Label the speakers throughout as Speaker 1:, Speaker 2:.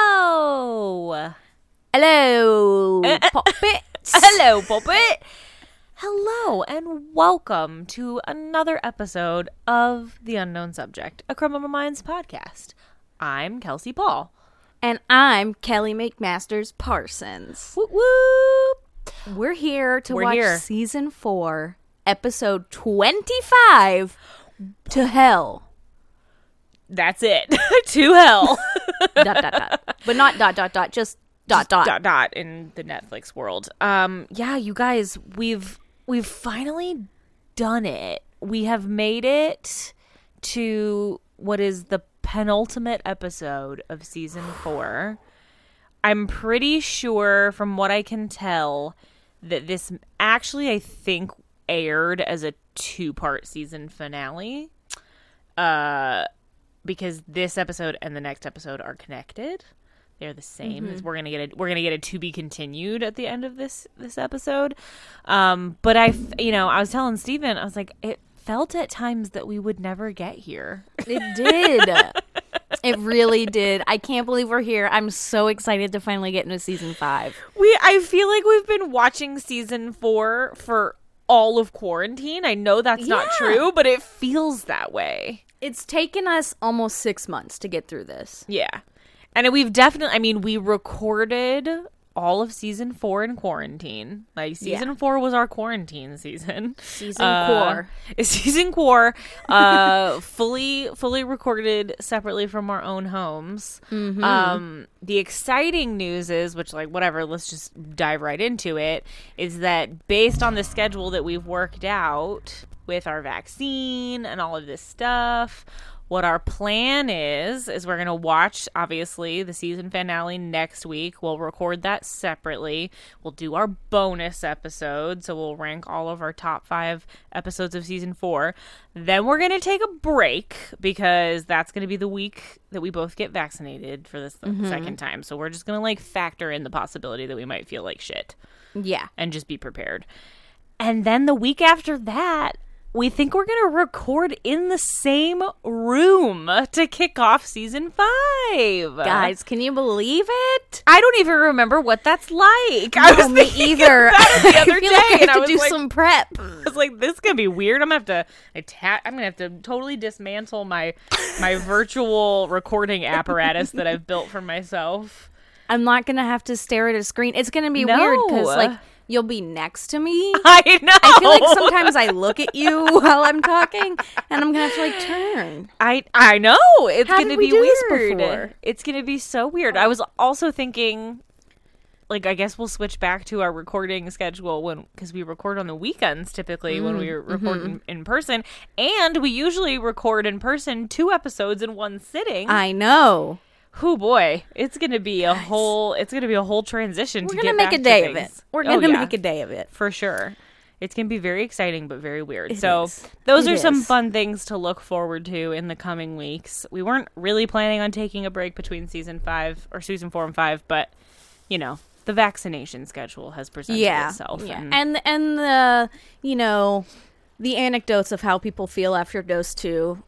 Speaker 1: Hello.
Speaker 2: Hello, poppets.
Speaker 1: Hello, Puppet. Hello, and welcome to another episode of The Unknown Subject, a Criminal Minds podcast. I'm Kelsey Paul.
Speaker 2: And I'm Kelly McMasters Parsons.
Speaker 1: Whoop whoop.
Speaker 2: We're here to
Speaker 1: We're
Speaker 2: watch
Speaker 1: here.
Speaker 2: season four, episode 25 to hell.
Speaker 1: That's it. to hell.
Speaker 2: dot, dot, dot. But not dot, dot, dot, just dot, dot.
Speaker 1: dot dot in the Netflix world. Um yeah, you guys, we've we've finally done it. We have made it to what is the penultimate episode of season 4. I'm pretty sure from what I can tell that this actually I think aired as a two-part season finale. Uh because this episode and the next episode are connected. They're the same. It's- We're gonna get a we're gonna get a to be continued at the end of this this episode. Um, but I, f- you know, I was telling Steven, I was like, it felt at times that we would never get here.
Speaker 2: It did. it really did. I can't believe we're here. I'm so excited to finally get into season five.
Speaker 1: We, I feel like we've been watching season four for all of quarantine. I know that's not
Speaker 2: Yeah.
Speaker 1: true, but it feels that way.
Speaker 2: It's taken us almost six months to get through this.
Speaker 1: Yeah. And we've definitely, I mean, we recorded all of season four in quarantine. Like, season four was our quarantine season. Uh,
Speaker 2: Season core.
Speaker 1: Season core. Uh, fully, fully recorded separately from our own homes. Um, the exciting news is, which, like, whatever, let's just dive right into it, is that based on the schedule that we've worked out with our vaccine and all of this stuff, what our plan is is we're going to watch obviously the season finale next week we'll record that separately we'll do our bonus episode so we'll rank all of our top five episodes of season four then we're going to take a break because that's going to be the week that we both get vaccinated for this the second time so we're just going to like factor in the possibility that we might feel like shit
Speaker 2: Yeah.
Speaker 1: and just be prepared. And then the week after that, we think we're going to record in the same room to kick off season five.
Speaker 2: Guys, can you believe it?
Speaker 1: I don't even remember what that's like. I was,
Speaker 2: No, me
Speaker 1: thinking
Speaker 2: either.
Speaker 1: about it the other
Speaker 2: I feel
Speaker 1: day,
Speaker 2: like I
Speaker 1: and
Speaker 2: have
Speaker 1: I
Speaker 2: to
Speaker 1: was
Speaker 2: do
Speaker 1: like-
Speaker 2: some prep.
Speaker 1: I was like, this is gonna be weird. I'm gonna have to attack. I'm gonna have to totally dismantle my my virtual recording apparatus that I've built for myself.
Speaker 2: I'm not gonna have to stare at a screen. It's gonna be
Speaker 1: No.
Speaker 2: weird because like you'll be next to me.
Speaker 1: I know.
Speaker 2: I feel like sometimes I look at you while I'm talking, and I'm gonna have to like turn.
Speaker 1: I I know it's
Speaker 2: How
Speaker 1: gonna
Speaker 2: did we
Speaker 1: be
Speaker 2: do this
Speaker 1: weird.
Speaker 2: before?
Speaker 1: It's gonna be so weird. I was also thinking, like, I guess we'll switch back to our recording schedule when because we record on the weekends typically when we
Speaker 2: Mm, mm-hmm.
Speaker 1: record in, in person, and we usually record in person two episodes in one sitting.
Speaker 2: I know.
Speaker 1: oh boy, it's gonna be a whole it's gonna be a whole transition.
Speaker 2: We're
Speaker 1: to
Speaker 2: gonna
Speaker 1: get
Speaker 2: make a
Speaker 1: back to
Speaker 2: day of it.
Speaker 1: things.
Speaker 2: We're
Speaker 1: Oh,
Speaker 2: gonna
Speaker 1: yeah
Speaker 2: make a day of it.
Speaker 1: for sure. It's going to be very exciting, but very weird.
Speaker 2: It
Speaker 1: so,
Speaker 2: is.
Speaker 1: those
Speaker 2: It
Speaker 1: are some
Speaker 2: is.
Speaker 1: fun things to look forward to in the coming weeks. We weren't really planning on taking a break between season five or season four and five, but, you know, the vaccination schedule has presented
Speaker 2: Yeah.
Speaker 1: itself.
Speaker 2: yeah.
Speaker 1: and-
Speaker 2: And and the you know the anecdotes of how people feel after dose two.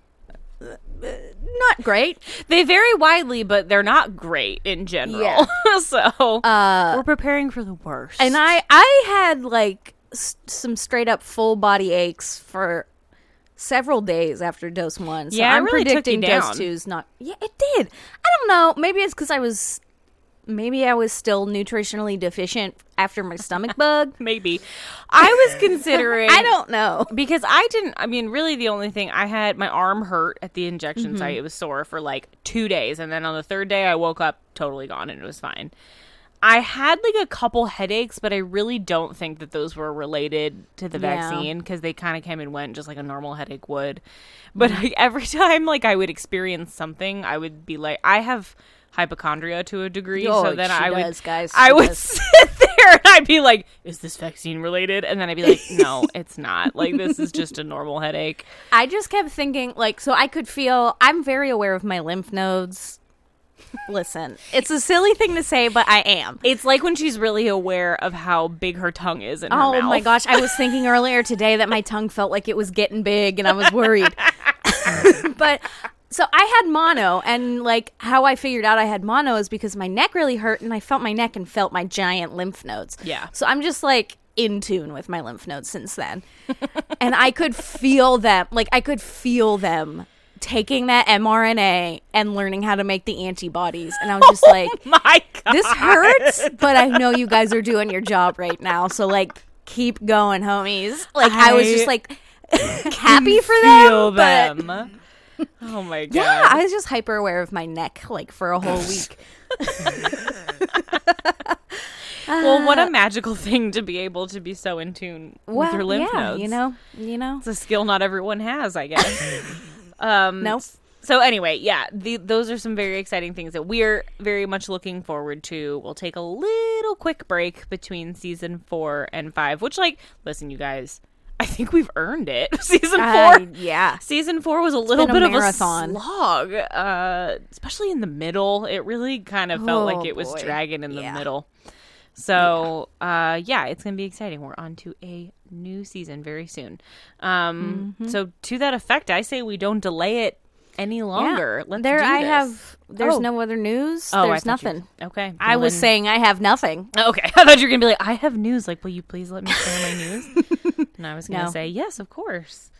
Speaker 2: uh, Not great.
Speaker 1: they vary widely, but they're not great in general. so, we're preparing for the worst.
Speaker 2: Uh, And I I had like s- some straight up full body aches for several days after dose one. So
Speaker 1: Yeah, it
Speaker 2: I'm
Speaker 1: really took you
Speaker 2: predicting
Speaker 1: down.
Speaker 2: dose two's not. Yeah, it did. I don't know. Maybe it's because I was maybe I was still nutritionally deficient after my stomach bug.
Speaker 1: Maybe. I was considering.
Speaker 2: I don't know.
Speaker 1: because I didn't. I mean, really, the only thing I had my arm hurt at the injection site. It was sore for like two days, and then on the third day, I woke up totally gone, and it was fine. I had like a couple headaches, but I really don't think that those were related to the
Speaker 2: Yeah.
Speaker 1: vaccine because they kind of came and went just like a normal headache would. But like, every time like I would experience something, I would be like, I have hypochondria to a degree,
Speaker 2: Oh,
Speaker 1: so then
Speaker 2: she
Speaker 1: I would,
Speaker 2: does, guys.
Speaker 1: I
Speaker 2: She
Speaker 1: would
Speaker 2: does.
Speaker 1: sit there and I'd be like, is this vaccine related? And then I'd be like, no, it's not. Like this is just a normal headache.
Speaker 2: I just kept thinking, like, so I could feel. I'm very aware of my lymph nodes. Listen, it's a silly thing to say, but I am.
Speaker 1: It's like when she's really aware of how big her tongue is in her
Speaker 2: Oh
Speaker 1: mouth.
Speaker 2: my gosh, I was thinking earlier today that my tongue felt like it was getting big and I was worried. but so I had mono and like how I figured out I had mono is because my neck really hurt and I felt my neck and felt my giant lymph nodes.
Speaker 1: Yeah.
Speaker 2: So I'm just like in tune with my lymph nodes since then. and I could feel them, like I could feel them taking that mRNA and learning how to make the antibodies and I was just like
Speaker 1: Oh My God.
Speaker 2: this hurts, but I know you guys are doing your job right now. So like, keep going, homies. Like I, was just
Speaker 1: I
Speaker 2: like happy for them,
Speaker 1: feel
Speaker 2: but
Speaker 1: them. oh my god.
Speaker 2: yeah, I was just hyper aware of my neck like for a whole week.
Speaker 1: well, what a magical thing to be able to be so in tune with your lymph
Speaker 2: yeah,
Speaker 1: nodes.
Speaker 2: you know, you know.
Speaker 1: it's a skill not everyone has, I guess. um,
Speaker 2: Nope.
Speaker 1: So anyway, yeah, the, those are some very exciting things that we're very much looking forward to. We'll take a little quick break between season four and five, which, like, listen, you guys, I think we've earned it. season four,
Speaker 2: Uh, yeah.
Speaker 1: season four was a little
Speaker 2: been a
Speaker 1: bit of a
Speaker 2: marathon.
Speaker 1: slog, uh, especially in the middle. It really kind of felt
Speaker 2: Oh,
Speaker 1: like it was
Speaker 2: boy.
Speaker 1: dragging in the
Speaker 2: Yeah.
Speaker 1: middle. So yeah. Uh, yeah, it's gonna be exciting. We're on to a new season very soon. Um, So to that effect, I say we don't delay it any longer.
Speaker 2: Mm-hmm. Yeah.
Speaker 1: Let's
Speaker 2: there,
Speaker 1: do
Speaker 2: I
Speaker 1: this.
Speaker 2: have. There's
Speaker 1: Oh.
Speaker 2: no other news.
Speaker 1: Oh, I
Speaker 2: there's
Speaker 1: thought you-
Speaker 2: nothing.
Speaker 1: okay, well
Speaker 2: I was
Speaker 1: then-
Speaker 2: saying I have nothing.
Speaker 1: Okay, I thought you were gonna be like, I have news. Like, will you please let me share my news? and I was gonna
Speaker 2: No.
Speaker 1: say, yes, of course.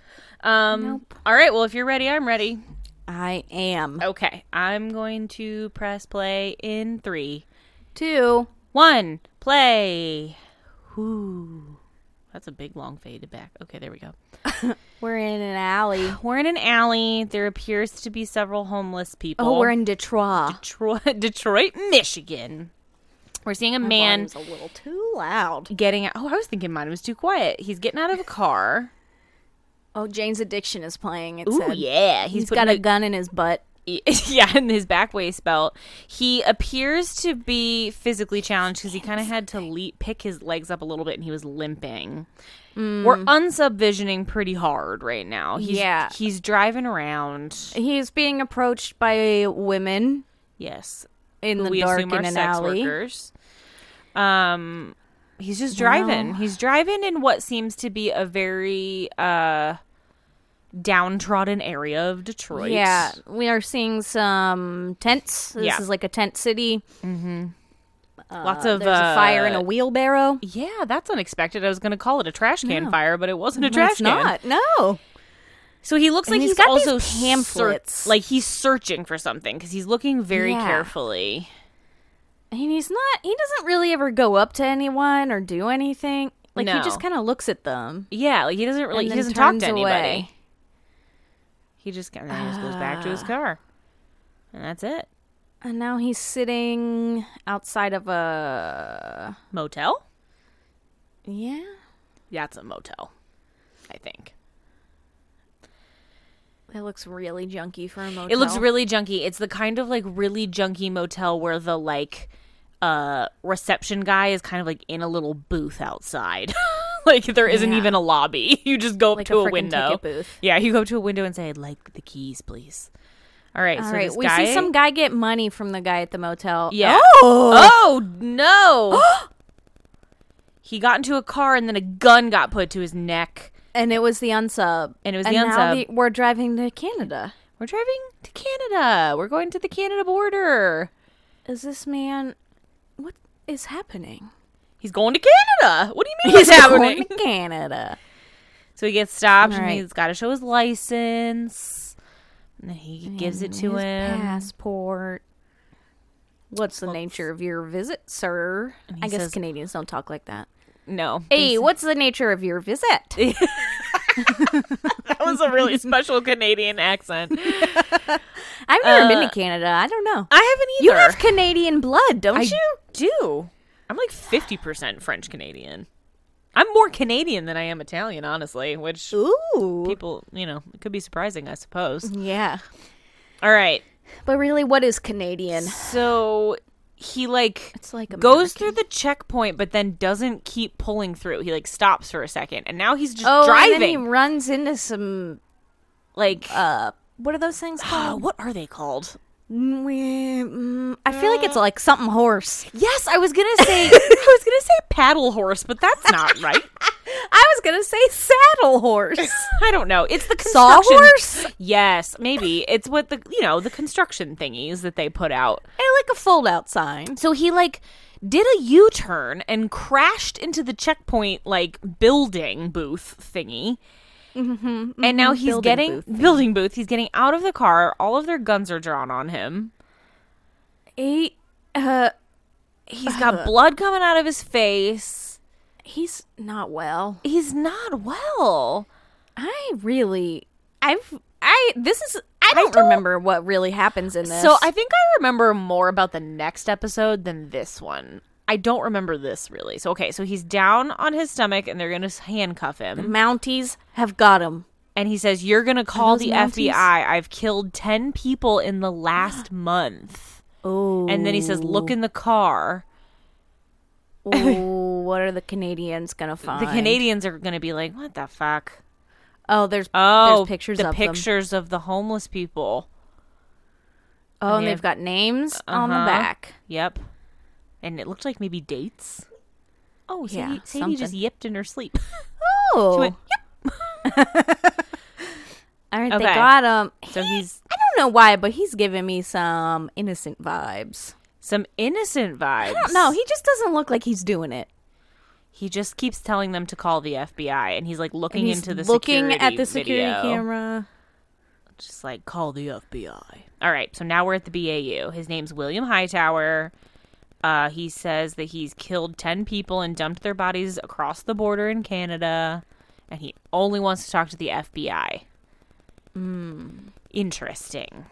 Speaker 1: Um, All right. Well, if you're ready, I'm ready.
Speaker 2: I am
Speaker 1: Okay, I'm going to press play in three,
Speaker 2: two.
Speaker 1: one, play. Whoo, that's a big long fade to back. Okay, there we go.
Speaker 2: We're in an alley.
Speaker 1: We're in an alley. There appears to be several homeless people.
Speaker 2: Oh, we're in Detroit.
Speaker 1: Detroit, Detroit, Michigan. We're seeing a man
Speaker 2: Volume's a little too loud.
Speaker 1: getting out. Oh, I was thinking mine was too quiet. He's getting out of a car.
Speaker 2: Oh, Jane's addiction is playing. It
Speaker 1: Ooh,
Speaker 2: said.
Speaker 1: yeah. He's,
Speaker 2: he's got
Speaker 1: putting
Speaker 2: a gun in his butt.
Speaker 1: yeah, in his back waist belt. He appears to be physically challenged because he kind of had to le- pick his legs up a little bit and he was limping.
Speaker 2: Mm.
Speaker 1: We're unsubvisioning pretty hard right now. He's,
Speaker 2: Yeah.
Speaker 1: He's driving around.
Speaker 2: He's being approached by women
Speaker 1: Yes.
Speaker 2: in the
Speaker 1: we
Speaker 2: dark
Speaker 1: assume are
Speaker 2: in an
Speaker 1: sex
Speaker 2: alley.
Speaker 1: workers. Um, he's just driving.
Speaker 2: Wow.
Speaker 1: He's driving in what seems to be a very uh, downtrodden area of Detroit.
Speaker 2: Yeah, we are seeing some tents. This
Speaker 1: Yeah.
Speaker 2: is like a tent city.
Speaker 1: Lots
Speaker 2: Uh,
Speaker 1: of
Speaker 2: There's a fire in
Speaker 1: uh,
Speaker 2: a wheelbarrow.
Speaker 1: Yeah, that's unexpected. I was going to call it a trash can
Speaker 2: No.
Speaker 1: fire, but it wasn't a
Speaker 2: No,
Speaker 1: trash
Speaker 2: it's
Speaker 1: can.
Speaker 2: not. No.
Speaker 1: So he looks like
Speaker 2: he's
Speaker 1: he's,
Speaker 2: got these
Speaker 1: also
Speaker 2: pamphlets.
Speaker 1: search- like he's searching for something because he's looking very
Speaker 2: Yeah.
Speaker 1: carefully.
Speaker 2: And he's not. He doesn't really ever go up to anyone or do anything. Like he
Speaker 1: No.
Speaker 2: just kind of looks at them.
Speaker 1: Yeah, like he doesn't really
Speaker 2: and
Speaker 1: he
Speaker 2: then
Speaker 1: doesn't talk
Speaker 2: turns
Speaker 1: to anybody.
Speaker 2: away. Ah.
Speaker 1: He just kind of just goes back to his car, and that's it.
Speaker 2: And now he's sitting outside of a
Speaker 1: Motel?
Speaker 2: yeah.
Speaker 1: Yeah, it's a motel, I think.
Speaker 2: It looks really junky for a motel.
Speaker 1: It looks really junky. It's the kind of like really junky motel where the like uh reception guy is kind of like in a little booth outside. like there isn't
Speaker 2: Yeah.
Speaker 1: even a lobby. You just go up
Speaker 2: Like
Speaker 1: to
Speaker 2: a
Speaker 1: a,
Speaker 2: frickin'
Speaker 1: window.
Speaker 2: ticket booth.
Speaker 1: Yeah, you go up to a window and say, "I'd like the keys, please." All right,
Speaker 2: All
Speaker 1: so
Speaker 2: right,
Speaker 1: this
Speaker 2: we
Speaker 1: guy,
Speaker 2: see some guy get money from the guy at the motel.
Speaker 1: Yeah.
Speaker 2: Oh,
Speaker 1: Oh no! he got into a car and then a gun got put to his neck.
Speaker 2: and it was the unsub,
Speaker 1: And it was
Speaker 2: and
Speaker 1: the
Speaker 2: now
Speaker 1: unsub.
Speaker 2: the- we're driving to Canada.
Speaker 1: We're driving to Canada. We're going to the Canada border.
Speaker 2: Is this man? What is happening?
Speaker 1: He's going to Canada. What do you mean he's
Speaker 2: Going to Canada.
Speaker 1: So he gets stopped and
Speaker 2: Right.
Speaker 1: he's got to show his license. And then he gives it to
Speaker 2: His
Speaker 1: him.
Speaker 2: Passport. What's the nature of your visit, sir?
Speaker 1: he
Speaker 2: I guess
Speaker 1: says-
Speaker 2: Canadians don't talk like that.
Speaker 1: No.
Speaker 2: Hey, what's the nature of your visit?
Speaker 1: Uh, that was a really special Canadian accent.
Speaker 2: I've never been to Canada. I don't know.
Speaker 1: I haven't either.
Speaker 2: You have Canadian blood, don't
Speaker 1: I
Speaker 2: you?
Speaker 1: do. I'm like 50% French Canadian. I'm more Canadian than I am Italian, honestly, which
Speaker 2: Ooh.
Speaker 1: people, you know, it could be surprising, I suppose.
Speaker 2: Yeah.
Speaker 1: All right.
Speaker 2: But really, what is Canadian?
Speaker 1: So he like
Speaker 2: It's like
Speaker 1: goes
Speaker 2: American.
Speaker 1: through the checkpoint but then doesn't keep pulling through. He like stops for a second and now he's just
Speaker 2: Oh,
Speaker 1: driving.
Speaker 2: and then he runs into some
Speaker 1: like
Speaker 2: uh, what are those things
Speaker 1: uh,
Speaker 2: called?
Speaker 1: what are they called?
Speaker 2: Mm, we- mm, I feel like it's like something horse.
Speaker 1: Yes, I was gonna say I was gonna say paddle horse, but that's not right.
Speaker 2: I was gonna say saddle horse.
Speaker 1: I don't know. It's the
Speaker 2: Saw
Speaker 1: construction.
Speaker 2: horse?
Speaker 1: Yes, maybe it's what the you know the construction thingies that they put out.
Speaker 2: I like a fold out sign.
Speaker 1: So he like did a U turn and crashed into the checkpoint like building booth thingy. and now he's
Speaker 2: building
Speaker 1: getting
Speaker 2: booth
Speaker 1: Mm-hmm, building booth. He's getting out of the car. All of their guns are drawn on him.
Speaker 2: He, uh,
Speaker 1: He's got blood coming out of his face.
Speaker 2: he's not well.
Speaker 1: He's not well.
Speaker 2: I really, I've, I this is I don't,
Speaker 1: don't-
Speaker 2: remember what really happens in this.
Speaker 1: So I think I remember more about the next episode than this one. I don't remember this really. So okay, so he's down on his stomach and they're going to handcuff him.
Speaker 2: Mounties have got him.
Speaker 1: And he says, "You're going to call
Speaker 2: those
Speaker 1: the
Speaker 2: Mounties?
Speaker 1: FBI. I've killed 10 people in the last month."
Speaker 2: Oh,
Speaker 1: And then he says, "Look in the car."
Speaker 2: oh, what are the Canadians gonna find?
Speaker 1: The Canadians are going to be like, "What the fuck?"
Speaker 2: Oh, there's
Speaker 1: Oh,
Speaker 2: there's pictures
Speaker 1: the
Speaker 2: of them.
Speaker 1: pictures of the homeless people.
Speaker 2: Oh,
Speaker 1: they
Speaker 2: and they've
Speaker 1: have-
Speaker 2: got names on the
Speaker 1: Uh-huh.
Speaker 2: back.
Speaker 1: Yep. And it looked like maybe dates. Oh, Sadie,
Speaker 2: Yeah,
Speaker 1: Sadie just yipped in her sleep.
Speaker 2: Oh,
Speaker 1: went,
Speaker 2: all right, they
Speaker 1: Okay.
Speaker 2: got him.
Speaker 1: so he's
Speaker 2: I don't know why, but he's giving me some innocent vibes.
Speaker 1: some innocent vibes.
Speaker 2: I don't know. He just doesn't look like he's doing it.
Speaker 1: He just keeps telling them to call the FBI, and he's like looking
Speaker 2: He's
Speaker 1: into the
Speaker 2: looking
Speaker 1: security
Speaker 2: at the security
Speaker 1: video.
Speaker 2: camera.
Speaker 1: Just like call the FBI. All right, so now we're at the BAU. His name's William Hightower. Uh, he says that he's killed ten people and dumped their bodies across the border in Canada, and he only wants to talk to the FBI.
Speaker 2: Hmm.
Speaker 1: Interesting.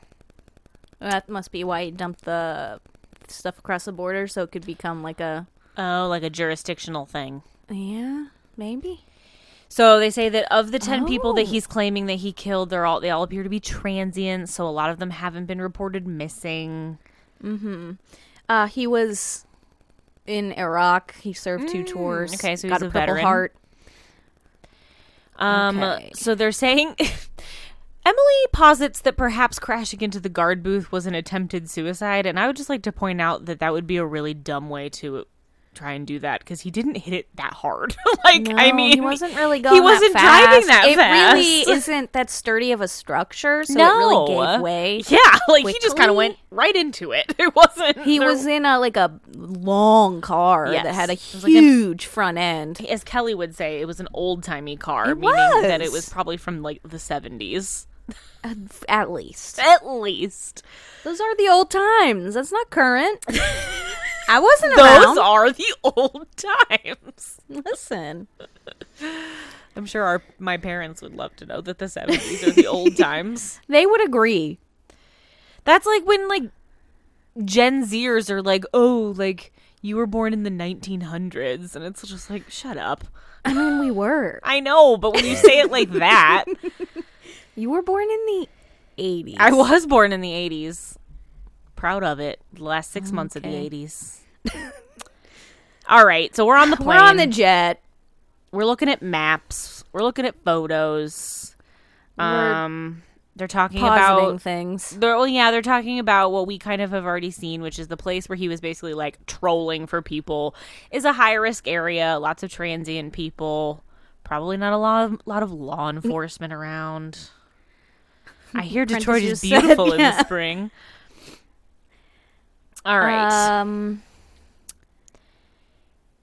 Speaker 2: That must be why he dumped the stuff across the border, so it could become like a
Speaker 1: Oh, like a jurisdictional thing.
Speaker 2: yeah, maybe.
Speaker 1: So they say that of the 10 people that
Speaker 2: Oh.
Speaker 1: he's claiming that he killed, they're all they all appear to be transient, so a lot of them haven't been reported missing.
Speaker 2: Uh, he was in Iraq. He served two tours.
Speaker 1: Mm, okay, so
Speaker 2: got
Speaker 1: he's
Speaker 2: a
Speaker 1: a
Speaker 2: Purple
Speaker 1: veteran.
Speaker 2: Heart.
Speaker 1: Um
Speaker 2: Okay.
Speaker 1: so they're saying Emily posits that perhaps crashing into the guard booth was an attempted suicide, and I would just like to point out that that would be a really dumb way to try and do that because he didn't hit it that hard. like, I
Speaker 2: No,
Speaker 1: mean,
Speaker 2: he wasn't really going.
Speaker 1: He wasn't
Speaker 2: that
Speaker 1: driving
Speaker 2: fast.
Speaker 1: that
Speaker 2: it
Speaker 1: fast.
Speaker 2: really isn't that sturdy of a structure, so
Speaker 1: no.
Speaker 2: it really gave way.
Speaker 1: Yeah, like he just kind
Speaker 2: quickly.
Speaker 1: of went right into it. It wasn't.
Speaker 2: He
Speaker 1: there-
Speaker 2: was in a like a long car that
Speaker 1: Yes.
Speaker 2: had a
Speaker 1: It was like an-
Speaker 2: huge front end.
Speaker 1: as Kelly would say, it was an old timey car,
Speaker 2: It
Speaker 1: meaning that it
Speaker 2: was.
Speaker 1: was probably from like the seventies,
Speaker 2: At least
Speaker 1: uh, at least.
Speaker 2: those are the old times. That's not current. I wasn't
Speaker 1: Those
Speaker 2: around.
Speaker 1: are the old times.
Speaker 2: Listen,
Speaker 1: I'm sure our my parents would love to know that the seventies are the old times.
Speaker 2: they would agree.
Speaker 1: That's like when like Gen Zers are like, oh, like you were born in the 1900s, and it's just like, shut up.
Speaker 2: I mean, we were.
Speaker 1: I know, but when you say it like that,
Speaker 2: You were born in the eighties.
Speaker 1: I was born in the 80s. Proud of it. The last six months of the
Speaker 2: Okay.
Speaker 1: 80s. All right, so we're on the plane.
Speaker 2: We're on the jet.
Speaker 1: We're looking at maps. We're looking at photos. Um, they're talking
Speaker 2: Positing
Speaker 1: about.
Speaker 2: things.
Speaker 1: They're, well, yeah, they're talking about what we kind of have already seen, which is the place where he was basically like trolling for people. Is a high risk area. Lots of transient people. Probably not a lot of lot of law enforcement around. I hear
Speaker 2: Prentice
Speaker 1: Detroit is
Speaker 2: just said,
Speaker 1: beautiful in
Speaker 2: yeah.
Speaker 1: the spring. All right.
Speaker 2: Um.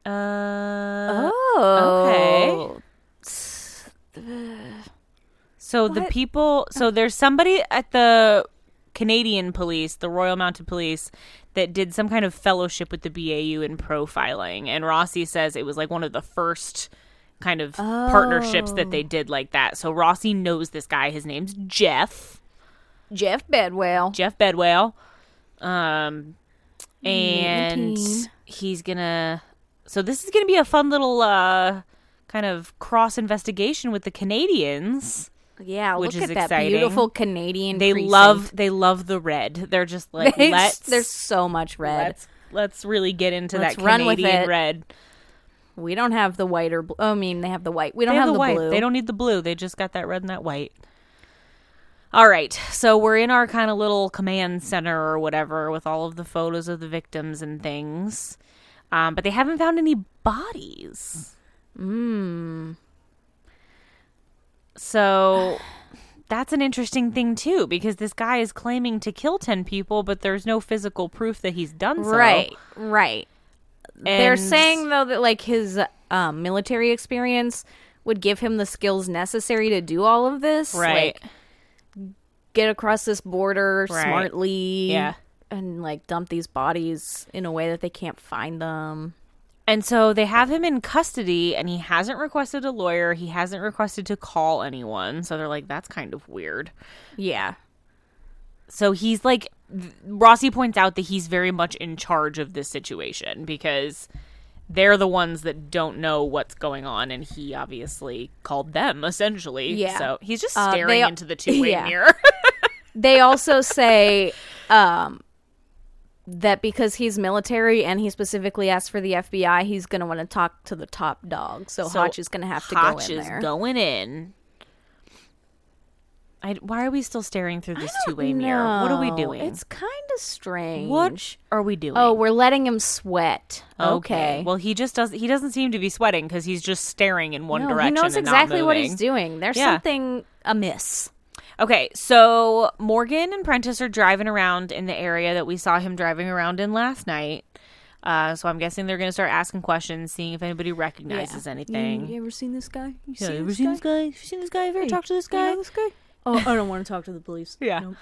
Speaker 1: Uh,
Speaker 2: Oh. Okay.
Speaker 1: So the
Speaker 2: What?
Speaker 1: people, so there's somebody at the Canadian police, the Royal Mounted Police, that did some kind of fellowship with the BAU in profiling. And Rossi says it was like one of the first kind of partnerships that they did like that. So Rossi knows this guy. His name's Jeff,
Speaker 2: Jeff Bedwell.
Speaker 1: Jeff Bedwell. Um, and
Speaker 2: Nineteen.
Speaker 1: he's gonna. So this is gonna be a fun little uh, kind of cross investigation with the Canadians.
Speaker 2: Yeah,
Speaker 1: Which
Speaker 2: look
Speaker 1: is
Speaker 2: at that
Speaker 1: exciting.
Speaker 2: beautiful Canadian.
Speaker 1: They
Speaker 2: precinct.
Speaker 1: love they love the red. They're just like
Speaker 2: They-
Speaker 1: let's
Speaker 2: There's so much red.
Speaker 1: let's let's really get into
Speaker 2: Let's
Speaker 1: that
Speaker 2: run
Speaker 1: Canadian
Speaker 2: with it.
Speaker 1: red.
Speaker 2: We don't have the white or blue. I mean, they have the white. We don't
Speaker 1: They have
Speaker 2: have,
Speaker 1: the,
Speaker 2: the,
Speaker 1: white.
Speaker 2: blue.
Speaker 1: They don't need the blue. They just got that red and that white. All right. So we're in our kind of little command center or whatever with all of the photos of the victims and things. Um, but they haven't found any bodies.
Speaker 2: Hmm.
Speaker 1: Mm. So that's an interesting thing too because this guy is claiming to kill 10 people but there's no physical proof that he's done so.
Speaker 2: Right, right. They're
Speaker 1: And-
Speaker 2: saying though that like his um, military experience would give him the skills necessary to do all of this.
Speaker 1: Right.
Speaker 2: Like, get across this border
Speaker 1: Right.
Speaker 2: smartly.
Speaker 1: Yeah.
Speaker 2: And like dump these bodies in a way that they can't find them.
Speaker 1: And so they have him in custody and he hasn't requested a lawyer. He hasn't requested to call anyone. So they're like, that's kind of weird.
Speaker 2: Yeah.
Speaker 1: So he's like, th- Rossi points out that he's very much in charge of this situation because they're the ones that don't know what's going on. And he obviously called them, essentially.
Speaker 2: Yeah.
Speaker 1: So he's just
Speaker 2: Uh, they
Speaker 1: staring
Speaker 2: al-
Speaker 1: into the two way
Speaker 2: Yeah.
Speaker 1: mirror.
Speaker 2: They also say um, that because he's military and he specifically asked for the FBI, he's going to want to talk to the top dog. So,
Speaker 1: So
Speaker 2: Hotch is going to have to
Speaker 1: Hotch
Speaker 2: go in
Speaker 1: is
Speaker 2: there.
Speaker 1: going in. I, why are we still staring through this two way mirror? What are we
Speaker 2: No,
Speaker 1: doing?
Speaker 2: It's kind of strange.
Speaker 1: what are we doing?
Speaker 2: Oh, we're letting him sweat. Okay.
Speaker 1: Well, he just doesn't. He doesn't seem to be sweating because he's just staring in one
Speaker 2: No,
Speaker 1: direction.
Speaker 2: he knows
Speaker 1: and not
Speaker 2: exactly what he's
Speaker 1: moving.
Speaker 2: doing. There's
Speaker 1: Yeah.
Speaker 2: something amiss.
Speaker 1: Okay, so Morgan and Prentice are driving around in the area that we saw him driving around in last night. Uh, so I'm guessing they're going to start asking questions, seeing if anybody recognizes anything.
Speaker 2: ever seen this guy? You
Speaker 1: Yeah, ever seen this guy? Ever seen this guy? Ever talked to this guy?
Speaker 2: Oh, I don't want to talk to the police.
Speaker 1: Yeah.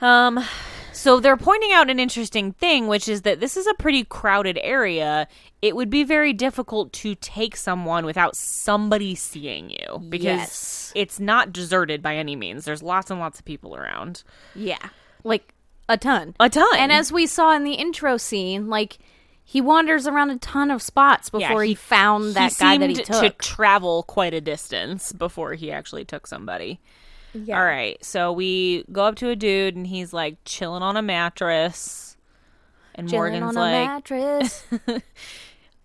Speaker 1: Um, so they're pointing out an interesting thing, which is that this is a pretty crowded area. It would be very difficult to take someone without somebody seeing you because
Speaker 2: Yes.
Speaker 1: it's not deserted by any means. There's lots and lots of people around.
Speaker 2: Yeah. Like a ton.
Speaker 1: A ton.
Speaker 2: And as we saw in the intro scene, like he wanders around a ton of spots
Speaker 1: Yeah,
Speaker 2: before he,
Speaker 1: he-
Speaker 2: found that guy that he
Speaker 1: seemed
Speaker 2: took.
Speaker 1: to travel quite a distance before he actually took somebody. All right, so we go up to a dude and he's like chilling on a mattress, and
Speaker 2: Chilling
Speaker 1: Morgan's
Speaker 2: on a
Speaker 1: like,
Speaker 2: mattress.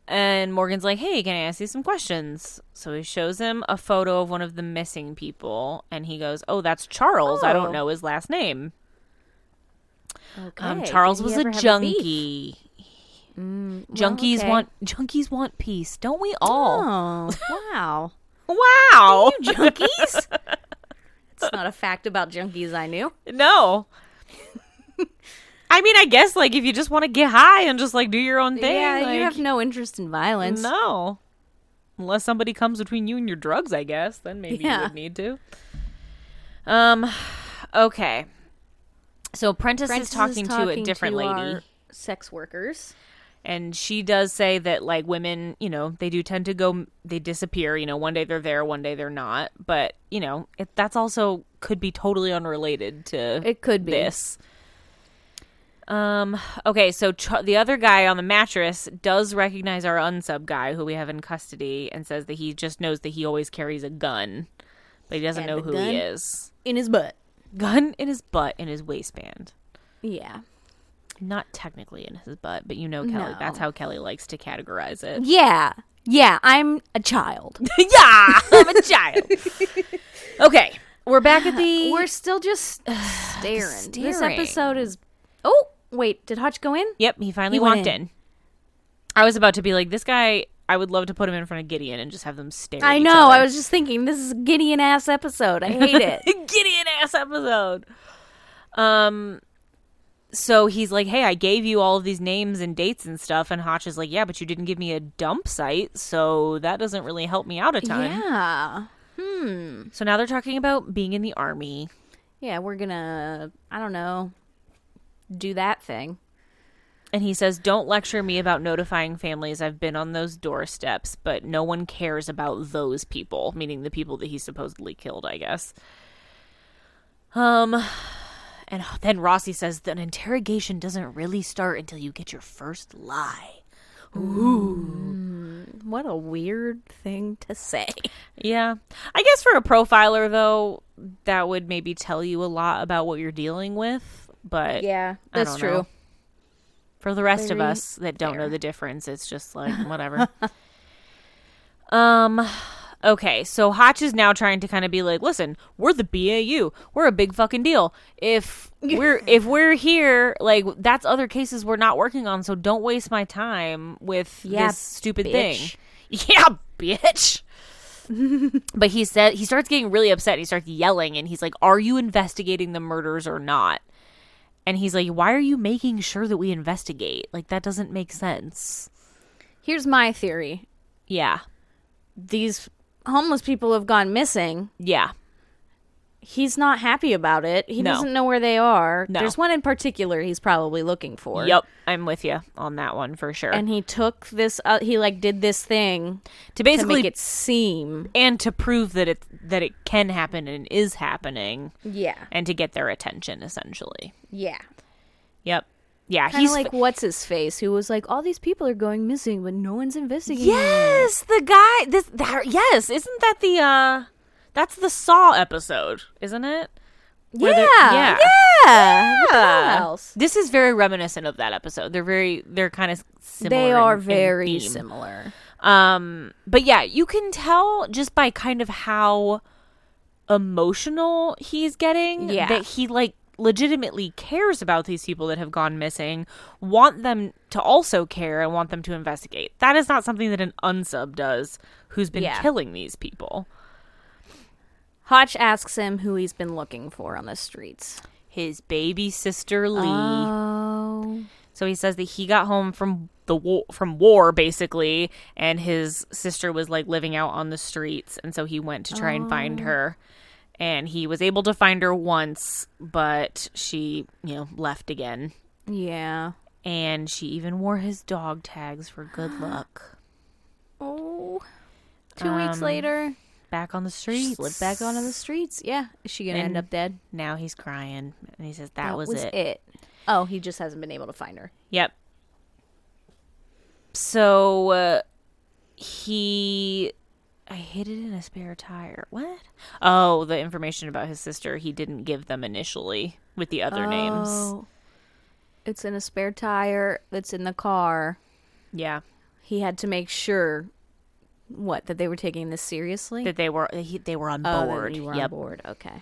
Speaker 1: And Morgan's like, hey, can I ask you some questions? So he shows him a photo of one of the missing people, and he goes, oh, that's Charles. I
Speaker 2: Oh.
Speaker 1: don't know his last name.
Speaker 2: okay.
Speaker 1: Um, Charles
Speaker 2: did
Speaker 1: was
Speaker 2: he
Speaker 1: a
Speaker 2: ever have beef?
Speaker 1: junkie.
Speaker 2: Mm,
Speaker 1: junkies
Speaker 2: okay.
Speaker 1: want junkies want peace, don't we all?
Speaker 2: Oh, wow. Oh.
Speaker 1: Wow,
Speaker 2: junkies? It's not a fact about junkies I knew.
Speaker 1: no. I mean, I guess like if you just want to get high and just like do your own thing,
Speaker 2: yeah, you
Speaker 1: like,
Speaker 2: have no interest in violence.
Speaker 1: No. Unless somebody comes between you and your drugs, I guess, then maybe
Speaker 2: Yeah.
Speaker 1: you would need to. Um okay. So Prentice,
Speaker 2: Prentice
Speaker 1: is talking, to a different lady
Speaker 2: our sex workers.
Speaker 1: and she does say that like women, you know, they do tend to go they disappear, you know, one day they're there, one day they're not, but you know, it, that's also could be totally unrelated to
Speaker 2: It could be.
Speaker 1: this. Um. Okay. So Ch- the other guy on the mattress does recognize our unsub guy who we have in custody, and says that he just knows that he always carries a gun, but he doesn't
Speaker 2: And
Speaker 1: know
Speaker 2: the
Speaker 1: who
Speaker 2: gun-
Speaker 1: he is.
Speaker 2: In his butt.
Speaker 1: Gun in his butt, in his waistband.
Speaker 2: Yeah.
Speaker 1: Not technically in his butt, but you know, Kelly.
Speaker 2: No.
Speaker 1: That's how Kelly likes to categorize it.
Speaker 2: Yeah. Yeah, I'm a child.
Speaker 1: yeah, I'm a child. okay, we're back at the.
Speaker 2: We're still just staring. This
Speaker 1: staring.
Speaker 2: episode is. Oh, wait. Did Hotch go in?
Speaker 1: Yep, he finally
Speaker 2: He went
Speaker 1: walked
Speaker 2: in.
Speaker 1: in. I was about to be like, this guy. I would love to put him in front of Gideon and just have them stare. at
Speaker 2: I
Speaker 1: each
Speaker 2: know.
Speaker 1: other.
Speaker 2: I was just thinking, this is a Gideon ass episode. I hate it.
Speaker 1: Gideon ass episode. Um, so he's like, "Hey, I gave you all of these names and dates and stuff," and Hotch is like, "Yeah, but you didn't give me a dump site, so that doesn't really help me out a ton."
Speaker 2: yeah.
Speaker 1: So now they're talking about being in the army.
Speaker 2: Yeah, we're gonna, I don't know, do that thing.
Speaker 1: And he says, Don't lecture me about notifying families. I've been on those doorsteps, but no one cares about those people, meaning the people that he supposedly killed, I guess. Um, And then Rossi says that an interrogation doesn't really start until you get your first lie.
Speaker 2: What a weird thing to say.
Speaker 1: Yeah. I guess for a profiler, though, that would maybe tell you a lot about what you're dealing with. But
Speaker 2: Yeah,
Speaker 1: I
Speaker 2: that's
Speaker 1: don't know.
Speaker 2: true.
Speaker 1: for the rest of
Speaker 2: Very
Speaker 1: us that don't know the difference, it's just like, whatever. um,. Okay, so Hotch is now trying to kind of be like, "Listen, we're the BAU. We're a big fucking deal. If we're if we're here, like that's other cases we're not working on. So don't waste my time with
Speaker 2: Yeah,
Speaker 1: this stupid
Speaker 2: bitch.
Speaker 1: thing. Yeah, bitch." But he said he starts getting really upset and he starts yelling and he's like, "Are you investigating the murders or not?" And he's like, "Why are you making sure that we investigate? Like that doesn't make sense."
Speaker 2: Here's my theory
Speaker 1: Yeah.
Speaker 2: these homeless people have gone missing.
Speaker 1: Yeah.
Speaker 2: He's not happy about it. He
Speaker 1: No.
Speaker 2: doesn't know where they are.
Speaker 1: No.
Speaker 2: There's one in particular he's probably looking for.
Speaker 1: Yep, I'm with you on that one for sure.
Speaker 2: And he took this, uh, he like did this thing
Speaker 1: to
Speaker 2: to
Speaker 1: basically
Speaker 2: make it seem.
Speaker 1: and to prove that it that it can happen and is happening
Speaker 2: Yeah.
Speaker 1: and to get their attention essentially.
Speaker 2: Yeah.
Speaker 1: Yep. Yeah,
Speaker 2: Kind of
Speaker 1: he's
Speaker 2: like what's his face, who was like, all these people are going missing, but no one's investigating.
Speaker 1: Yes, the guy. This that, yes, isn't that the uh? That's the Saw episode, isn't it? Where
Speaker 2: Yeah.
Speaker 1: they're-
Speaker 2: Yeah. What the hell else?
Speaker 1: This is very reminiscent of that episode. They're very, they're kind of similar.
Speaker 2: They are
Speaker 1: in- in
Speaker 2: very
Speaker 1: theme.
Speaker 2: similar.
Speaker 1: Um, but yeah, you can tell just by kind of how emotional he's getting
Speaker 2: Yeah.
Speaker 1: that he like legitimately cares about these people that have gone missing, want them to also care and want them to investigate. That is not something that an unsub does who's been
Speaker 2: Yeah.
Speaker 1: killing these people.
Speaker 2: Hotch asks him who he's been looking for on the streets.
Speaker 1: His baby sister Lee.
Speaker 2: Oh.
Speaker 1: So he says that he got home from the war, from war basically, and his sister was like living out on the streets, and so he went to try and find her. And he was able to find her once, but she, you know, left again.
Speaker 2: Yeah.
Speaker 1: And she even wore his dog tags for good luck.
Speaker 2: Oh. Two weeks
Speaker 1: Um,
Speaker 2: later,
Speaker 1: Back on the
Speaker 2: she
Speaker 1: streets.
Speaker 2: slipped back onto the streets. Yeah. Is she going to end
Speaker 1: And
Speaker 2: up dead?
Speaker 1: Now he's crying, and he says that, was, it.
Speaker 2: Oh, he just hasn't been able to find her.
Speaker 1: Yep. So uh, he, I hid it in a spare tire. What? Oh, the information about his sister he didn't give them initially with the other names.
Speaker 2: Oh. It's in a spare tire that's in the car.
Speaker 1: Yeah,
Speaker 2: He had to make sure what that they were taking this seriously.
Speaker 1: that they were that he, they were on
Speaker 2: Oh, that
Speaker 1: board.
Speaker 2: you were on
Speaker 1: yep.
Speaker 2: board. Okay.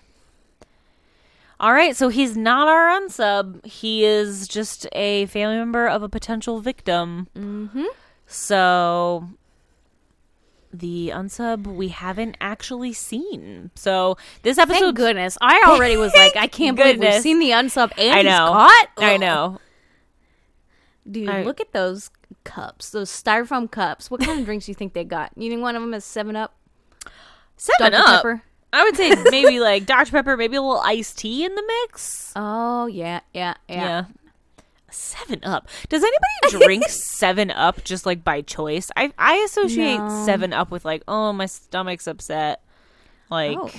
Speaker 1: All right, so he's not our unsub. He is just a family member of a potential victim. Mm-hmm. So the unsub we haven't actually seen. So this
Speaker 2: Thank
Speaker 1: episode
Speaker 2: goodness. I already was like, I can't believe we've
Speaker 1: goodness.
Speaker 2: seen the unsub and
Speaker 1: I
Speaker 2: he's
Speaker 1: know.
Speaker 2: caught.
Speaker 1: I
Speaker 2: Ugh.
Speaker 1: know.
Speaker 2: Dude,
Speaker 1: I-
Speaker 2: look at those cups, those styrofoam cups. What kind of drinks do you think they got? You think one of them is Seven Up,
Speaker 1: Seven
Speaker 2: Dr
Speaker 1: up.
Speaker 2: Pepper?
Speaker 1: I would say maybe like Dr. Pepper, maybe a little iced tea in the mix.
Speaker 2: Oh yeah, yeah, yeah.
Speaker 1: Seven up. Does anybody drink seven up just like by choice? I I associate
Speaker 2: No.
Speaker 1: seven up with like, oh my stomach's upset. Like
Speaker 2: Oh.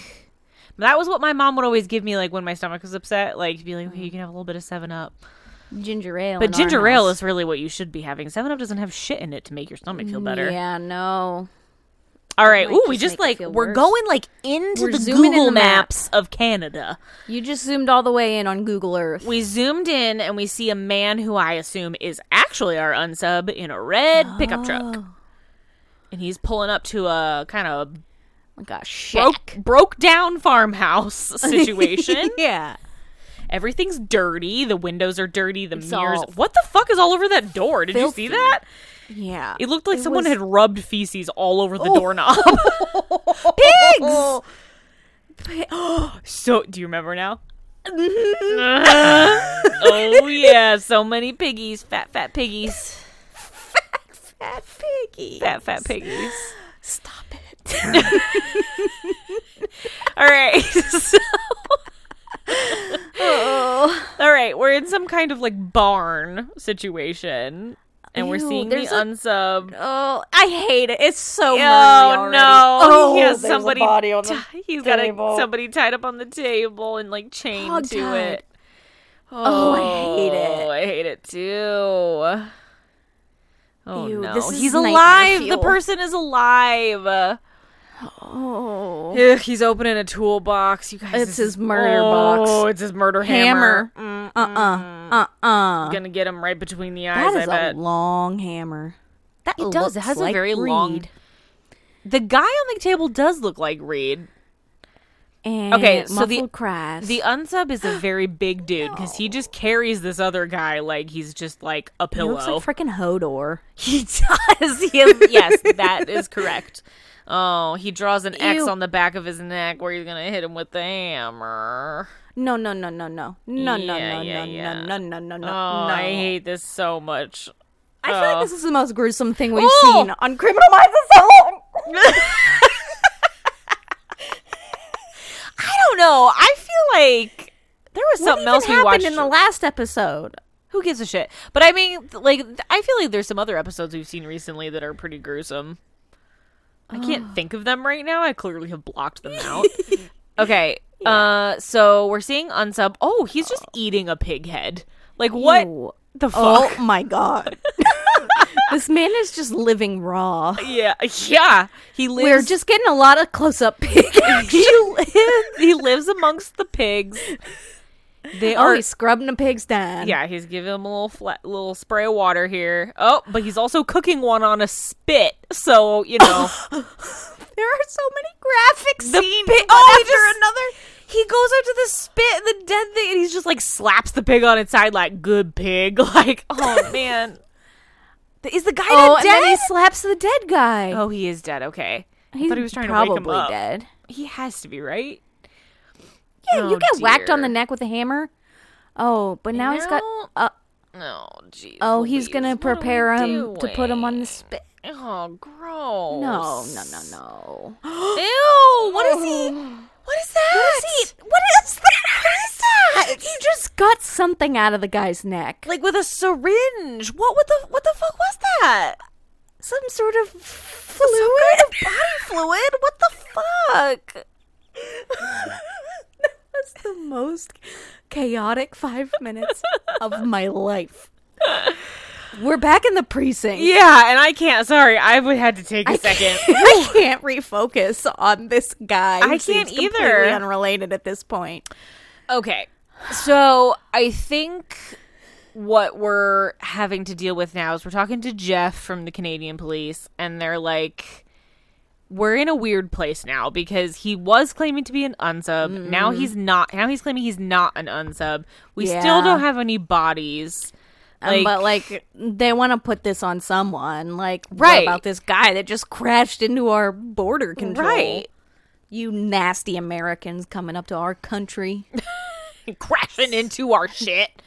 Speaker 1: that was what my mom would always give me like when my stomach was upset, like to be like,
Speaker 2: Mm.
Speaker 1: hey, you can have a little bit of seven up.
Speaker 2: Oh, Ginger ale.
Speaker 1: But
Speaker 2: in our
Speaker 1: ginger ale
Speaker 2: house.
Speaker 1: is really what you should be having. Seven up doesn't have shit in it to make your stomach feel better.
Speaker 2: Yeah, no.
Speaker 1: All right.
Speaker 2: might
Speaker 1: Ooh, we
Speaker 2: just
Speaker 1: just
Speaker 2: make it
Speaker 1: like
Speaker 2: feel
Speaker 1: we're
Speaker 2: worse.
Speaker 1: going like into
Speaker 2: We're
Speaker 1: the
Speaker 2: zooming in
Speaker 1: Google
Speaker 2: the
Speaker 1: Maps of Canada.
Speaker 2: You just zoomed all the way in on Google Earth.
Speaker 1: We zoomed in and we see a man who I assume is actually our unsub in a red pickup truck. And he's pulling up to a kind of
Speaker 2: like a shack.
Speaker 1: broke broke down farmhouse situation.
Speaker 2: yeah.
Speaker 1: Everything's dirty. The windows are dirty. The mirrors.
Speaker 2: all
Speaker 1: What the fuck is all over that door? Did you
Speaker 2: filthy.
Speaker 1: see that?
Speaker 2: Yeah.
Speaker 1: It Oh. looked like someone
Speaker 2: was-
Speaker 1: had rubbed feces all over the doorknob. Pigs. so, do you remember now? oh yeah, so many piggies, fat fat piggies,
Speaker 2: Fat piggy.
Speaker 1: fat fat piggies.
Speaker 2: Stop it.
Speaker 1: All right, so,
Speaker 2: Oh.
Speaker 1: all right, we're in some kind of like barn situation, and we're
Speaker 2: Ew,
Speaker 1: seeing the
Speaker 2: there's a-
Speaker 1: unsub.
Speaker 2: Oh, I hate it. It's so murky
Speaker 1: Oh
Speaker 2: already.
Speaker 1: no!
Speaker 2: Oh,
Speaker 1: he has
Speaker 2: there's a
Speaker 1: somebody.
Speaker 2: body on the
Speaker 1: ti- he's got a,
Speaker 2: table.
Speaker 1: somebody tied up on the table and like chained
Speaker 2: Hog
Speaker 1: to
Speaker 2: tied.
Speaker 1: it.
Speaker 2: Oh, I hate it.
Speaker 1: Oh, I hate it too. Oh
Speaker 2: Ew,
Speaker 1: no,
Speaker 2: this is
Speaker 1: he's
Speaker 2: nightmare
Speaker 1: alive. The
Speaker 2: fuel.
Speaker 1: person is alive.
Speaker 2: Oh.
Speaker 1: Ugh, he's opening a toolbox. You guys,
Speaker 2: It's
Speaker 1: this
Speaker 2: his
Speaker 1: is-
Speaker 2: murder
Speaker 1: Oh,
Speaker 2: box.
Speaker 1: it's his murder hammer.
Speaker 2: Hammer. Uh uh. Uh uh.
Speaker 1: Gonna get him right between the eyes.
Speaker 2: That
Speaker 1: I
Speaker 2: is
Speaker 1: bet.
Speaker 2: a long hammer. That
Speaker 1: It does. It
Speaker 2: looks
Speaker 1: has a
Speaker 2: like
Speaker 1: very long.
Speaker 2: reed.
Speaker 1: The guy on the table does look like Reed.
Speaker 2: And
Speaker 1: Okay, so the-
Speaker 2: muffled cries.
Speaker 1: The unsub is a very big dude because he just carries this other guy like he's just like a
Speaker 2: He
Speaker 1: pillow.
Speaker 2: looks like freaking Hodor.
Speaker 1: He does. He is, yes, that is correct. Oh, he draws an X
Speaker 2: Ew.
Speaker 1: on the back of his neck where he's gonna hit him with the hammer.
Speaker 2: No, no, no, no, no, no, no,
Speaker 1: Yeah,
Speaker 2: no,
Speaker 1: yeah,
Speaker 2: no,
Speaker 1: yeah.
Speaker 2: no, no, no, no, no.
Speaker 1: Oh, I hate this so much.
Speaker 2: I feel like this is the most gruesome thing we've
Speaker 1: Oh.
Speaker 2: seen on Criminal Minds in so long.
Speaker 1: I don't know. I feel like there was something
Speaker 2: What
Speaker 1: else
Speaker 2: even
Speaker 1: we
Speaker 2: happened
Speaker 1: watched.
Speaker 2: in the last episode?
Speaker 1: Who gives a shit? But I mean, th- like, th- I feel like there's some other episodes we've seen recently that are pretty gruesome. I can't think of them right now. I clearly have blocked them out. okay. Uh, so we're seeing unsub. Oh, he's just eating a pig head. Like what
Speaker 2: Ew.
Speaker 1: the fuck?
Speaker 2: Oh my god. this man is just living raw.
Speaker 1: Yeah, yeah. He lives.
Speaker 2: We're just getting a lot of close up pic.
Speaker 1: he lives. He lives amongst the pigs. They
Speaker 2: Oh,
Speaker 1: are.
Speaker 2: he's scrubbing the pig's down.
Speaker 1: Yeah, he's giving him a little flat, little spray of water here. Oh, but he's also cooking one on a spit. So you know.
Speaker 2: There are so many graphics
Speaker 1: the
Speaker 2: scenes
Speaker 1: pig.
Speaker 2: one
Speaker 1: Oh, he
Speaker 2: after
Speaker 1: just-
Speaker 2: another.
Speaker 1: He goes up to the spit and the dead thing, and he's just like slaps the pig on its side, like good pig. Like, oh man, is the guy
Speaker 2: Oh,
Speaker 1: not
Speaker 2: and then he
Speaker 1: dead?
Speaker 2: slaps the dead guy.
Speaker 1: oh, he is dead. Okay, I
Speaker 2: he's
Speaker 1: thought he was trying to wake
Speaker 2: probably
Speaker 1: him up.
Speaker 2: dead.
Speaker 1: He has to be right.
Speaker 2: Yeah, you
Speaker 1: Oh,
Speaker 2: get whacked on
Speaker 1: dear.
Speaker 2: the neck with a hammer. Oh, but now he's got.
Speaker 1: No.
Speaker 2: Uh,
Speaker 1: No, jeez.
Speaker 2: oh, he's
Speaker 1: Louise,
Speaker 2: gonna
Speaker 1: what are we
Speaker 2: prepare him to put him on the
Speaker 1: doing?
Speaker 2: spit.
Speaker 1: Oh, gross.
Speaker 2: No, no, no, no.
Speaker 1: Ew! What is he? What is that? Oh. What is, he, what is that? What is that?
Speaker 2: He just got something out of the guy's neck.
Speaker 1: like with a syringe. What would the what the fuck was that?
Speaker 2: Some sort of fluid.
Speaker 1: Some kind of body fluid? What the fuck?
Speaker 2: that was the most chaotic five minutes of my life. We're back in the precinct.
Speaker 1: Yeah, and I can't. Sorry, I would had to take a
Speaker 2: I
Speaker 1: second.
Speaker 2: can't- I can't refocus on this guy. who
Speaker 1: I can't
Speaker 2: seems completely
Speaker 1: either.
Speaker 2: Unrelated at this point.
Speaker 1: Okay, so I think what we're having to deal with now is we're talking to Jeff from the Canadian police, and they're like. We're in a weird place now because he was claiming to be an unsub.
Speaker 2: Mm-hmm.
Speaker 1: Now he's not. Now he's claiming he's not an unsub. We still
Speaker 2: Yeah.
Speaker 1: don't have any bodies.
Speaker 2: Um, but like, they want to put this on someone. Like, what
Speaker 1: Right.
Speaker 2: about this guy that just crashed into our border control?
Speaker 1: right?
Speaker 2: You nasty Americans coming up to our country.
Speaker 1: crashing into our shit.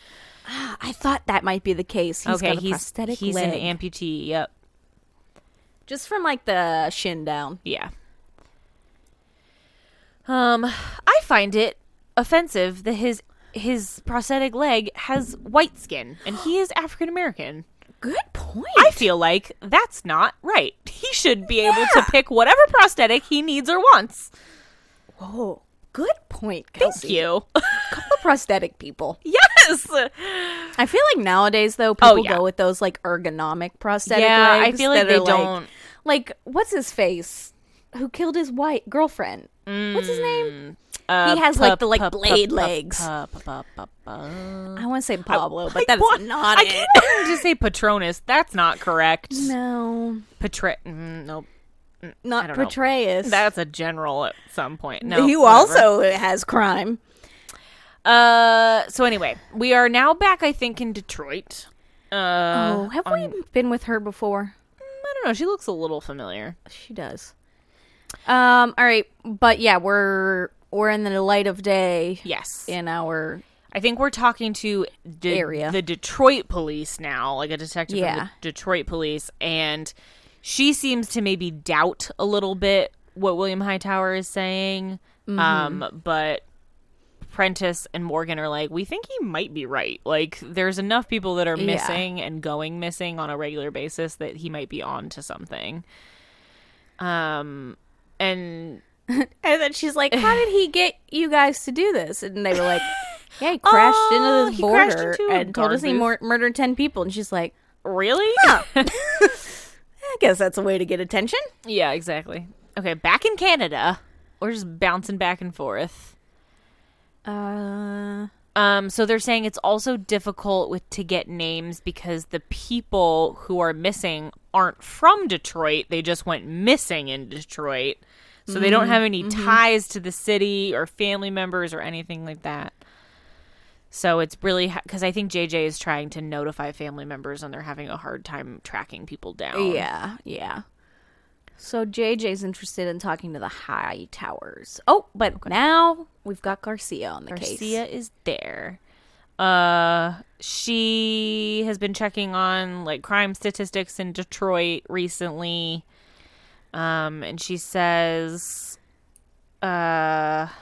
Speaker 2: I thought that might be the case. He's
Speaker 1: okay,
Speaker 2: got a
Speaker 1: he's
Speaker 2: prosthetic
Speaker 1: he's
Speaker 2: leg.
Speaker 1: an amputee. Yep.
Speaker 2: just from like the shin down.
Speaker 1: Yeah. Um, I find it offensive that his his prosthetic leg has white skin and he is African American.
Speaker 2: Good point.
Speaker 1: I feel like that's not right. He should be able to pick whatever prosthetic he needs or wants.
Speaker 2: oh, good point.
Speaker 1: Thank
Speaker 2: Kelsey.
Speaker 1: you.
Speaker 2: Couple prosthetic people.
Speaker 1: yes.
Speaker 2: I feel like nowadays though, people
Speaker 1: Oh, yeah.
Speaker 2: go with those like ergonomic prosthetic
Speaker 1: Yeah, I
Speaker 2: legs
Speaker 1: feel like
Speaker 2: that
Speaker 1: they
Speaker 2: are,
Speaker 1: don't.
Speaker 2: Like, what's his face? Who killed his white girlfriend? What's his name?
Speaker 1: uh,
Speaker 2: he has
Speaker 1: pup,
Speaker 2: like the like
Speaker 1: pup, pup,
Speaker 2: blade
Speaker 1: pup,
Speaker 2: legs.
Speaker 1: pup, pup, pup, pup.
Speaker 2: I want to say Pablo, but that's
Speaker 1: What?
Speaker 2: not
Speaker 1: I
Speaker 2: it.
Speaker 1: keep wanting to say Patronus. That's not correct.
Speaker 2: No,
Speaker 1: Patra- mm, nope.
Speaker 2: not
Speaker 1: don't know.
Speaker 2: Petraeus.
Speaker 1: That's a general at some point. No.
Speaker 2: who
Speaker 1: whatever.
Speaker 2: also has crime.
Speaker 1: Uh, so anyway, we are now back. I think in Detroit. Uh,
Speaker 2: oh, have we been with her before?
Speaker 1: I don't know. She looks a little familiar.
Speaker 2: She does. Um. All right, but yeah, we're we're in the light of day
Speaker 1: Yes,
Speaker 2: in our
Speaker 1: I think we're talking to de-
Speaker 2: Area.
Speaker 1: the Detroit police now, like a detective
Speaker 2: Yeah.
Speaker 1: from the Detroit police, and she seems to maybe doubt a little bit what William Hightower is saying.
Speaker 2: Mm-hmm.
Speaker 1: Um, but Prentice and Morgan are like, we think he might be right. Like, there's enough people that are
Speaker 2: Yeah.
Speaker 1: missing and going missing on a regular basis that he might be on to something. Um, and
Speaker 2: And then she's like, "How did he get you guys to do this?" And they were like, Yeah, he crashed
Speaker 1: Oh,
Speaker 2: into
Speaker 1: he
Speaker 2: the
Speaker 1: crashed
Speaker 2: border
Speaker 1: into a
Speaker 2: and told
Speaker 1: guard
Speaker 2: us he
Speaker 1: booth.
Speaker 2: mur- murdered 10 people. And she's like,
Speaker 1: Really?
Speaker 2: I guess that's a way to get attention.
Speaker 1: Yeah, exactly. Okay, back in Canada, we're just bouncing back and forth.
Speaker 2: Uh,
Speaker 1: Um, so they're saying it's also difficult with to get names because the people who are missing aren't from Detroit. They just went missing in Detroit. So they don't have any ties to the city or family members or anything like that. So it's really because I think JJ is trying to notify family members and they're having a hard time tracking people down.
Speaker 2: yeah, yeah. So JJ's interested in talking to the high towers. Oh, but now we've got Garcia on the case.
Speaker 1: Garcia is there. Uh, she has been checking on like crime statistics in Detroit recently. Um, and she says, uh, at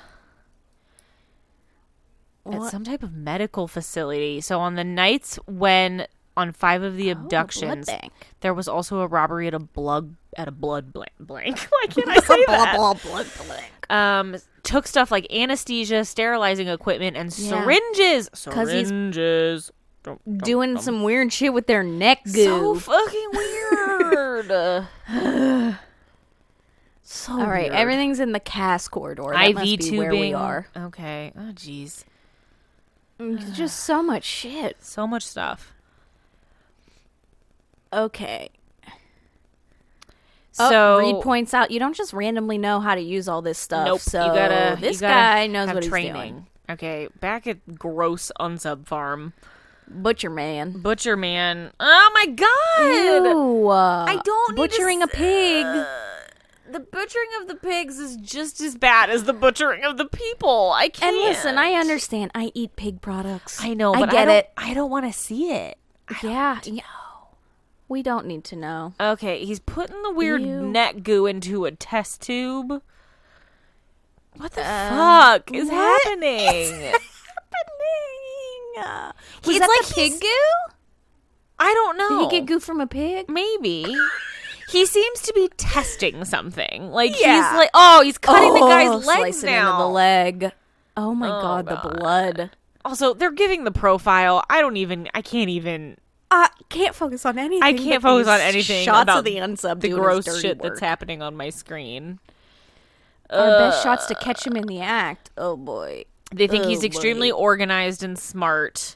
Speaker 2: What?
Speaker 1: some type of medical facility. So on the nights when on five of
Speaker 2: Oh,
Speaker 1: the abductions,
Speaker 2: bank.
Speaker 1: there was also a robbery at a blood at a blood blank. blank. Why can't I say that?
Speaker 2: blah, blah, blah.
Speaker 1: um took stuff like anesthesia, sterilizing equipment, and
Speaker 2: Yeah.
Speaker 1: syringes.
Speaker 2: 'Cause he's
Speaker 1: Syringes. Dum, dum,
Speaker 2: Doing
Speaker 1: dum.
Speaker 2: some weird shit with their neck
Speaker 1: so
Speaker 2: goo.
Speaker 1: fucking weird. Uh, so
Speaker 2: All right,
Speaker 1: weird.
Speaker 2: everything's in the cast corridor. That
Speaker 1: IV
Speaker 2: must be
Speaker 1: tubing.
Speaker 2: where we are.
Speaker 1: Okay. Oh jeez.
Speaker 2: There's just so much shit.
Speaker 1: So much stuff.
Speaker 2: Okay.
Speaker 1: So
Speaker 2: Oh, Reed points out you don't just randomly know how to use all this stuff.
Speaker 1: Nope.
Speaker 2: So
Speaker 1: you gotta,
Speaker 2: this
Speaker 1: you gotta
Speaker 2: guy knows
Speaker 1: have
Speaker 2: what
Speaker 1: training.
Speaker 2: he's doing.
Speaker 1: Okay, back at gross unsub farm,
Speaker 2: Butcher man.
Speaker 1: butcher man. Oh my god!
Speaker 2: Ew, uh,
Speaker 1: I don't need to
Speaker 2: butchering a
Speaker 1: s-
Speaker 2: pig.
Speaker 1: Uh, the butchering of the pigs is just as bad as the butchering of the people. I can't.
Speaker 2: and listen, I understand. I eat pig products.
Speaker 1: I know, but
Speaker 2: I get
Speaker 1: don't,
Speaker 2: it.
Speaker 1: I don't want to see it.
Speaker 2: Yeah. yeah. We don't need to know.
Speaker 1: Okay, he's putting the weird
Speaker 2: Ew.
Speaker 1: neck goo into a test
Speaker 2: Um,
Speaker 1: tube. What the
Speaker 2: Uh,
Speaker 1: fuck is
Speaker 2: what
Speaker 1: happening?
Speaker 2: happening? Uh,
Speaker 1: It's
Speaker 2: was that
Speaker 1: like
Speaker 2: the pig
Speaker 1: he's-
Speaker 2: goo?
Speaker 1: I don't know.
Speaker 2: Did he get goo from a pig?
Speaker 1: Maybe. He seems to be testing something. Like
Speaker 2: Yeah.
Speaker 1: he's like, oh, he's cutting the guy's legs
Speaker 2: slicing
Speaker 1: now.
Speaker 2: into the leg. Oh my
Speaker 1: God.
Speaker 2: god, the blood.
Speaker 1: Also, they're giving the profile. I don't even. I can't even.
Speaker 2: I can't focus on anything.
Speaker 1: I can't
Speaker 2: but
Speaker 1: focus
Speaker 2: these
Speaker 1: on anything
Speaker 2: Shots
Speaker 1: about
Speaker 2: of the unsub,
Speaker 1: the
Speaker 2: doing his
Speaker 1: gross
Speaker 2: dirty
Speaker 1: shit
Speaker 2: work.
Speaker 1: that's happening on my screen.
Speaker 2: Our best shots to catch him in the act. Oh boy.
Speaker 1: They think
Speaker 2: Oh,
Speaker 1: he's extremely organized and smart.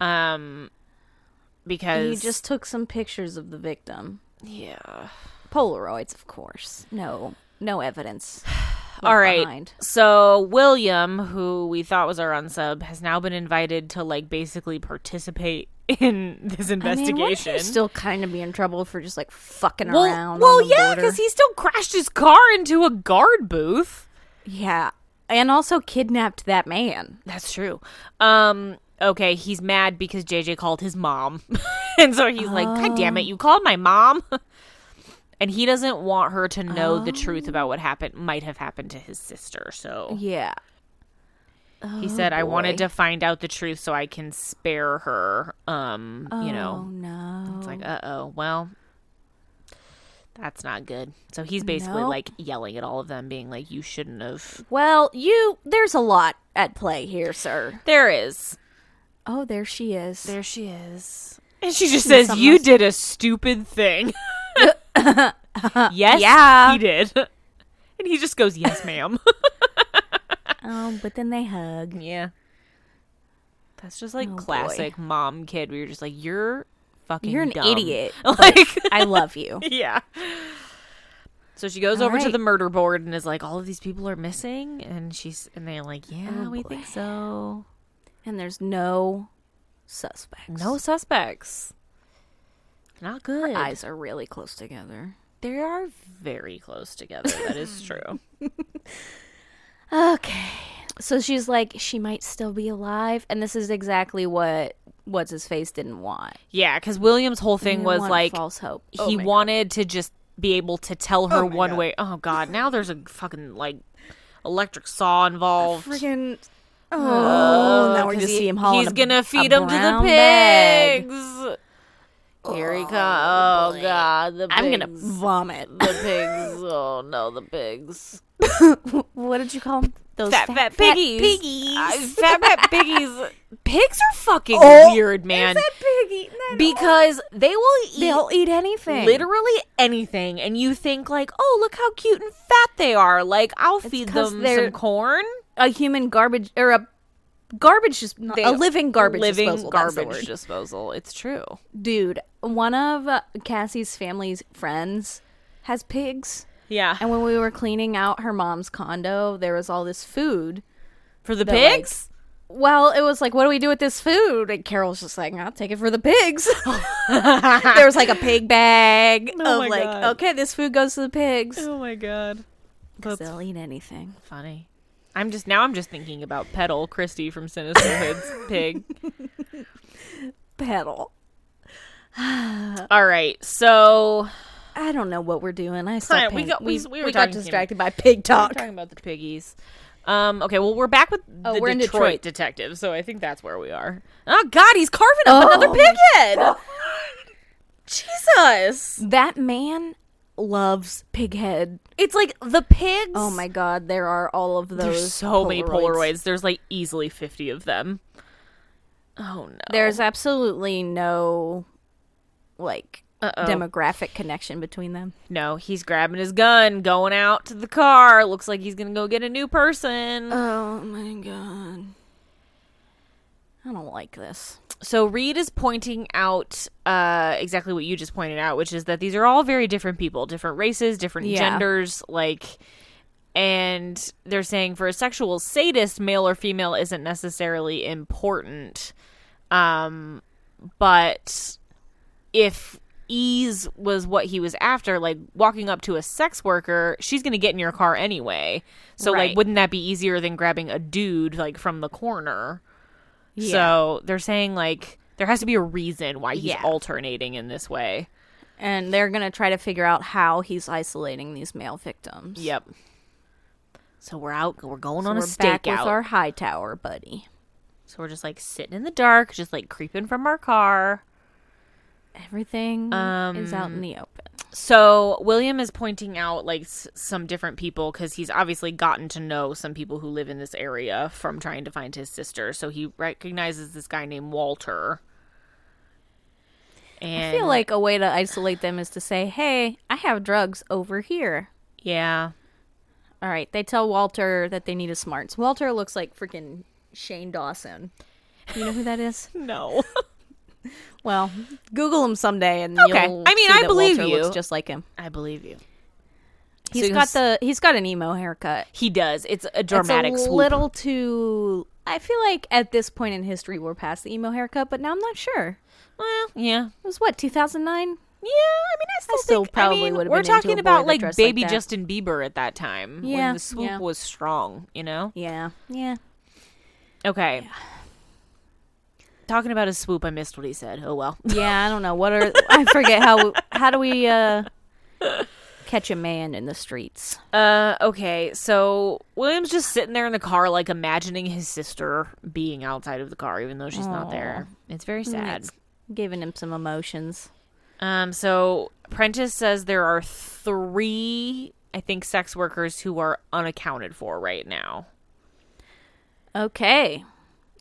Speaker 1: Um because
Speaker 2: He just took some pictures of the victim.
Speaker 1: yeah.
Speaker 2: Polaroids, of course. No, no evidence.
Speaker 1: All right.
Speaker 2: behind.
Speaker 1: So William, who we thought was our unsub, has now been invited to like basically participate in this
Speaker 2: I mean, wouldn't you
Speaker 1: investigation.
Speaker 2: still kind of be in trouble for just like fucking
Speaker 1: well,
Speaker 2: around.
Speaker 1: well,
Speaker 2: on the
Speaker 1: yeah,
Speaker 2: border.
Speaker 1: because he still crashed his car into a guard booth.
Speaker 2: yeah, and also kidnapped that man.
Speaker 1: That's true. Um okay, he's mad because JJ called his mom. and so he's like, "God
Speaker 2: Oh.
Speaker 1: damn it, you called my mom?" and he doesn't want her to know the truth
Speaker 2: Oh.
Speaker 1: about what happened might have happened to his sister. So
Speaker 2: Yeah.
Speaker 1: he said, "I wanted
Speaker 2: Oh, boy.
Speaker 1: to find out the truth so I can spare her." Um, you
Speaker 2: Oh
Speaker 1: know,
Speaker 2: no.
Speaker 1: it's like, "Uh-oh, well, that's not good." So he's basically
Speaker 2: Nope.
Speaker 1: like yelling at all of them being like, "You shouldn't have."
Speaker 2: Well, you. There's a lot at play here, sir.
Speaker 1: There is.
Speaker 2: Oh, there she is.
Speaker 1: There she is. And she just says,
Speaker 2: some
Speaker 1: You
Speaker 2: must-
Speaker 1: did a stupid thing. yes,
Speaker 2: Yeah.
Speaker 1: he did. And he just goes, Yes, ma'am.
Speaker 2: Oh, but then they hug.
Speaker 1: yeah. That's just like
Speaker 2: Oh, boy.
Speaker 1: classic mom kid where you're just like, You're fucking
Speaker 2: You're an
Speaker 1: dumb."
Speaker 2: idiot.
Speaker 1: Like,
Speaker 2: I love you.
Speaker 1: yeah. So she goes
Speaker 2: All
Speaker 1: over to
Speaker 2: right.
Speaker 1: the murder board and is like, All of these people are missing. And she's, and they're like, Yeah,
Speaker 2: Oh,
Speaker 1: we
Speaker 2: boy.
Speaker 1: think so.
Speaker 2: And there's no suspects.
Speaker 1: No suspects. Not good.
Speaker 2: eyes are really close together.
Speaker 1: They are very close together. That is true.
Speaker 2: Okay. So she's like, she might still be alive, and this is exactly what what's his face didn't want.
Speaker 1: yeah, because William's whole thing
Speaker 2: Didn't
Speaker 1: was
Speaker 2: want
Speaker 1: like
Speaker 2: false hope. Oh
Speaker 1: he
Speaker 2: my
Speaker 1: wanted to just be able to tell her one way. Oh God! Now there's a fucking like electric saw involved.
Speaker 2: freaking. Oh, now we're
Speaker 1: 'Cause
Speaker 2: just
Speaker 1: he-
Speaker 2: see him hauling.
Speaker 1: He's
Speaker 2: a-
Speaker 1: gonna
Speaker 2: a
Speaker 1: feed him to the
Speaker 2: brown
Speaker 1: pigs.
Speaker 2: bag.
Speaker 1: Here he comes! Oh God! The pigs.
Speaker 2: I'm gonna vomit.
Speaker 1: the pigs. Oh no, the pigs.
Speaker 2: what did you call them? Those
Speaker 1: fat fat piggies.
Speaker 2: piggies.
Speaker 1: Uh, fat fat piggies. Pigs are fucking
Speaker 2: Oh,
Speaker 1: weird, man.
Speaker 2: piggy.
Speaker 1: Because they will eat
Speaker 2: they'll eat anything.
Speaker 1: literally anything, and you think like, oh, look how cute and fat they are. Like I'll feed
Speaker 2: 'cause
Speaker 1: them
Speaker 2: they're-
Speaker 1: some corn.
Speaker 2: a human garbage or a garbage dis- not- a living garbage
Speaker 1: living
Speaker 2: disposal, that's the
Speaker 1: garbage
Speaker 2: word.
Speaker 1: disposal. It's true.
Speaker 2: dude one of uh, cassie's family's friends has pigs
Speaker 1: Yeah,
Speaker 2: and when we were cleaning out her mom's condo there was all this food
Speaker 1: for the
Speaker 2: like-
Speaker 1: pigs.
Speaker 2: well it was like what do we do with this food and carol's just like i'll take it for the pigs there was like a pig bag
Speaker 1: Oh my
Speaker 2: of like
Speaker 1: God.
Speaker 2: okay this food goes to the pigs
Speaker 1: oh my god, that's
Speaker 2: they'll eat anything
Speaker 1: funny. I'm just now. I'm just thinking about Petal Christie from Sinister Hood's pig.
Speaker 2: pedal
Speaker 1: All right, so
Speaker 2: i don't know what we're doing
Speaker 1: Fine,
Speaker 2: i stopped
Speaker 1: we
Speaker 2: paying-
Speaker 1: got- we- we were
Speaker 2: got
Speaker 1: talking to him.
Speaker 2: distracted by pig talk
Speaker 1: talking about the piggies. Um, okay, well we're back with
Speaker 2: Oh,
Speaker 1: the
Speaker 2: we're in
Speaker 1: Detroit,
Speaker 2: Detroit.
Speaker 1: detective, so I think that's where we are. Oh God, he's carving up
Speaker 2: Oh,
Speaker 1: another
Speaker 2: my
Speaker 1: pig head. Jesus,
Speaker 2: that man loves pig head
Speaker 1: it's like the pigs.
Speaker 2: Oh my god, there are all of those.
Speaker 1: There's so many Polaroids. There's like easily 50 of them. Oh no.
Speaker 2: There's absolutely no like
Speaker 1: Uh-oh.
Speaker 2: demographic connection between them.
Speaker 1: no, he's grabbing his gun, going out to the car. Looks like he's going to go get a new person.
Speaker 2: Oh my god. I don't like this.
Speaker 1: so Reed is pointing out uh, exactly what you just pointed out, which is that these are all very different people, different races, different
Speaker 2: Yeah.
Speaker 1: genders, like. And they're saying for a sexual sadist, male or female isn't necessarily important. Um, but if ease was what he was after, like walking up to a sex worker, she's going to get in your car anyway. So,
Speaker 2: Right.
Speaker 1: like, wouldn't that be easier than grabbing a dude, like, from the corner? So they're saying like there has to be a reason why he's
Speaker 2: Yeah.
Speaker 1: alternating in this way.
Speaker 2: And they're going to try to figure out how he's isolating these male victims.
Speaker 1: Yep. So we're out. We're going
Speaker 2: So
Speaker 1: on a
Speaker 2: we're back with
Speaker 1: stakeout.
Speaker 2: our high tower buddy.
Speaker 1: so we're just like sitting in the dark, just like creeping from our car.
Speaker 2: Everything
Speaker 1: Um,
Speaker 2: is out in the open.
Speaker 1: So William is pointing out like s- some different people because he's obviously gotten to know some people who live in this area from trying to find his sister. So he recognizes this guy named Walter. And
Speaker 2: I feel like a way to isolate them is to say, "Hey, I have drugs over here."
Speaker 1: yeah,
Speaker 2: All right, they tell Walter that they need a smarts. Walter looks like freaking Shane Dawson. You know who that is?
Speaker 1: no.
Speaker 2: well, Google him someday, and
Speaker 1: Okay.
Speaker 2: you'll
Speaker 1: I mean,
Speaker 2: see
Speaker 1: I
Speaker 2: that
Speaker 1: believe
Speaker 2: Walter looks
Speaker 1: you.
Speaker 2: just like him.
Speaker 1: I believe you.
Speaker 2: He's
Speaker 1: So
Speaker 2: got
Speaker 1: he's-
Speaker 2: the he's got an emo haircut.
Speaker 1: He does. It's a
Speaker 2: It's
Speaker 1: dramatic
Speaker 2: a
Speaker 1: swoop.
Speaker 2: little too. I feel like at this point in history, we're past the emo haircut, but now I'm not sure.
Speaker 1: Well, yeah,
Speaker 2: It was what 2009.
Speaker 1: Yeah, I mean, I still,
Speaker 2: still
Speaker 1: think- I
Speaker 2: probably
Speaker 1: mean,
Speaker 2: would've
Speaker 1: We're
Speaker 2: been into a
Speaker 1: talking
Speaker 2: boy
Speaker 1: about
Speaker 2: that
Speaker 1: like
Speaker 2: dressed like
Speaker 1: baby
Speaker 2: that.
Speaker 1: Justin Bieber at that time
Speaker 2: Yeah,
Speaker 1: when the swoop
Speaker 2: yeah.
Speaker 1: was strong. You know?
Speaker 2: Yeah, yeah.
Speaker 1: Okay. Talking about his swoop, I missed what he said. Oh well.
Speaker 2: Yeah, I don't know what are I forget how how do we uh catch a man in the streets?
Speaker 1: Uh, okay. So William's just sitting there in the car, like imagining his sister being outside of the car, even though she's not there. It's very sad.
Speaker 2: It's giving him some emotions.
Speaker 1: Um, so Prentice says there are three, I think, sex workers who are unaccounted for right now.
Speaker 2: Okay.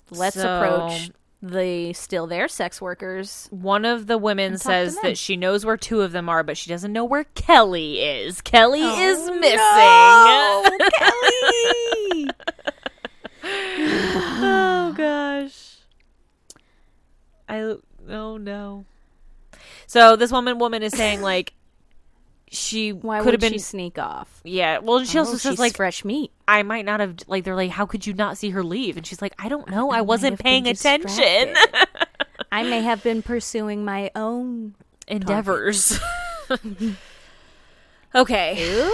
Speaker 2: Let's
Speaker 1: So-
Speaker 2: approach the still there sex workers.
Speaker 1: one of the women
Speaker 2: talk to
Speaker 1: says
Speaker 2: them.
Speaker 1: that she knows where two of them are, but she doesn't know where Kelly is. Kelly
Speaker 2: Oh,
Speaker 1: is missing.
Speaker 2: Kelly.
Speaker 1: oh gosh. I oh no. So this woman woman is saying like she
Speaker 2: Why
Speaker 1: could
Speaker 2: would
Speaker 1: have been
Speaker 2: she sneak off?
Speaker 1: yeah. Well, she also
Speaker 2: Oh,
Speaker 1: says
Speaker 2: she's
Speaker 1: like
Speaker 2: fresh meat.
Speaker 1: I might not have like they're like how could you not see her leave? And she's like I don't know. I,
Speaker 2: have
Speaker 1: wasn't
Speaker 2: been
Speaker 1: paying attention.
Speaker 2: I may have been pursuing my own
Speaker 1: endeavors. okay.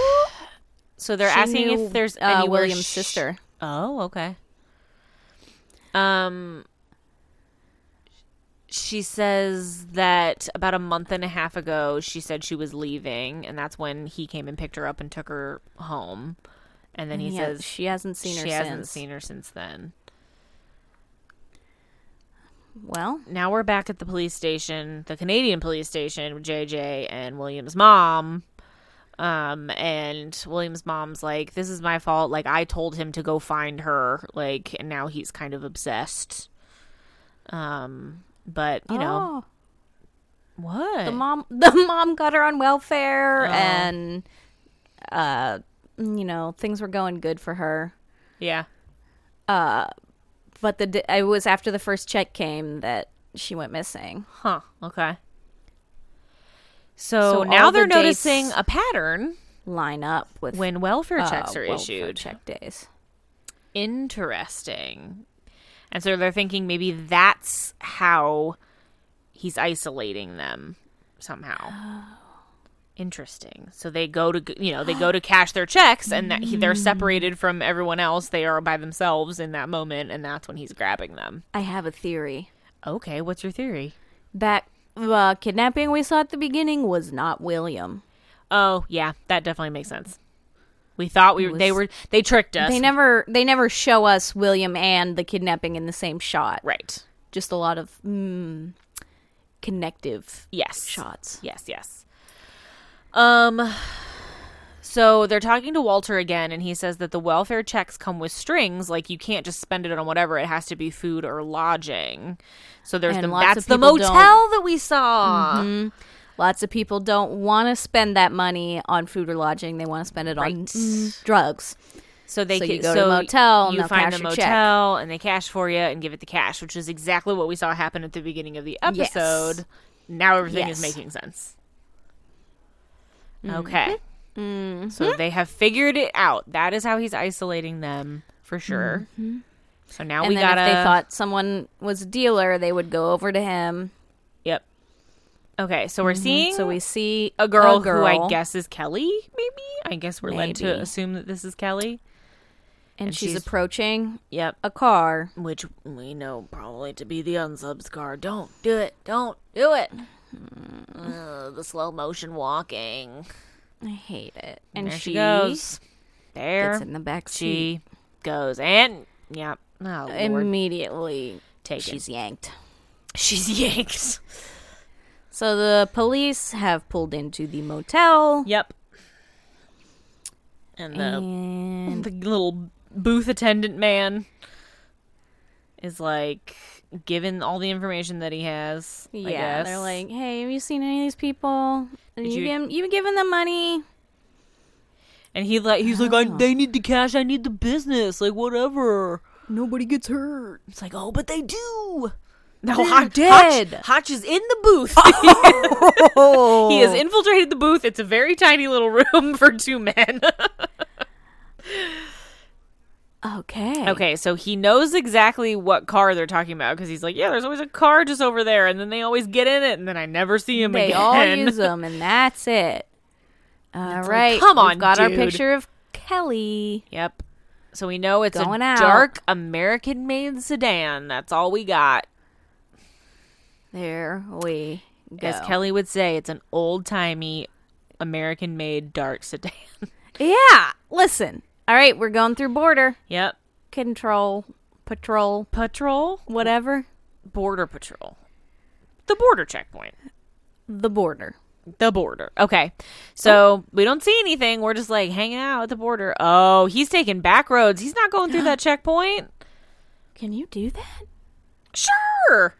Speaker 1: So they're
Speaker 2: She
Speaker 1: asking
Speaker 2: knew,
Speaker 1: if there's
Speaker 2: uh,
Speaker 1: anywhere
Speaker 2: William's
Speaker 1: sh-
Speaker 2: sister.
Speaker 1: Oh, okay. Um she says that about a month and a half ago she said she was leaving and that's when he came and picked her up and took her home. And then he
Speaker 2: Yeah,
Speaker 1: says
Speaker 2: she hasn't seen her
Speaker 1: she hasn't
Speaker 2: since.
Speaker 1: seen her since then.
Speaker 2: Well,
Speaker 1: Now we're back at the police station, the Canadian police station with JJ and William's mom. Um, and William's mom's like, "This is my fault. Like I told him to go find her. Like, and now he's kind of obsessed." Um, but you know
Speaker 2: Oh.
Speaker 1: what?
Speaker 2: the mom the mom got her on
Speaker 1: Oh.
Speaker 2: welfare and uh you know things were going good for her
Speaker 1: yeah,
Speaker 2: but the d- it was after the first check came that she went missing
Speaker 1: Huh. Okay. So,
Speaker 2: So
Speaker 1: now
Speaker 2: all the
Speaker 1: they're
Speaker 2: dates-
Speaker 1: noticing a pattern
Speaker 2: line up with
Speaker 1: when welfare
Speaker 2: uh,
Speaker 1: checks are
Speaker 2: welfare
Speaker 1: issued.
Speaker 2: check days
Speaker 1: Interesting. And so they're thinking maybe that's how he's isolating them somehow. Interesting. So they go to you know they go to cash their checks and that he, they're separated from everyone else. They are by themselves in that moment, and that's when he's grabbing them.
Speaker 2: i have a theory
Speaker 1: Okay, what's your theory?
Speaker 2: that uh, kidnapping we saw at the beginning was not william
Speaker 1: Oh yeah, that definitely makes sense. We thought we were, they were they tricked us.
Speaker 2: they never they never show us william and the kidnapping in the same shot
Speaker 1: right.
Speaker 2: just a lot of mm, connective
Speaker 1: Yes.
Speaker 2: shots
Speaker 1: Yes. Yes. Um. So they're talking to Walter again, and he says that the welfare checks come with strings. Like you can't just spend it on whatever; it has to be food or lodging. So there's
Speaker 2: And
Speaker 1: the
Speaker 2: lots of
Speaker 1: that's the
Speaker 2: people
Speaker 1: motel
Speaker 2: don't. Mm-hmm.
Speaker 1: that we saw.
Speaker 2: Lots of people don't want to spend that money on food or lodging. They want to spend it on mm, drugs.
Speaker 1: So they
Speaker 2: So
Speaker 1: ca-
Speaker 2: you go to a motel and
Speaker 1: you
Speaker 2: they'll
Speaker 1: find
Speaker 2: cash
Speaker 1: the
Speaker 2: your check.
Speaker 1: motel and they cash for you and give it the cash, which is exactly what we saw happen at the beginning of the
Speaker 2: Yes.
Speaker 1: episode. Now everything is
Speaker 2: Yes. Mm-hmm.
Speaker 1: making sense. Okay. So they have figured it out. That is how he's isolating them for sure. So now
Speaker 2: Mm-hmm. And
Speaker 1: we
Speaker 2: then
Speaker 1: gotta.
Speaker 2: if they thought someone was a dealer, they would go over to him.
Speaker 1: yep. Okay, so we're seeing
Speaker 2: Mm-hmm. So we see
Speaker 1: a, girl who I
Speaker 2: girl,
Speaker 1: guess is Kelly. Maybe I guess we're led to
Speaker 2: Maybe.
Speaker 1: assume that this is Kelly.
Speaker 2: and,
Speaker 1: and
Speaker 2: she's,
Speaker 1: she's-
Speaker 2: approaching
Speaker 1: Yep.
Speaker 2: a car.
Speaker 1: which we know probably to be the unsubs car. Don't do it. Don't do it. Ugh, the slow motion walking.
Speaker 2: I hate it. And
Speaker 1: There she goes. There
Speaker 2: gets in the back
Speaker 1: she
Speaker 2: seat.
Speaker 1: goes. And yeah. Oh, Lord.
Speaker 2: Immediately,
Speaker 1: Taken.
Speaker 2: she's yanked.
Speaker 1: She's yanked.
Speaker 2: So the police have pulled into the motel.
Speaker 1: Yep. And the,
Speaker 2: And
Speaker 1: the little booth attendant man is like given all the information that he has. I
Speaker 2: Yeah, they're
Speaker 1: guess.
Speaker 2: like, "Hey, have you seen any of these people? And
Speaker 1: Did
Speaker 2: you,
Speaker 1: you-
Speaker 2: given you given them money?
Speaker 1: and he like he's like, I, they need the cash. I need the business. Like whatever.
Speaker 2: Nobody gets hurt.
Speaker 1: It's like, oh, but they do. No,
Speaker 2: They're
Speaker 1: Hotch,
Speaker 2: dead.
Speaker 1: Hotch, Hotch is in the booth.
Speaker 2: Oh,
Speaker 1: he has infiltrated the booth. It's a very tiny little room for two men.
Speaker 2: okay.
Speaker 1: okay, so he knows exactly what car they're talking about because he's like, yeah, there's always a car just over there, and then they always get in it, and then I never see him
Speaker 2: They
Speaker 1: again.
Speaker 2: all use them, and that's it. All right,
Speaker 1: come on,
Speaker 2: we've got our
Speaker 1: dude.
Speaker 2: picture of Kelly.
Speaker 1: yep. So we know it's
Speaker 2: Going
Speaker 1: a
Speaker 2: out.
Speaker 1: dark American-made sedan. That's all we got.
Speaker 2: There we go.
Speaker 1: As Kelly would say, it's an old-timey American-made dark sedan.
Speaker 2: yeah, listen. All right, we're going through border
Speaker 1: yep.
Speaker 2: control, patrol,
Speaker 1: Patrol.
Speaker 2: whatever
Speaker 1: border patrol the border checkpoint
Speaker 2: the border.
Speaker 1: the border okay so we don't see anything we're just like hanging out at the border oh he's taking back roads he's not going through that checkpoint
Speaker 2: Can you do that?
Speaker 1: sure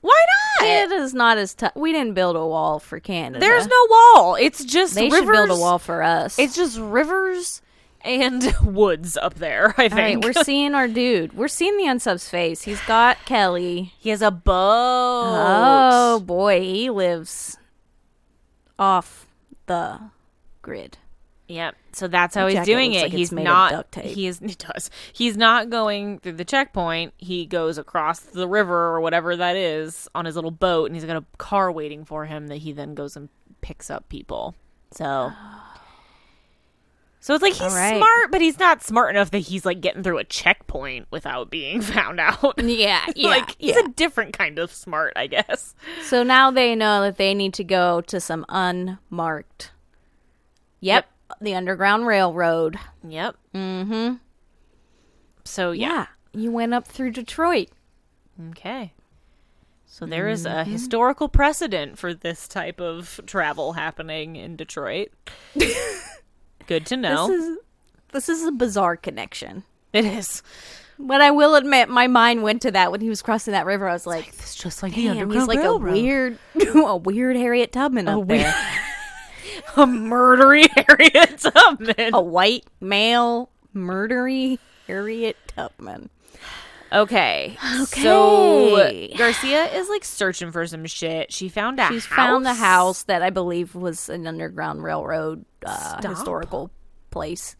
Speaker 1: why not
Speaker 2: It is not as tough. We didn't build a wall for Canada.
Speaker 1: there's no wall it's just
Speaker 2: They
Speaker 1: rivers
Speaker 2: should build a wall for us.
Speaker 1: it's just rivers and woods up there i
Speaker 2: All right,
Speaker 1: think
Speaker 2: we're seeing our dude. We're seeing the unsub's face. He's got Kelly.
Speaker 1: he has a boat
Speaker 2: Oh boy, he lives off the grid.
Speaker 1: Yep. So that's how
Speaker 2: The
Speaker 1: he's
Speaker 2: jacket
Speaker 1: doing
Speaker 2: looks
Speaker 1: it.
Speaker 2: like it's
Speaker 1: he's
Speaker 2: made of
Speaker 1: not.
Speaker 2: duct tape.
Speaker 1: He is. It does. He's not going through the checkpoint. He goes across the river or whatever that is on his little boat, and he's got a car waiting for him that he then goes and picks up people. So. So it's like he's
Speaker 2: right.
Speaker 1: smart, but he's not smart enough that he's like getting through a checkpoint without being found out.
Speaker 2: Yeah, yeah,
Speaker 1: like he's
Speaker 2: yeah.
Speaker 1: a different kind of smart, I guess.
Speaker 2: So now they know that they need to go to some unmarked. Yep, the underground railroad.
Speaker 1: Yep. Mm-hmm. So yeah.
Speaker 2: you went up through Detroit.
Speaker 1: Okay. So there is
Speaker 2: Mm-hmm.
Speaker 1: a historical precedent for this type of travel happening in Detroit. Good to know.
Speaker 2: This is this is a bizarre connection.
Speaker 1: it is.
Speaker 2: But I will admit, my mind went to that when he was crossing that river. I was like,
Speaker 1: It's just like the
Speaker 2: "Damn,
Speaker 1: Underground
Speaker 2: he's like a
Speaker 1: Railroad.
Speaker 2: weird, a weird Harriet Tubman up
Speaker 1: weird-
Speaker 2: there,
Speaker 1: a murdery Harriet Tubman.
Speaker 2: a white male murdery Harriet Tubman."
Speaker 1: Okay. So
Speaker 2: Okay.
Speaker 1: Garcia is like searching for some shit. She found a
Speaker 2: She's
Speaker 1: house.
Speaker 2: found the house that I believe was an underground railroad uh,
Speaker 1: Stop.
Speaker 2: historical place.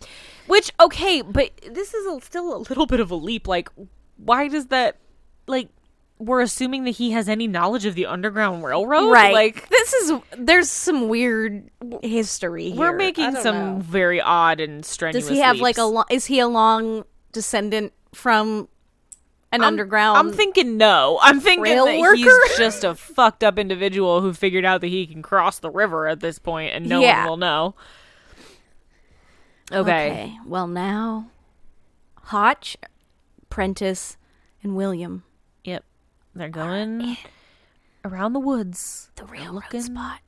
Speaker 1: Which okay, but this is a, still a little bit of a leap. Like, why does that? Like, we're assuming that he has any knowledge of the Underground Railroad. Like,
Speaker 2: this is there's some weird history.
Speaker 1: we're
Speaker 2: here. I
Speaker 1: making
Speaker 2: don't
Speaker 1: some
Speaker 2: know.
Speaker 1: very odd and strenuous.
Speaker 2: Does he have like a?
Speaker 1: leaps.
Speaker 2: Lo- is he a long descendant from an underground?
Speaker 1: I'm thinking no. I'm thinking
Speaker 2: rail
Speaker 1: that
Speaker 2: worker?
Speaker 1: he's just a fucked up individual who figured out that he can cross the river at this point, and no
Speaker 2: Yeah.
Speaker 1: one will know. okay.
Speaker 2: Okay. Well, now Hotch, Prentice, and William.
Speaker 1: Yep. They're going around the woods.
Speaker 2: The railroad
Speaker 1: looking-
Speaker 2: spot.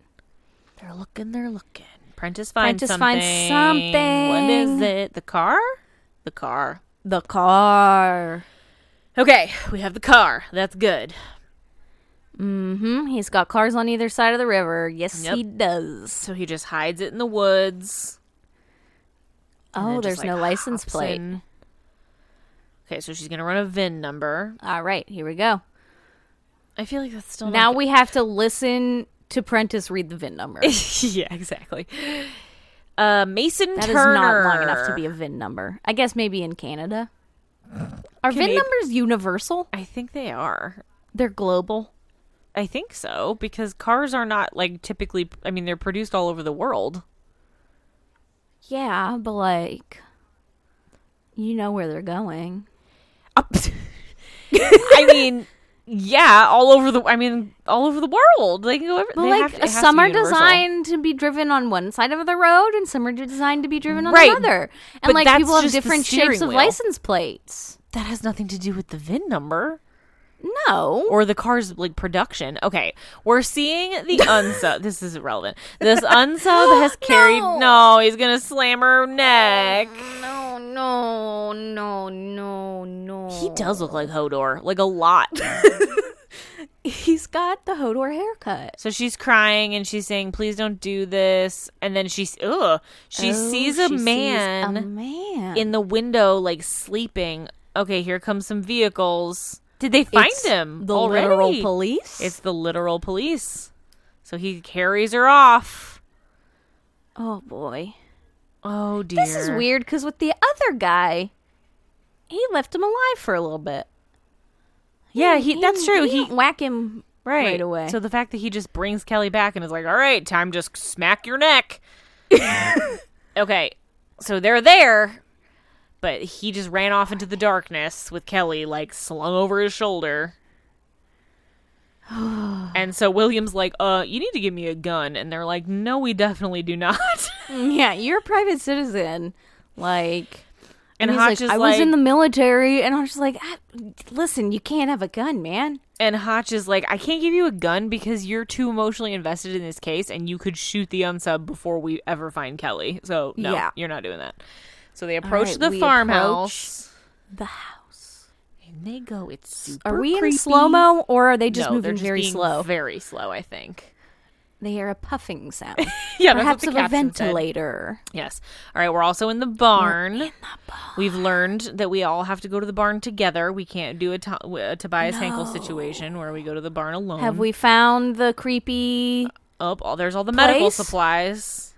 Speaker 1: They're looking, they're looking. Prentice finds
Speaker 2: Prentice
Speaker 1: something.
Speaker 2: finds something.
Speaker 1: What is it? The car? The car.
Speaker 2: The car.
Speaker 1: Okay, we have the car. That's good.
Speaker 2: Mm-hmm. He's got cars on either side of the river. Yes,
Speaker 1: Yep.
Speaker 2: he does.
Speaker 1: So he just hides it in the woods. and
Speaker 2: Oh,
Speaker 1: then
Speaker 2: there's
Speaker 1: just, like,
Speaker 2: no license
Speaker 1: hops
Speaker 2: plate.
Speaker 1: in. Okay, so she's gonna run a VIN number.
Speaker 2: All right, here we go.
Speaker 1: I feel like that's still not
Speaker 2: Now we have to listen to Prentice read the VIN number. That
Speaker 1: yeah, exactly. Uh, Mason
Speaker 2: is
Speaker 1: Turner.
Speaker 2: not long enough to be a VIN number. I guess maybe in Canada. Are
Speaker 1: Canadi-
Speaker 2: VIN numbers universal?
Speaker 1: I think they are.
Speaker 2: They're global.
Speaker 1: I think so because cars are not like typically. I mean, they're produced all over the world.
Speaker 2: Yeah, but like, you know where they're going.
Speaker 1: I mean, yeah, all over the. I mean, all over the world. They can go. Every,
Speaker 2: But
Speaker 1: they
Speaker 2: like,
Speaker 1: have to- it
Speaker 2: a
Speaker 1: has to
Speaker 2: some
Speaker 1: be
Speaker 2: are
Speaker 1: universal.
Speaker 2: designed to be driven on one side of the road, and some are designed to be driven on
Speaker 1: Right,
Speaker 2: another. And
Speaker 1: but
Speaker 2: like,
Speaker 1: that's
Speaker 2: people have
Speaker 1: just the
Speaker 2: different
Speaker 1: steering
Speaker 2: shapes of
Speaker 1: wheel.
Speaker 2: license plates.
Speaker 1: That has nothing to do with the VIN number
Speaker 2: No,
Speaker 1: or the car's like production. Okay, we're seeing the unsub. this is irrelevant. This unsub has carried. No, he's gonna slam her neck.
Speaker 2: no, no, no, no, no.
Speaker 1: He does look like Hodor, like a lot.
Speaker 2: He's got the Hodor haircut.
Speaker 1: so she's crying and she's saying, "Please don't do this." And then she's, ugh, she
Speaker 2: Oh,
Speaker 1: sees a
Speaker 2: she
Speaker 1: man
Speaker 2: a man.
Speaker 1: in the window, like sleeping. Okay, here comes some vehicles. Did they find
Speaker 2: It's
Speaker 1: him?
Speaker 2: the
Speaker 1: already?
Speaker 2: literal police.
Speaker 1: It's the literal police. So he carries her off.
Speaker 2: oh boy.
Speaker 1: Oh dear.
Speaker 2: This is weird because with the other guy, he left him alive for a little bit.
Speaker 1: Yeah, he. That's true. He
Speaker 2: didn't whack him right, away.
Speaker 1: So the fact that he just brings Kelly back and is like, "All right, time just smack your neck." okay, so they're there, but he just ran off into the darkness with Kelly like slung over his shoulder. and so William's like, "Uh, you need to give me a gun," and they're like, "No, we definitely do not."
Speaker 2: yeah, you're a private citizen. Like,
Speaker 1: and
Speaker 2: he's
Speaker 1: Hotch
Speaker 2: like,
Speaker 1: is
Speaker 2: I was
Speaker 1: like,
Speaker 2: in the military, and I was just like, I, listen, you can't have a gun, man.
Speaker 1: and Hotch is like, "I can't give you a gun because you're too emotionally invested in this case, and you could shoot the unsub before we ever find Kelly. So no,
Speaker 2: Yeah.
Speaker 1: you're not doing that." So they approach
Speaker 2: right,
Speaker 1: the
Speaker 2: we
Speaker 1: farmhouse
Speaker 2: The house.
Speaker 1: and they go. It's super
Speaker 2: Are we in
Speaker 1: creepy.
Speaker 2: slow mo, or are they just
Speaker 1: No, they're
Speaker 2: moving very
Speaker 1: being
Speaker 2: slow?
Speaker 1: very slow. I think.
Speaker 2: they hear a puffing sound,
Speaker 1: Yeah,
Speaker 2: perhaps
Speaker 1: that's what
Speaker 2: of
Speaker 1: the
Speaker 2: a
Speaker 1: caption said.
Speaker 2: ventilator.
Speaker 1: Yes. All right, we're also in the barn. We've learned that we all have to go to the barn together. We can't do a, to- a Tobias Hankel situation where we go to the barn alone.
Speaker 2: Have we found the creepy?
Speaker 1: Oh, all there's all the medical
Speaker 2: Place? Oh,
Speaker 1: supplies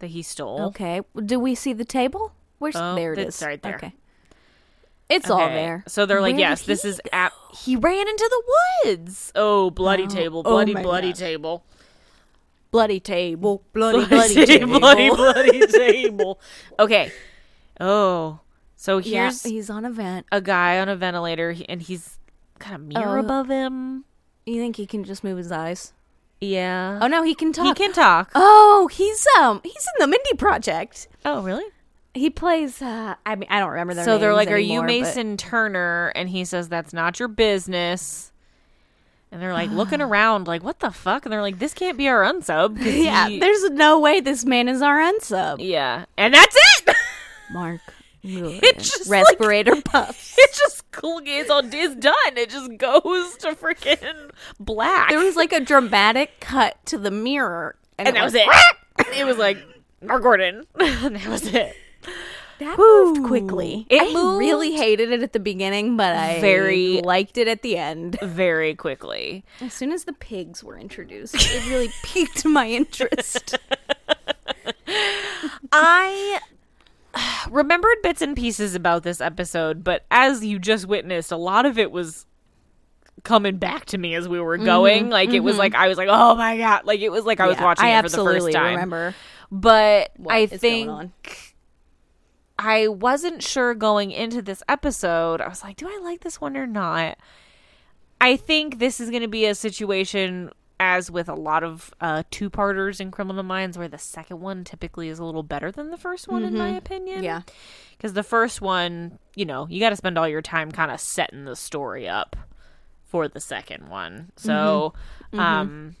Speaker 1: that he stole.
Speaker 2: Okay, do we see the table? Where's
Speaker 1: Oh,
Speaker 2: there? It is.
Speaker 1: it's right there.
Speaker 2: Okay, it's all
Speaker 1: Okay,
Speaker 2: there.
Speaker 1: So they're like,
Speaker 2: Where
Speaker 1: yes,
Speaker 2: did
Speaker 1: this
Speaker 2: he
Speaker 1: is app. He ran into the woods. Oh, bloody table, bloody
Speaker 2: my
Speaker 1: bloody
Speaker 2: God.
Speaker 1: table,
Speaker 2: bloody table, bloody
Speaker 1: ta-
Speaker 2: bloody table.
Speaker 1: bloody bloody table. Okay. Oh, so
Speaker 2: Yeah,
Speaker 1: here's
Speaker 2: he's on a vent.
Speaker 1: a guy on a ventilator, he- and he's got a mirror
Speaker 2: Oh.
Speaker 1: above him.
Speaker 2: You think he can just move his eyes?
Speaker 1: Yeah,
Speaker 2: Oh no, he can
Speaker 1: Uh, he
Speaker 2: talk.
Speaker 1: can talk.
Speaker 2: Oh, he's um, he's in the Mindy Project.
Speaker 1: Oh, really?
Speaker 2: He plays. uh I mean, I don't remember their
Speaker 1: So they're
Speaker 2: names
Speaker 1: like, "Are
Speaker 2: anymore,
Speaker 1: you
Speaker 2: but-
Speaker 1: Mason Turner?" And he says, "That's not your business." And they're like looking around, like, what the fuck? And they're like, this can't be our unsub. 'cause
Speaker 2: Yeah,
Speaker 1: he-
Speaker 2: there's no way this man is our unsub.
Speaker 1: yeah. And that's it.
Speaker 2: Mark. Lewis.
Speaker 1: just like-
Speaker 2: Respirator puffs.
Speaker 1: it just Colgate's all is done. It just goes to freaking black.
Speaker 2: There was like a dramatic cut to the mirror,
Speaker 1: and that was it. it was like Mark Gordon. and that was it.
Speaker 2: That moved quickly.
Speaker 1: It
Speaker 2: I
Speaker 1: moved-
Speaker 2: really hated it at the beginning, but I
Speaker 1: Very-
Speaker 2: liked it at the end.
Speaker 1: Very quickly.
Speaker 2: As soon as the pigs were introduced, it really piqued my interest.
Speaker 1: I remembered bits and pieces about this episode, but as you just witnessed, a lot of it was coming back to me as we were going. like it was like I was like, "Oh my god!" Like it was like I was
Speaker 2: Mm-hmm, Yeah,
Speaker 1: watching
Speaker 2: I
Speaker 1: it for the
Speaker 2: absolutely
Speaker 1: first time.
Speaker 2: remember.
Speaker 1: But
Speaker 2: what
Speaker 1: I
Speaker 2: is going
Speaker 1: think
Speaker 2: on.
Speaker 1: I wasn't sure going into this episode. I was like, "Do I like this one or not?" I think this is going to be a situation. As with a lot of uh, two-parters in Criminal Minds, where the second one typically is a little better than the first one, in my opinion
Speaker 2: Yeah.
Speaker 1: because the first one you know you got to spend all your time kind of setting the story up for the second one so um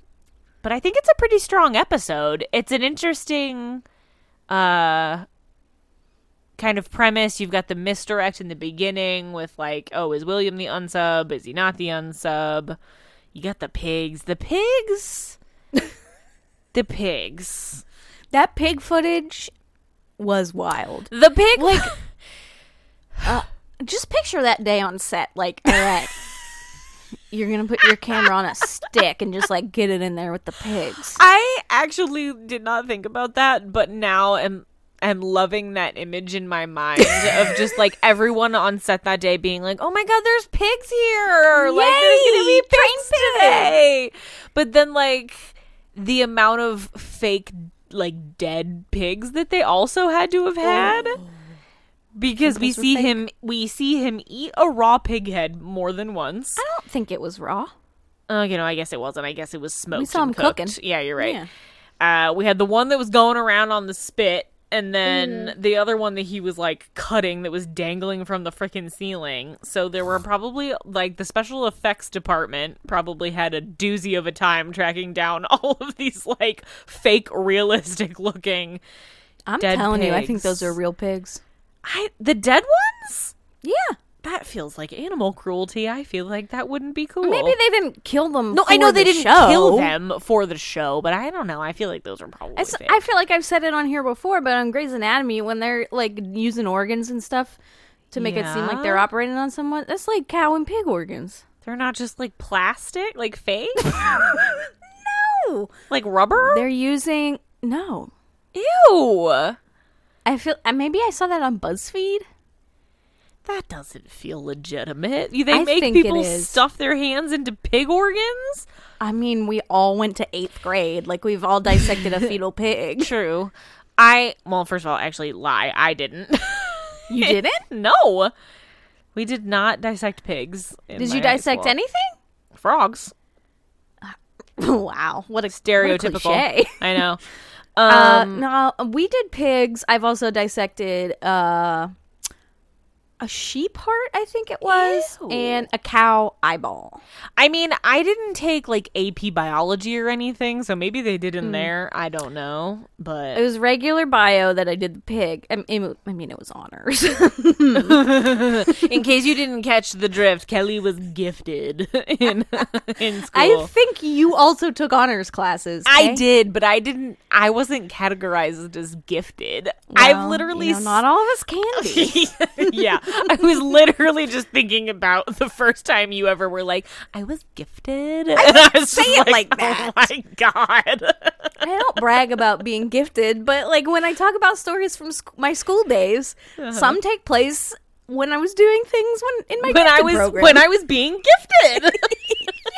Speaker 1: but i think it's a pretty strong episode it's an interesting uh kind of premise you've got the misdirect in the beginning with like oh is william the unsub is he not the unsub you got the pigs the pigs the pigs
Speaker 2: That pig footage was wild.
Speaker 1: the pig
Speaker 2: Like, Just picture that day on set. Like, all right, you're going to put your camera on a stick and just like get it in there with the pigs.
Speaker 1: I actually did not think about that, but now am am loving that image in my mind of just like everyone on set that day being like, "Oh my god, there's pigs here!" Like there's gonna
Speaker 2: Yay,
Speaker 1: be
Speaker 2: train
Speaker 1: pigs today. But then like the amount of fake like dead pigs that they also had to have had. Because we
Speaker 2: those Oh. were
Speaker 1: see
Speaker 2: fake?
Speaker 1: him, we see him eat a raw pig head more than once.
Speaker 2: I don't think it was raw.
Speaker 1: Oh, you know, I guess it wasn't. I guess it was smoked.
Speaker 2: saw
Speaker 1: and
Speaker 2: him cooking.
Speaker 1: cooked. Yeah, you're right. Uh, we had the one that was going around on the spit, and then
Speaker 2: Mm-hmm.
Speaker 1: the other one that he was like cutting that was dangling from the freaking ceiling. So there were probably like the special effects department probably had a doozy of a time tracking down all of these like fake, realistic looking.
Speaker 2: I'm
Speaker 1: Dead
Speaker 2: telling you, I think
Speaker 1: pigs.
Speaker 2: those are real pigs.
Speaker 1: I the dead ones.
Speaker 2: Yeah.
Speaker 1: That feels like animal cruelty. I feel like that wouldn't be cool.
Speaker 2: Maybe they didn't kill them.
Speaker 1: No, I
Speaker 2: for
Speaker 1: know they
Speaker 2: the
Speaker 1: didn't
Speaker 2: show.
Speaker 1: kill them for the show, but I don't know. I feel like those are probably.
Speaker 2: It's-
Speaker 1: fake.
Speaker 2: I feel like I've said it on here before, but on Grey's Anatomy, when they're like using organs and stuff to make it seem like they're
Speaker 1: Yeah.
Speaker 2: operating on someone, that's like cow and pig organs.
Speaker 1: They're not just like plastic, like fake,
Speaker 2: No,
Speaker 1: like rubber.
Speaker 2: they're using no.
Speaker 1: Ew,
Speaker 2: I feel uh, maybe I saw that on BuzzFeed.
Speaker 1: that doesn't feel legitimate. You- They
Speaker 2: I
Speaker 1: make
Speaker 2: think it
Speaker 1: people
Speaker 2: is.
Speaker 1: stuff their hands into pig organs.
Speaker 2: I mean, we all went to eighth grade. Like we've all dissected a fetal pig.
Speaker 1: True. I well, first of all, actually, lie. I didn't.
Speaker 2: You didn't?
Speaker 1: no, we did not dissect pigs. in
Speaker 2: Did
Speaker 1: my
Speaker 2: you
Speaker 1: high
Speaker 2: dissect
Speaker 1: school.
Speaker 2: anything?
Speaker 1: frogs?
Speaker 2: wow, what a
Speaker 1: Stereotypical.
Speaker 2: What a cliche.
Speaker 1: I know.
Speaker 2: Uh,
Speaker 1: Um,
Speaker 2: no, we did pigs. I've also dissected uh, a sheep heart, I think it was,
Speaker 1: Ew.
Speaker 2: and a cow eyeball.
Speaker 1: I mean, I didn't take like AP biology or anything, so maybe they did
Speaker 2: Hmm.
Speaker 1: in there. I don't know,
Speaker 2: It
Speaker 1: but
Speaker 2: was regular bio that I did the pig. I mean, I mean it was honors.
Speaker 1: in case you didn't catch the drift, Kelly was gifted in in school.
Speaker 2: I think you also took honors classes.
Speaker 1: I
Speaker 2: okay?
Speaker 1: did, but I didn't. I wasn't categorized as gifted.
Speaker 2: Well,
Speaker 1: I've literally
Speaker 2: you know, not all of us can be.
Speaker 1: yeah, I was literally just thinking about the first time you ever were like, "I was gifted," and I was
Speaker 2: say
Speaker 1: just
Speaker 2: it like
Speaker 1: Oh my god.
Speaker 2: I don't brag about being gifted, but like when I talk about stories from sc- my school days,
Speaker 1: Uh-huh.
Speaker 2: some take place when I was doing things when in my
Speaker 1: when I
Speaker 2: gifted
Speaker 1: was
Speaker 2: program.
Speaker 1: when I was being gifted.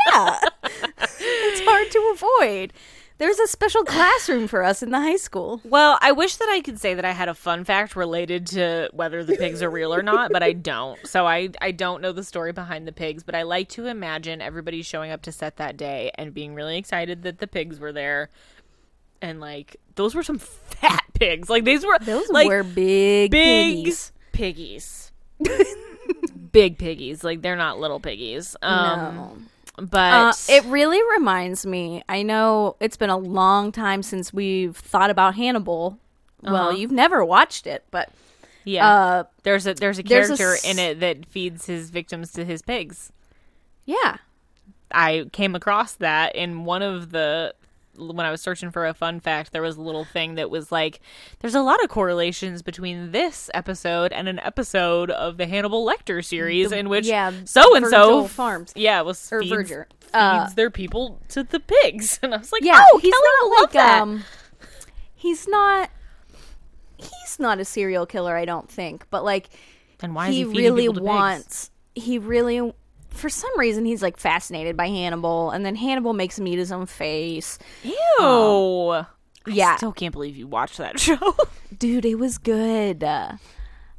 Speaker 2: yeah. it's hard to avoid. There's a special classroom for us in the high school.
Speaker 1: well, I wish that I could say that I had a fun fact related to whether the pigs are real or not, but I don't. So I I don't know the story behind the pigs, but I like to imagine everybody showing up to set that day and being really excited that the pigs were there. And like those were some fat pigs. Like these were
Speaker 2: Those
Speaker 1: like,
Speaker 2: were big
Speaker 1: big
Speaker 2: piggies.
Speaker 1: piggies. big piggies. Like they're not little piggies. Um
Speaker 2: No. Uh,
Speaker 1: But
Speaker 2: it really reminds me. I know it's been a long time since we've thought about Hannibal. Well, you've never watched it, but
Speaker 1: Uh-huh. yeah,
Speaker 2: uh,
Speaker 1: there's a there's a
Speaker 2: there's a
Speaker 1: character in
Speaker 2: s-
Speaker 1: it that feeds his victims to his pigs.
Speaker 2: yeah,
Speaker 1: I came across that in one of the when I was searching for a fun fact, there was a little thing that was like, there's a lot of correlations between this episode and an episode of the Hannibal Lecter series in which
Speaker 2: yeah,
Speaker 1: so and so
Speaker 2: Virgil Farms.
Speaker 1: yeah, was
Speaker 2: or
Speaker 1: feeds,
Speaker 2: Verger.
Speaker 1: feeds
Speaker 2: Uh,
Speaker 1: their people to the pigs, and I was like,
Speaker 2: yeah,
Speaker 1: oh,
Speaker 2: he's
Speaker 1: Kelly
Speaker 2: not
Speaker 1: will
Speaker 2: like
Speaker 1: love that.
Speaker 2: um, he's not. He's not a serial killer, I don't think. But like,
Speaker 1: and why is
Speaker 2: he
Speaker 1: he feeding
Speaker 2: really
Speaker 1: people to pigs?
Speaker 2: wants he really for some reason he's like fascinated by hannibal and then hannibal makes him eat his own face
Speaker 1: Ew.
Speaker 2: um, yeah
Speaker 1: Still can't believe you watched that show.
Speaker 2: dude it was good Uh,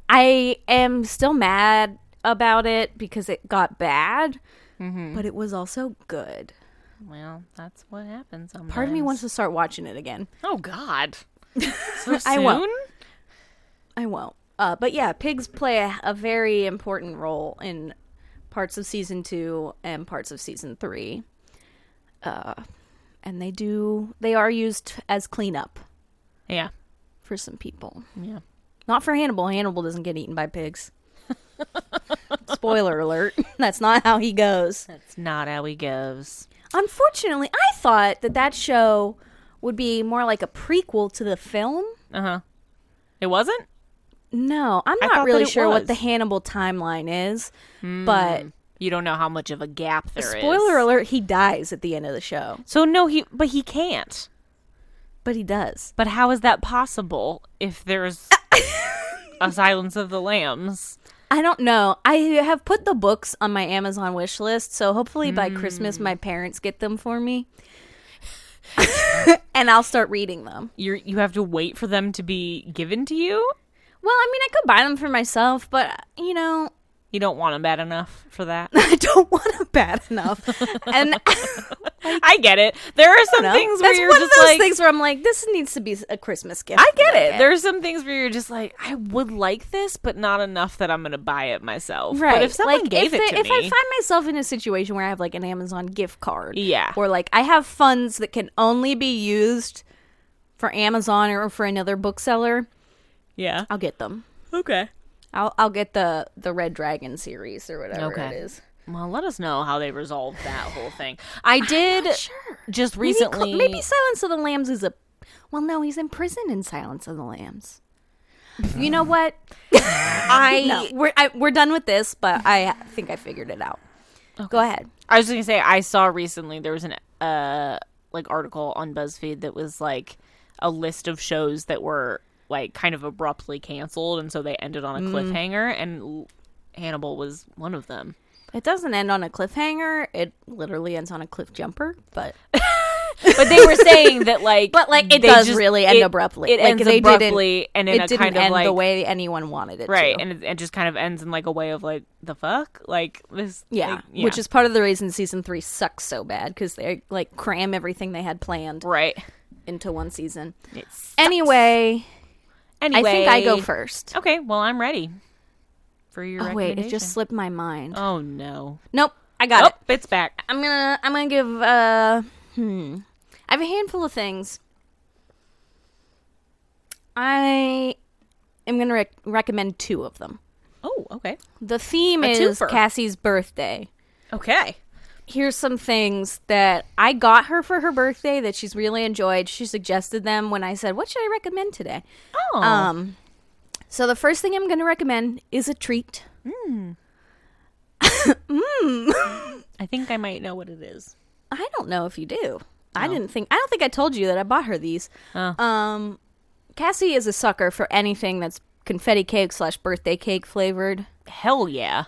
Speaker 2: i am still mad about it because it got bad
Speaker 1: Mm-hmm.
Speaker 2: but it was also good
Speaker 1: well, that's what happens. Sometimes.
Speaker 2: part of me wants to start watching it again
Speaker 1: Oh God. So soon.
Speaker 2: I won't. i won't uh, but yeah pigs play a, a very important role in parts of season two and parts of season three uh, and they do they are used as cleanup
Speaker 1: Yeah.
Speaker 2: for some people.
Speaker 1: Yeah.
Speaker 2: Not for Hannibal. Hannibal doesn't get eaten by pigs. Spoiler alert. That's not how he goes.
Speaker 1: That's not how he goes.
Speaker 2: Unfortunately, I thought that that show would be more like a prequel to the film.
Speaker 1: Uh huh. It wasn't.
Speaker 2: No, I'm
Speaker 1: thought
Speaker 2: not
Speaker 1: that
Speaker 2: really
Speaker 1: it
Speaker 2: sure what
Speaker 1: was. Hmm.
Speaker 2: the Hannibal timeline is, but
Speaker 1: You don't know how much of a gap there is.
Speaker 2: spoiler alert, he dies at the end of the show.
Speaker 1: So no, he but he can't.
Speaker 2: But he does.
Speaker 1: But how is that possible if there's a Silence of the Lambs?
Speaker 2: I don't know. I have put the books on my Amazon wish list, so hopefully by Christmas
Speaker 1: Hmm.
Speaker 2: my parents get them for me. and I'll start reading them.
Speaker 1: You you have to wait for them to be given to you.
Speaker 2: Well, I mean, I could buy them for myself, but you know,
Speaker 1: You don't want them bad enough for that.
Speaker 2: I don't want them bad enough. And
Speaker 1: I get it. There are some
Speaker 2: no,
Speaker 1: things where
Speaker 2: that's
Speaker 1: you're
Speaker 2: one of
Speaker 1: just
Speaker 2: those
Speaker 1: like,
Speaker 2: things where I'm like, this needs to be a Christmas gift.
Speaker 1: I get
Speaker 2: but
Speaker 1: it. There's some things where you're just like, I would like this, but not enough that I'm going to buy it myself.
Speaker 2: right.
Speaker 1: But if someone
Speaker 2: like,
Speaker 1: gave
Speaker 2: if
Speaker 1: it
Speaker 2: the-
Speaker 1: to
Speaker 2: if
Speaker 1: me,
Speaker 2: I find myself in a situation where I have like an Amazon gift card,
Speaker 1: Yeah.
Speaker 2: or like I have funds that can only be used for Amazon or for another bookseller,
Speaker 1: yeah,
Speaker 2: I'll get them.
Speaker 1: okay.
Speaker 2: I'll I'll get the the Red Dragon series or whatever
Speaker 1: Okay.
Speaker 2: it is.
Speaker 1: Well, let us know how they resolve that whole thing. I did
Speaker 2: Sure.
Speaker 1: just
Speaker 2: Maybe Cl-
Speaker 1: recently.
Speaker 2: Maybe, Silence of the Lambs is a. Well, no, he's in prison in Silence of the Lambs. You know what?
Speaker 1: I
Speaker 2: No, we're I, we're done with this, but I think I figured it out. Go ahead.
Speaker 1: I was just gonna say I saw recently there was an uh like article on BuzzFeed that was like a list of shows that were like kind of abruptly canceled, and so they ended on
Speaker 2: Mm.
Speaker 1: a cliffhanger, and L- Hannibal was one of them.
Speaker 2: It doesn't end on a cliffhanger. It literally ends on a cliff jumper, but
Speaker 1: But they were saying that like,
Speaker 2: but like it
Speaker 1: they
Speaker 2: does
Speaker 1: just-
Speaker 2: really end
Speaker 1: it-
Speaker 2: abruptly.
Speaker 1: It
Speaker 2: like,
Speaker 1: ends
Speaker 2: they
Speaker 1: abruptly
Speaker 2: didn't,
Speaker 1: and in
Speaker 2: it
Speaker 1: a
Speaker 2: didn't
Speaker 1: kind
Speaker 2: end
Speaker 1: of like
Speaker 2: the way anyone wanted it
Speaker 1: right,
Speaker 2: to.
Speaker 1: and it, it just kind of ends in like a way of like the fuck, like this,
Speaker 2: yeah,
Speaker 1: like,
Speaker 2: which is part of the reason season three sucks so bad because they like cram everything they had planned
Speaker 1: right.
Speaker 2: into one season.
Speaker 1: It's
Speaker 2: Anyway, I
Speaker 1: anyway.
Speaker 2: think I go first.
Speaker 1: Okay, well I'm ready for your.
Speaker 2: Oh wait, it
Speaker 1: recommendation.
Speaker 2: just slipped my mind.
Speaker 1: Oh no!
Speaker 2: nope, I got
Speaker 1: Oh,
Speaker 2: it.
Speaker 1: it's back.
Speaker 2: I'm gonna I'm gonna give uh hmm. I have a handful of things. I am gonna rec- recommend two of them.
Speaker 1: Oh, okay.
Speaker 2: The theme
Speaker 1: A
Speaker 2: is
Speaker 1: twofer.
Speaker 2: Cassie's birthday.
Speaker 1: Okay.
Speaker 2: Here's some things that I got her for her birthday that she's really enjoyed. She suggested them when I said, "What should I recommend today?"
Speaker 1: Oh.
Speaker 2: Um, so the first thing I'm going to recommend is a treat.
Speaker 1: I think I might know what it is.
Speaker 2: I don't know if you do. I didn't think. I don't think I told you that I bought her these.
Speaker 1: Oh.
Speaker 2: Um, Cassie is a sucker for anything that's confetti cake slash birthday cake flavored.
Speaker 1: Hell yeah.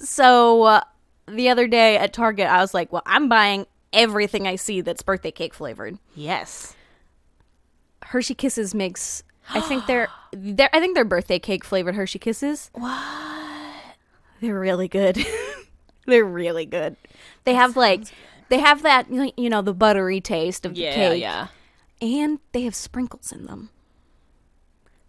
Speaker 2: So uh, the other day at Target, I was like, "Well, I'm buying everything I see that's birthday cake flavored."
Speaker 1: Yes.
Speaker 2: Hershey Kisses makes. I think they're they're. I think they're birthday cake flavored Hershey Kisses. What? They're really good. they're really good. They have like they have that you know the buttery taste of the
Speaker 1: Yeah,
Speaker 2: cake,
Speaker 1: yeah.
Speaker 2: and they have sprinkles in them.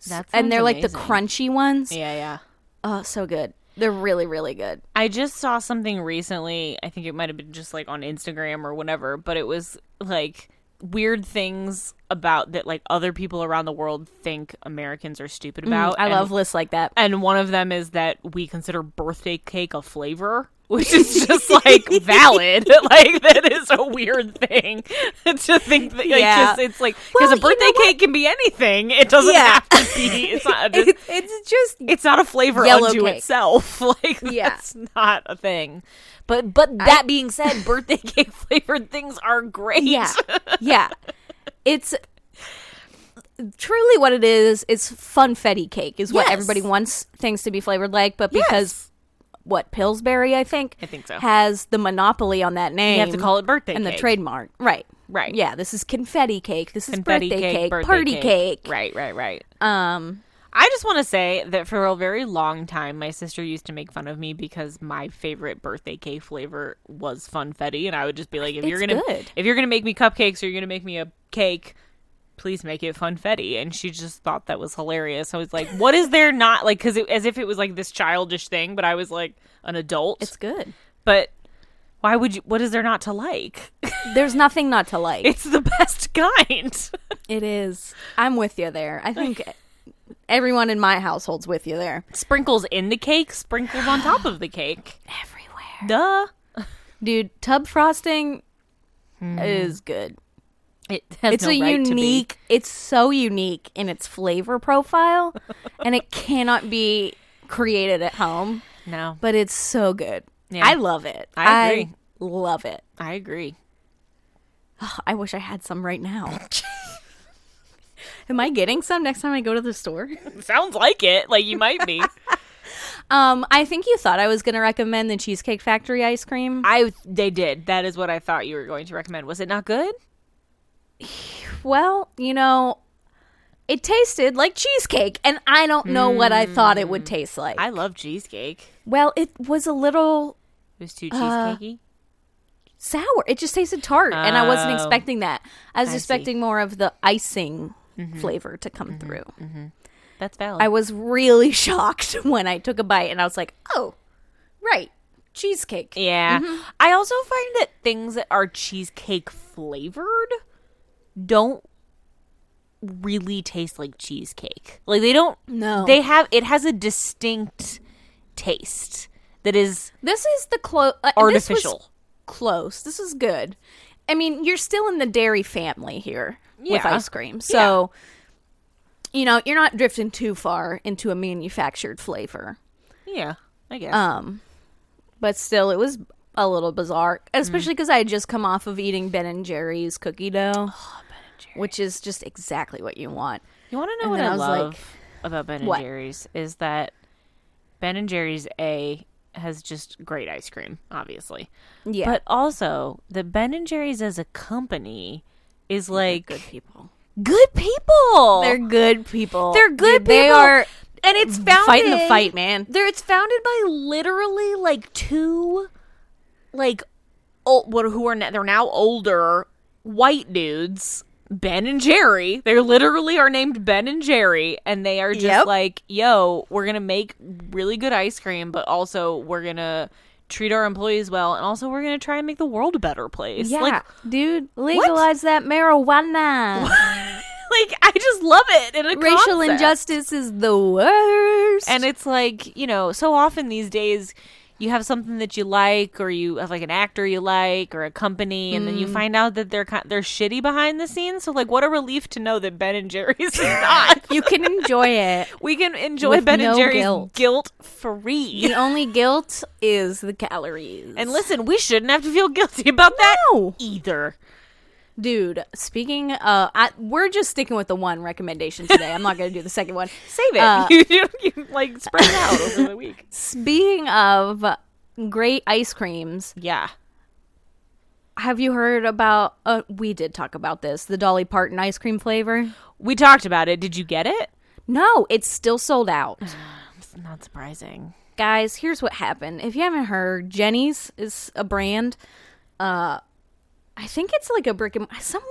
Speaker 1: That
Speaker 2: and they're
Speaker 1: sounds
Speaker 2: like the
Speaker 1: amazing.
Speaker 2: crunchy ones.
Speaker 1: Yeah, yeah.
Speaker 2: Oh, so good. They're really, really good.
Speaker 1: I just saw something recently. I think it might have been just like on Instagram or whatever, but it was like weird things about that like other people around the world think Americans are stupid about.
Speaker 2: Mm, I
Speaker 1: and-
Speaker 2: love lists like that.
Speaker 1: and one of them is that we consider birthday cake a flavor, which is just like valid. like that is a weird thing to think that. Like,
Speaker 2: Yeah.
Speaker 1: 'cause it's like because
Speaker 2: Well, you
Speaker 1: a
Speaker 2: know
Speaker 1: birthday cake can be anything. It doesn't
Speaker 2: Yeah.
Speaker 1: have to be. It's not. A,
Speaker 2: It's- it's just
Speaker 1: it's not a flavor
Speaker 2: Yellow
Speaker 1: unto
Speaker 2: cake.
Speaker 1: itself. Like that's
Speaker 2: Yeah.
Speaker 1: not a thing. But but that being said, birthday cake flavored things are great.
Speaker 2: yeah, yeah. It's truly what it is. It's funfetti cake is what
Speaker 1: Yes.
Speaker 2: everybody wants things to be flavored like, but because what Pillsbury, I think, I
Speaker 1: think so.
Speaker 2: has the monopoly on that name.
Speaker 1: you have to call it birthday
Speaker 2: and
Speaker 1: cake.
Speaker 2: the trademark, right?
Speaker 1: Right.
Speaker 2: Yeah, this is confetti cake. This is
Speaker 1: confetti
Speaker 2: birthday
Speaker 1: cake,
Speaker 2: cake,
Speaker 1: birthday
Speaker 2: party
Speaker 1: cake.
Speaker 2: cake.
Speaker 1: Right, right, right.
Speaker 2: Um,
Speaker 1: I just want to say that for a very long time, my sister used to make fun of me because my favorite birthday cake flavor was funfetti, and I would just be like, "If you're
Speaker 2: It's
Speaker 1: gonna,
Speaker 2: good.
Speaker 1: if you're gonna make me cupcakes or you're gonna make me a cake, please make it funfetti." And she just thought that was hilarious. I was like, "What is there not like?" Because as if it was like this childish thing, but I was like an adult.
Speaker 2: it's good.
Speaker 1: but why would you? What is there not to like?
Speaker 2: There's nothing not to like.
Speaker 1: It's the best kind.
Speaker 2: it is. I'm with you there. I think everyone in my household's with you there.
Speaker 1: sprinkles in the cake, sprinkles on top of the cake.
Speaker 2: Everywhere.
Speaker 1: Duh.
Speaker 2: dude tub frosting is good
Speaker 1: It Hmm. has
Speaker 2: it's
Speaker 1: no
Speaker 2: a
Speaker 1: right to be.
Speaker 2: unique it's so unique in its flavor profile and it cannot be created at home
Speaker 1: No,
Speaker 2: but it's so good
Speaker 1: Yeah.
Speaker 2: i love it
Speaker 1: I agree.
Speaker 2: love it
Speaker 1: I agree.
Speaker 2: i wish i had some right now am i getting some next time i go to the store
Speaker 1: Sounds like it. Like you might be.
Speaker 2: um i think you thought i was gonna recommend the cheesecake factory ice cream
Speaker 1: I they did. That is what I thought you were going to recommend. Was it not good?
Speaker 2: Well, you know, it tasted like cheesecake, and I don't know what I thought it would taste like.
Speaker 1: Hmm. I love cheesecake.
Speaker 2: well, it was a little
Speaker 1: It was too cheesecakey.
Speaker 2: sour. It just tasted tart, and I wasn't
Speaker 1: Oh.
Speaker 2: expecting that. I was
Speaker 1: see. Mm-hmm.
Speaker 2: expecting more of the icing flavor to come through.
Speaker 1: That's valid.
Speaker 2: I was really shocked when I took a bite, and I was like, oh, right, cheesecake.
Speaker 1: yeah. I also find that things that are cheesecake flavored don't really taste like cheesecake. Like they don't
Speaker 2: No.
Speaker 1: They have it has a distinct taste that is
Speaker 2: This is the close. Uh, This was
Speaker 1: artificial.
Speaker 2: close. This is good. I mean, you're still in the dairy family here with
Speaker 1: Yeah.
Speaker 2: ice cream, so you know you're not drifting too far into a manufactured flavor. Um,
Speaker 1: yeah, I guess.
Speaker 2: But still, it was a little bizarre, especially because I had just come off of eating Ben and Jerry's cookie dough, which is just exactly what you want.
Speaker 1: You want to know
Speaker 2: And
Speaker 1: what
Speaker 2: then
Speaker 1: I,
Speaker 2: I was
Speaker 1: love
Speaker 2: like,
Speaker 1: about Ben and
Speaker 2: "What?"
Speaker 1: Jerry's is that Ben and Jerry's A has just great ice cream, obviously,
Speaker 2: Yeah,
Speaker 1: but also the Ben and Jerry's as a company is like
Speaker 2: good people.
Speaker 1: good people.
Speaker 2: They're good people.
Speaker 1: They're good
Speaker 2: They
Speaker 1: people.
Speaker 2: are
Speaker 1: and it's founded
Speaker 2: fighting the fight, man.
Speaker 1: There, it's founded by literally like two, like, old, what who are now, they're now older white dudes. Ben and Jerry. They literally are named Ben and Jerry, and they are just
Speaker 2: Yep.
Speaker 1: like, "Yo, we're gonna make really good ice cream, but also we're gonna treat our employees well, and also we're gonna try and make the world a better place."
Speaker 2: Yeah,
Speaker 1: Like,
Speaker 2: dude, legalize that marijuana.
Speaker 1: like I just love it. In a
Speaker 2: Racial
Speaker 1: concept.
Speaker 2: injustice is the worst.
Speaker 1: And it's like, you know, so often these days you have something that you like or you have like an actor you like or a company and then
Speaker 2: Mm.
Speaker 1: you find out that they're kind, they're shitty behind the scenes. So like what a relief to know that Ben and Jerry's is not.
Speaker 2: you can enjoy it.
Speaker 1: we can enjoy
Speaker 2: With
Speaker 1: Ben and
Speaker 2: no
Speaker 1: Jerry's
Speaker 2: guilt.
Speaker 1: guilt
Speaker 2: The
Speaker 1: free.
Speaker 2: only guilt is the calories.
Speaker 1: And listen, we shouldn't have to feel guilty about that
Speaker 2: No.
Speaker 1: either.
Speaker 2: dude, speaking, uh, I, we're just sticking with the one recommendation today. I'm not going to do the second one.
Speaker 1: Save it.
Speaker 2: Uh,
Speaker 1: you, you, you, like spread it out over the week.
Speaker 2: Speaking of great ice creams,
Speaker 1: Yeah.
Speaker 2: have you heard about? Uh, we did talk about this, the Dolly Parton ice cream flavor.
Speaker 1: We talked about it. Did you get it?
Speaker 2: No, it's still sold out.
Speaker 1: It's not surprising.
Speaker 2: guys, here's what happened. If you haven't heard, Jenny's is a brand. Uh, I think it's like a brick and someone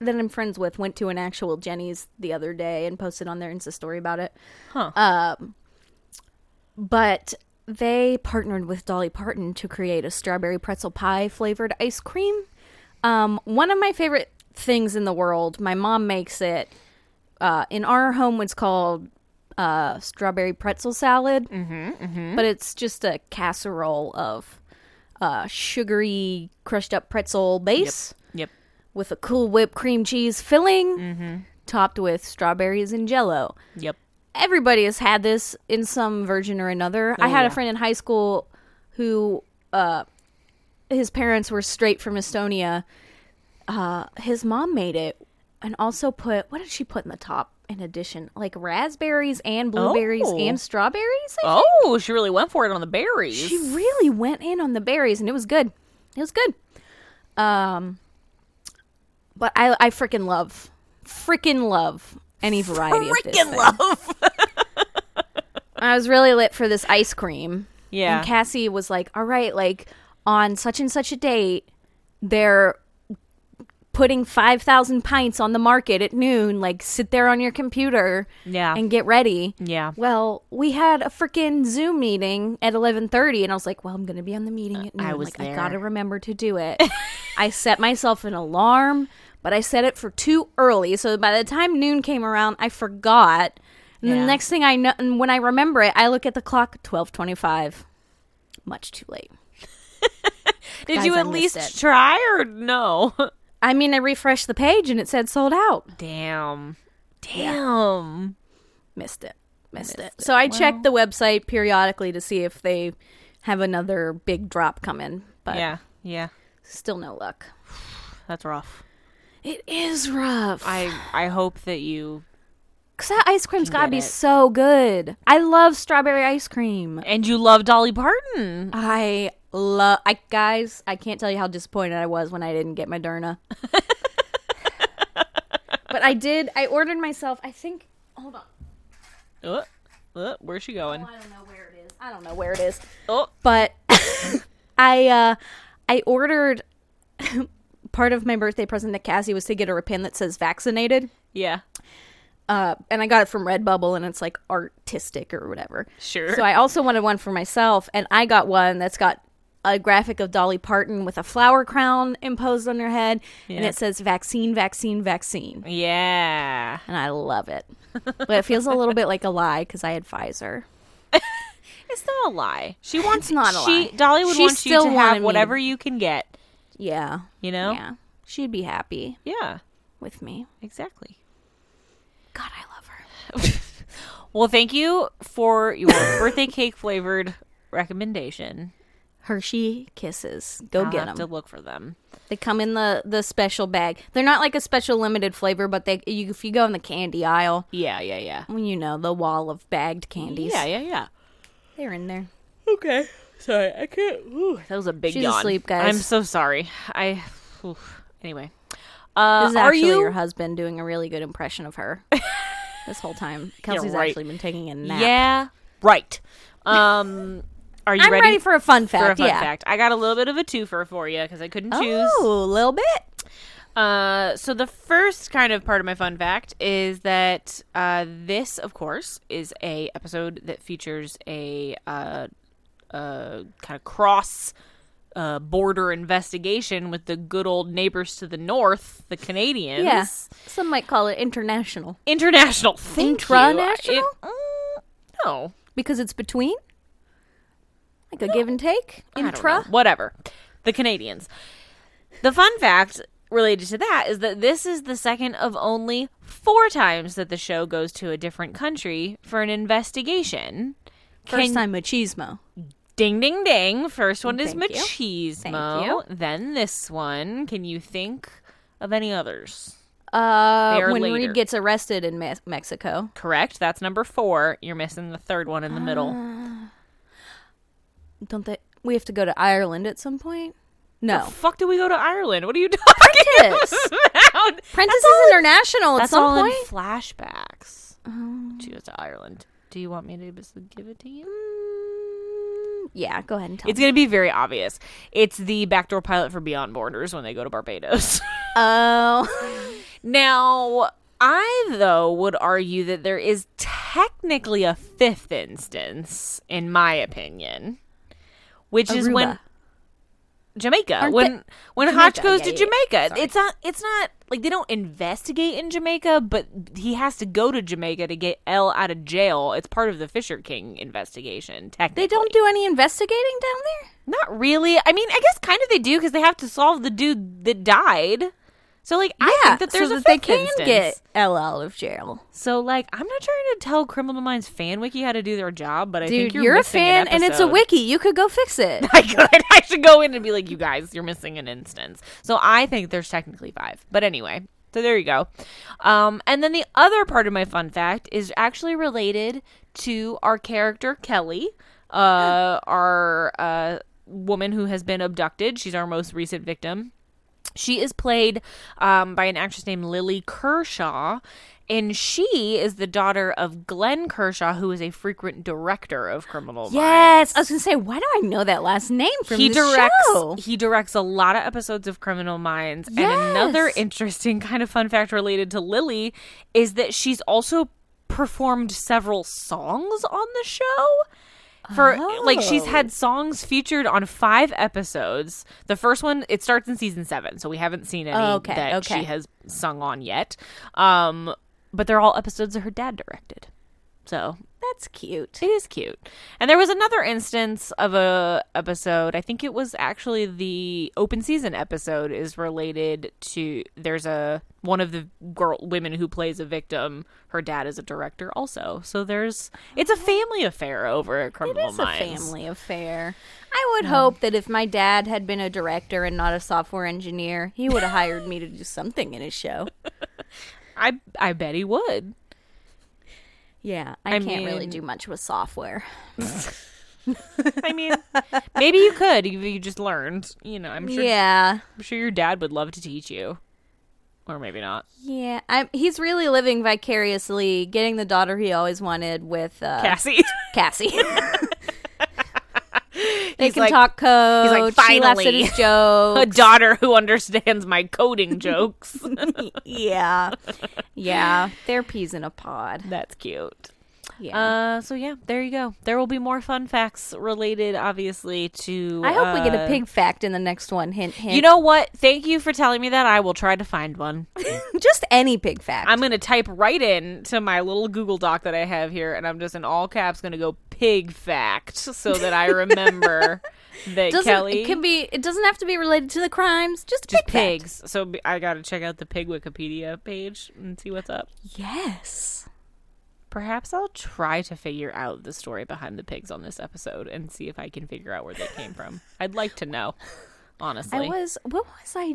Speaker 2: that I'm friends with went to an actual Jenny's the other day and posted on their Insta story about it.
Speaker 1: Huh.
Speaker 2: Um, but they partnered with Dolly Parton to create a strawberry pretzel pie flavored ice cream. Um, one of my favorite things in the world. My mom makes it. Uh, in our home, it's called uh, strawberry pretzel salad, mm-hmm, but it's just a casserole of uh, sugary crushed up pretzel base
Speaker 1: Yep.
Speaker 2: with a cool whipped cream cheese filling,
Speaker 1: Mm-hmm.
Speaker 2: topped with strawberries and jello
Speaker 1: Yep.
Speaker 2: everybody has had this in some version or another. I
Speaker 1: Oh,
Speaker 2: had
Speaker 1: yeah.
Speaker 2: a friend in high school who uh his parents were straight from Estonia. Uh his mom made it and also put what did she put in the top in addition? Like raspberries and blueberries
Speaker 1: Oh.
Speaker 2: and strawberries? I
Speaker 1: Oh, she really went for it on the berries.
Speaker 2: she really went in on the berries and it was good it was good um but i i freaking love freaking love any variety of this
Speaker 1: Frickin'
Speaker 2: thing.
Speaker 1: love.
Speaker 2: i was really lit for this ice cream
Speaker 1: Yeah.
Speaker 2: and cassie was like all right like on such and such a date they're putting 5000 pints on the market at noon like sit there on your computer
Speaker 1: Yeah.
Speaker 2: and get ready
Speaker 1: yeah.
Speaker 2: well, we had a freaking Zoom meeting at eleven thirty, and I was like, "Well, I'm going to be on the meeting at noon.
Speaker 1: was
Speaker 2: like, Uh, I
Speaker 1: there.
Speaker 2: gotta remember to do it." I set myself an alarm, but I set it for too early, so by the time noon came around, I forgot. And the
Speaker 1: Yeah.
Speaker 2: next thing I know, and when I remember it, I look at the clock, twelve twenty-five. Much too late.
Speaker 1: Did
Speaker 2: Guys,
Speaker 1: you
Speaker 2: I
Speaker 1: at
Speaker 2: missed
Speaker 1: least
Speaker 2: it.
Speaker 1: try or no?
Speaker 2: I mean, I refreshed the page, and it said sold out.
Speaker 1: Damn. Damn.
Speaker 2: Missed it. Missed, it. So I check the website periodically to see if they have another big drop coming, but
Speaker 1: Yeah. Yeah.
Speaker 2: still no luck.
Speaker 1: That's rough.
Speaker 2: It is rough.
Speaker 1: I I hope that you
Speaker 2: Cause that ice cream's gotta
Speaker 1: get
Speaker 2: be
Speaker 1: it.
Speaker 2: so good. I love strawberry ice cream.
Speaker 1: and you love Dolly Parton.
Speaker 2: I love. I guys, I can't tell you how disappointed I was when I didn't get Moderna. but I did. I ordered myself. I think. Hold on.
Speaker 1: Uh, uh, where's she going?
Speaker 2: I don't know where it is. I don't know where it is.
Speaker 1: Oh,
Speaker 2: But I, uh, I ordered. part of my birthday present to Cassie was to get her a pin that says vaccinated.
Speaker 1: yeah.
Speaker 2: uh, and I got it from Redbubble, and it's like artistic or whatever.
Speaker 1: Sure.
Speaker 2: So I also wanted one for myself, and I got one that's got a graphic of Dolly Parton with a flower crown imposed on her head, and
Speaker 1: Yeah.
Speaker 2: it says "vaccine, vaccine, vaccine,"
Speaker 1: Yeah.
Speaker 2: and I love it. but it feels a little bit like a lie because I had Pfizer.
Speaker 1: It's not a lie. She wants
Speaker 2: not a
Speaker 1: she,
Speaker 2: lie.
Speaker 1: Dolly would
Speaker 2: She
Speaker 1: want you
Speaker 2: still
Speaker 1: to
Speaker 2: wanted
Speaker 1: have
Speaker 2: me.
Speaker 1: whatever you can get.
Speaker 2: Yeah,
Speaker 1: You know.
Speaker 2: yeah, she'd be happy
Speaker 1: Yeah,
Speaker 2: with me.
Speaker 1: exactly.
Speaker 2: God, I love her.
Speaker 1: Well, thank you for your birthday cake flavored recommendation.
Speaker 2: Hershey kisses.
Speaker 1: I'll
Speaker 2: Go get 'em. get
Speaker 1: have
Speaker 2: them.
Speaker 1: to look for them.
Speaker 2: They come in the the special bag. They're not like a special limited flavor, but they you, if you go in the candy aisle,
Speaker 1: Yeah, yeah, yeah.
Speaker 2: well, you know the wall of bagged candies.
Speaker 1: Yeah, yeah, yeah.
Speaker 2: they're in there.
Speaker 1: Okay. Sorry, I can't. Ooh, that was a big
Speaker 2: She's
Speaker 1: yawn.
Speaker 2: asleep, guys.
Speaker 1: I'm so sorry. I. oof. Anyway. Uh,
Speaker 2: This is
Speaker 1: are
Speaker 2: actually
Speaker 1: you?
Speaker 2: your husband doing a really good impression of her this whole time. Kelsey's
Speaker 1: right.
Speaker 2: actually been taking a nap.
Speaker 1: yeah. Right. Um. Are you
Speaker 2: I'm ready,
Speaker 1: ready,
Speaker 2: for a fun fact.
Speaker 1: for a fun
Speaker 2: yeah.
Speaker 1: fact? I got a little bit of a twofer for you because I couldn't choose.
Speaker 2: Oh, a little bit.
Speaker 1: Uh, so the first kind of part of my fun fact is that uh, this, of course, is a episode that features a uh, uh, kind of cross uh, border investigation with the good old neighbors to the north, the Canadians.
Speaker 2: Yeah. Some might call it international
Speaker 1: International. Thank you.
Speaker 2: Intranational?
Speaker 1: It-
Speaker 2: uh,
Speaker 1: mm, no.
Speaker 2: because it's between, like a give and take.
Speaker 1: I don't know.
Speaker 2: Intra.
Speaker 1: whatever the canadians the fun fact related to that is that this is the second of only four times that the show goes to a different country for an investigation
Speaker 2: First
Speaker 1: Can-
Speaker 2: time machismo.
Speaker 1: ding ding ding first one is
Speaker 2: Thank you.
Speaker 1: machismo then this one can you think of any others
Speaker 2: Uh,
Speaker 1: They're
Speaker 2: when
Speaker 1: later.
Speaker 2: Reed gets arrested in Me- Mexico.
Speaker 1: correct that's number four you're missing the third one in the
Speaker 2: Ah.
Speaker 1: middle
Speaker 2: Don't they? We have to go to Ireland at some point. No,
Speaker 1: fuck did we go to ireland what are you talking
Speaker 2: Princess.
Speaker 1: about
Speaker 2: Princess is international at
Speaker 1: That's
Speaker 2: some
Speaker 1: all
Speaker 2: point.
Speaker 1: in flashbacks.
Speaker 2: Mm,
Speaker 1: She goes to Ireland. Do you want me to just give it to you?
Speaker 2: yeah, go ahead and tell.
Speaker 1: It's going to be very obvious. It's the backdoor Oh. pilot for Beyond Borders when they go to Barbados.
Speaker 2: oh,
Speaker 1: now, I, though, would argue that there is technically a fifth instance, in my opinion, which is when
Speaker 2: Aruba.
Speaker 1: Jamaica,
Speaker 2: Aren't
Speaker 1: when
Speaker 2: they-
Speaker 1: when
Speaker 2: Jamaica,
Speaker 1: Hotch goes
Speaker 2: yeah,
Speaker 1: to
Speaker 2: yeah,
Speaker 1: Jamaica,
Speaker 2: yeah, sorry.
Speaker 1: it's not it's not like they don't investigate in Jamaica, but he has to go to Jamaica to get L out of jail. It's part of the Fisher King investigation. Technically,
Speaker 2: They don't do any investigating down there?
Speaker 1: Not really. I mean, I guess kind of they do because they have to solve the dude that died. So like, I think that there's
Speaker 2: so
Speaker 1: a
Speaker 2: that they
Speaker 1: fifth
Speaker 2: can
Speaker 1: instance.
Speaker 2: get L out of jail.
Speaker 1: So like, I'm not trying to tell Criminal Minds fan wiki how to do their job, but I
Speaker 2: Dude,
Speaker 1: think you're,
Speaker 2: you're, a
Speaker 1: missing an
Speaker 2: fan and it's a
Speaker 1: episode.
Speaker 2: wiki. You could go fix it.
Speaker 1: I could. I should go in and be like, you guys, you're missing an instance. So I think there's technically five. But anyway, so there you go. Um, and then the other part of my fun fact is actually related to our character, Kelly, uh, our uh, woman who has been abducted. She's our most recent victim. She is played um, by an actress named Lily Kershaw, and she is the daughter of Glenn Kershaw, who is a frequent director of Criminal Minds
Speaker 2: Yes. I was going to say, why do I know that last name from
Speaker 1: he
Speaker 2: this
Speaker 1: directs
Speaker 2: show?
Speaker 1: he directs a lot of episodes of criminal minds and another
Speaker 2: Yes.
Speaker 1: interesting kind of fun fact related to lily is that she's also performed several songs on the show for like she's
Speaker 2: Oh.
Speaker 1: had songs featured on five episodes the first one it starts in season seven so we haven't seen any
Speaker 2: Oh, okay,
Speaker 1: that
Speaker 2: okay.
Speaker 1: she has sung on yet um but they're all episodes that her dad directed so
Speaker 2: That's cute.
Speaker 1: it is cute. And there was another instance of a episode. I think it was actually the open season episode is related to there's a one of the girl women who plays a victim. Her dad is a director also. So there's it's a family affair over at
Speaker 2: It
Speaker 1: Criminal
Speaker 2: is a
Speaker 1: Minds.
Speaker 2: family affair. I would hope that if my dad had been a director and not a software engineer, he would have hired me to do something in his show.
Speaker 1: I I bet he would.
Speaker 2: Yeah, I,
Speaker 1: I
Speaker 2: can't really
Speaker 1: mean-
Speaker 2: do much with software.
Speaker 1: I mean, maybe you could if you just learned. You know, I'm sure
Speaker 2: Yeah.
Speaker 1: I'm sure your dad would love to teach you. Or maybe not.
Speaker 2: Yeah, I'm, he's really living vicariously, getting the daughter he always wanted with uh,
Speaker 1: Cassie.
Speaker 2: Cassie. they
Speaker 1: He's
Speaker 2: can
Speaker 1: like-
Speaker 2: talk code.
Speaker 1: he's like,
Speaker 2: she laughs at
Speaker 1: "Finally."
Speaker 2: his
Speaker 1: a
Speaker 2: jokes.
Speaker 1: daughter who understands my coding jokes.
Speaker 2: yeah, yeah, they're peas in a pod.
Speaker 1: That's cute.
Speaker 2: Yeah,
Speaker 1: Uh, so yeah, there you go. There will be more fun facts related, obviously, to.
Speaker 2: I hope we get
Speaker 1: uh,
Speaker 2: a pig fact in the next one. Hint, hint.
Speaker 1: You know what? Thank you for telling me that. I will try to find one.
Speaker 2: just any pig fact.
Speaker 1: I'm gonna type right in to my little Google Doc that I have here, and I'm just in all caps gonna go pig fact so that I remember that
Speaker 2: doesn't,
Speaker 1: Kelly
Speaker 2: It can be. It doesn't have to be related to the crimes. Just, a
Speaker 1: just
Speaker 2: pig fact.
Speaker 1: pigs. So be- I gotta check out the pig Wikipedia page and see what's up.
Speaker 2: Yes.
Speaker 1: Perhaps I'll try to figure out the story behind the pigs on this episode and see if I can figure out where they came from. I'd like to know, honestly.
Speaker 2: I was. What was I?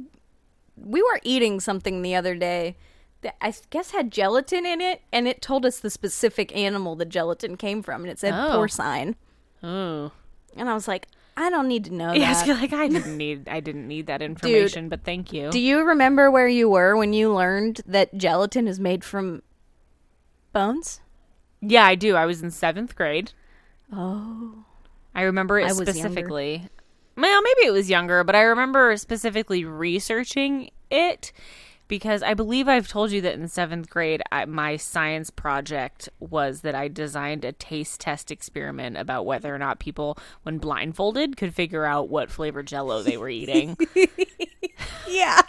Speaker 2: We were eating something the other day that I guess had gelatin in it, and it told us the specific animal the gelatin came from, and it said
Speaker 1: Oh.
Speaker 2: porcine.
Speaker 1: oh,
Speaker 2: And I was like, I don't need to know
Speaker 1: yeah. I
Speaker 2: that.
Speaker 1: feel like I didn't need I didn't need that information, but thank you.
Speaker 2: Do you remember where you were when you learned that gelatin is made from bones?
Speaker 1: yeah, I do. I was in seventh grade.
Speaker 2: Oh,
Speaker 1: I remember it
Speaker 2: I was younger.
Speaker 1: specifically. Well, maybe it was younger, but I remember specifically researching it because I believe I've told you that in seventh grade, I, my science project was that I designed a taste test experiment about whether or not people, when blindfolded, could figure out what flavor jello they were eating,
Speaker 2: yeah.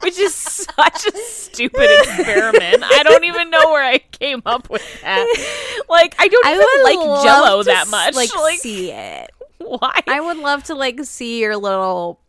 Speaker 1: which is such a stupid experiment. I don't even know where I came up with that. Like, I don't
Speaker 2: I
Speaker 1: even
Speaker 2: would
Speaker 1: like
Speaker 2: love
Speaker 1: jello
Speaker 2: to
Speaker 1: that
Speaker 2: s-
Speaker 1: much.
Speaker 2: Like,
Speaker 1: Like, like
Speaker 2: see it.
Speaker 1: why?
Speaker 2: I would love to like see your little.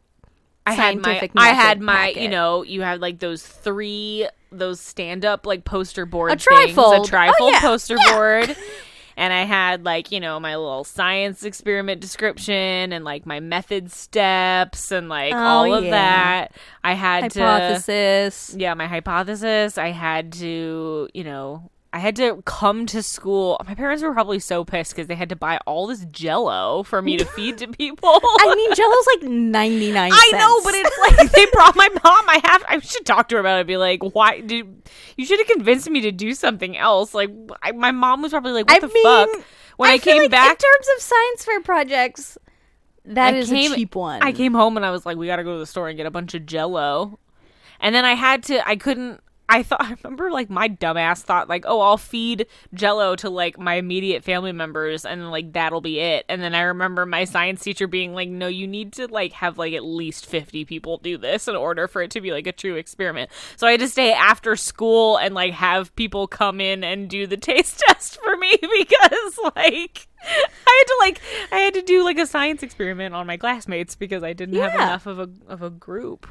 Speaker 1: I had my
Speaker 2: scientific
Speaker 1: I had
Speaker 2: method
Speaker 1: my you
Speaker 2: packet.
Speaker 1: know you had like those three those stand up like poster board
Speaker 2: A
Speaker 1: things,
Speaker 2: trifold.
Speaker 1: a trifold
Speaker 2: Oh, yeah.
Speaker 1: poster board and I had like you know my little science experiment description and like my method steps and like
Speaker 2: Oh,
Speaker 1: all of
Speaker 2: yeah.
Speaker 1: that I had to
Speaker 2: Hypothesis.
Speaker 1: yeah my hypothesis I had to you know I had to come to school. My parents were probably so pissed because they had to buy all this jello for me to feed to people.
Speaker 2: I mean, Jello's like ninety nine.
Speaker 1: I know, but it's like they brought my mom. I have. I should talk to her about it. And be like, why did you should have convinced me to do something else? Like, I, my mom was probably like, what
Speaker 2: I
Speaker 1: the
Speaker 2: mean,
Speaker 1: fuck? When I,
Speaker 2: feel
Speaker 1: came
Speaker 2: like
Speaker 1: back,
Speaker 2: in terms of science fair projects. that
Speaker 1: I
Speaker 2: is
Speaker 1: came-
Speaker 2: a cheap one.
Speaker 1: I came home and I was like, we got to go to the store and get a bunch of Jello. And then I had to, I couldn't. I thought I remember like my dumbass thought like oh I'll feed Jello to like my immediate family members and like that'll be it and then I remember my science teacher being like no you need to like have like at least 50 people do this in order for it to be like a true experiment so I had to stay after school and like have people come in and do the taste test for me because like I had to like I had to do like a science experiment on my classmates because I didn't have
Speaker 2: Yeah.
Speaker 1: enough of a of a group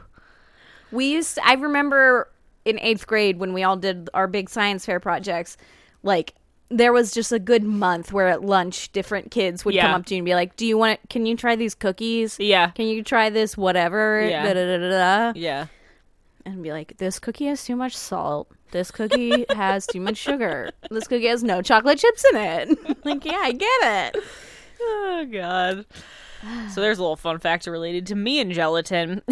Speaker 2: We used I remember in eighth grade when we all did our big science fair projects, like there was just a good month where at lunch different kids would
Speaker 1: Yeah.
Speaker 2: come up to you and be like, Do you want can you try these cookies?
Speaker 1: Yeah.
Speaker 2: Can you try this whatever?
Speaker 1: Yeah.
Speaker 2: Da, da, da, da, da.
Speaker 1: yeah
Speaker 2: And be like, This cookie has too much salt. This cookie has too much sugar. This cookie has no chocolate chips in it. like, yeah, I get it.
Speaker 1: Oh god. So there's a little fun factor related to me and gelatin.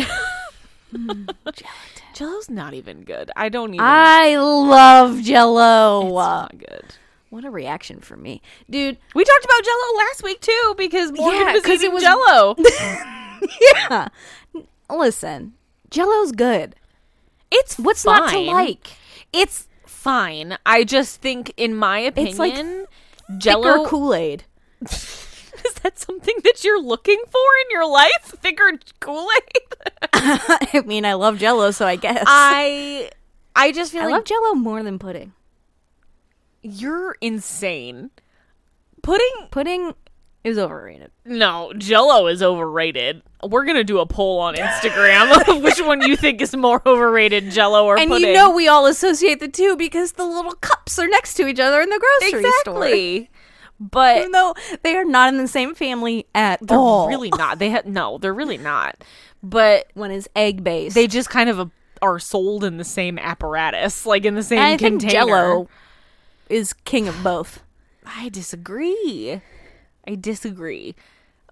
Speaker 1: Jello's not even good. I don't even.
Speaker 2: Hmm, I love jello.
Speaker 1: it's not good.
Speaker 2: What a reaction for me. Dude,
Speaker 1: We talked about Jello last week too because Morgan
Speaker 2: Yeah,
Speaker 1: was
Speaker 2: 'cause it
Speaker 1: eating
Speaker 2: was-
Speaker 1: Jello.
Speaker 2: yeah. N- Listen, Jello's good.
Speaker 1: it's
Speaker 2: What's not to
Speaker 1: fine.
Speaker 2: like?
Speaker 1: It's fine. I just think, in my
Speaker 2: It's like
Speaker 1: opinion,
Speaker 2: Jello
Speaker 1: Jello
Speaker 2: Kool Aid.
Speaker 1: is that something that you're looking for in your life? Thicker Kool Aid.
Speaker 2: I mean, I love Jello, so I guess
Speaker 1: I I just feel
Speaker 2: I
Speaker 1: like
Speaker 2: love Jello more than pudding.
Speaker 1: you're insane. Putting
Speaker 2: Pudding is overrated.
Speaker 1: No, Jello is overrated. We're gonna do a poll on Instagram of which one you think is more overrated, Jello or
Speaker 2: And
Speaker 1: pudding.
Speaker 2: you know we all associate the two because the little cups are next to each other in the grocery store.
Speaker 1: exactly. But
Speaker 2: Even though they are not in the same family at
Speaker 1: they're
Speaker 2: all.
Speaker 1: really not. They have no. They're really not. But
Speaker 2: one is egg based.
Speaker 1: they just kind of a, are sold in the same apparatus, like in the same
Speaker 2: and I
Speaker 1: container.
Speaker 2: think Jello is king of both.
Speaker 1: I disagree. I disagree.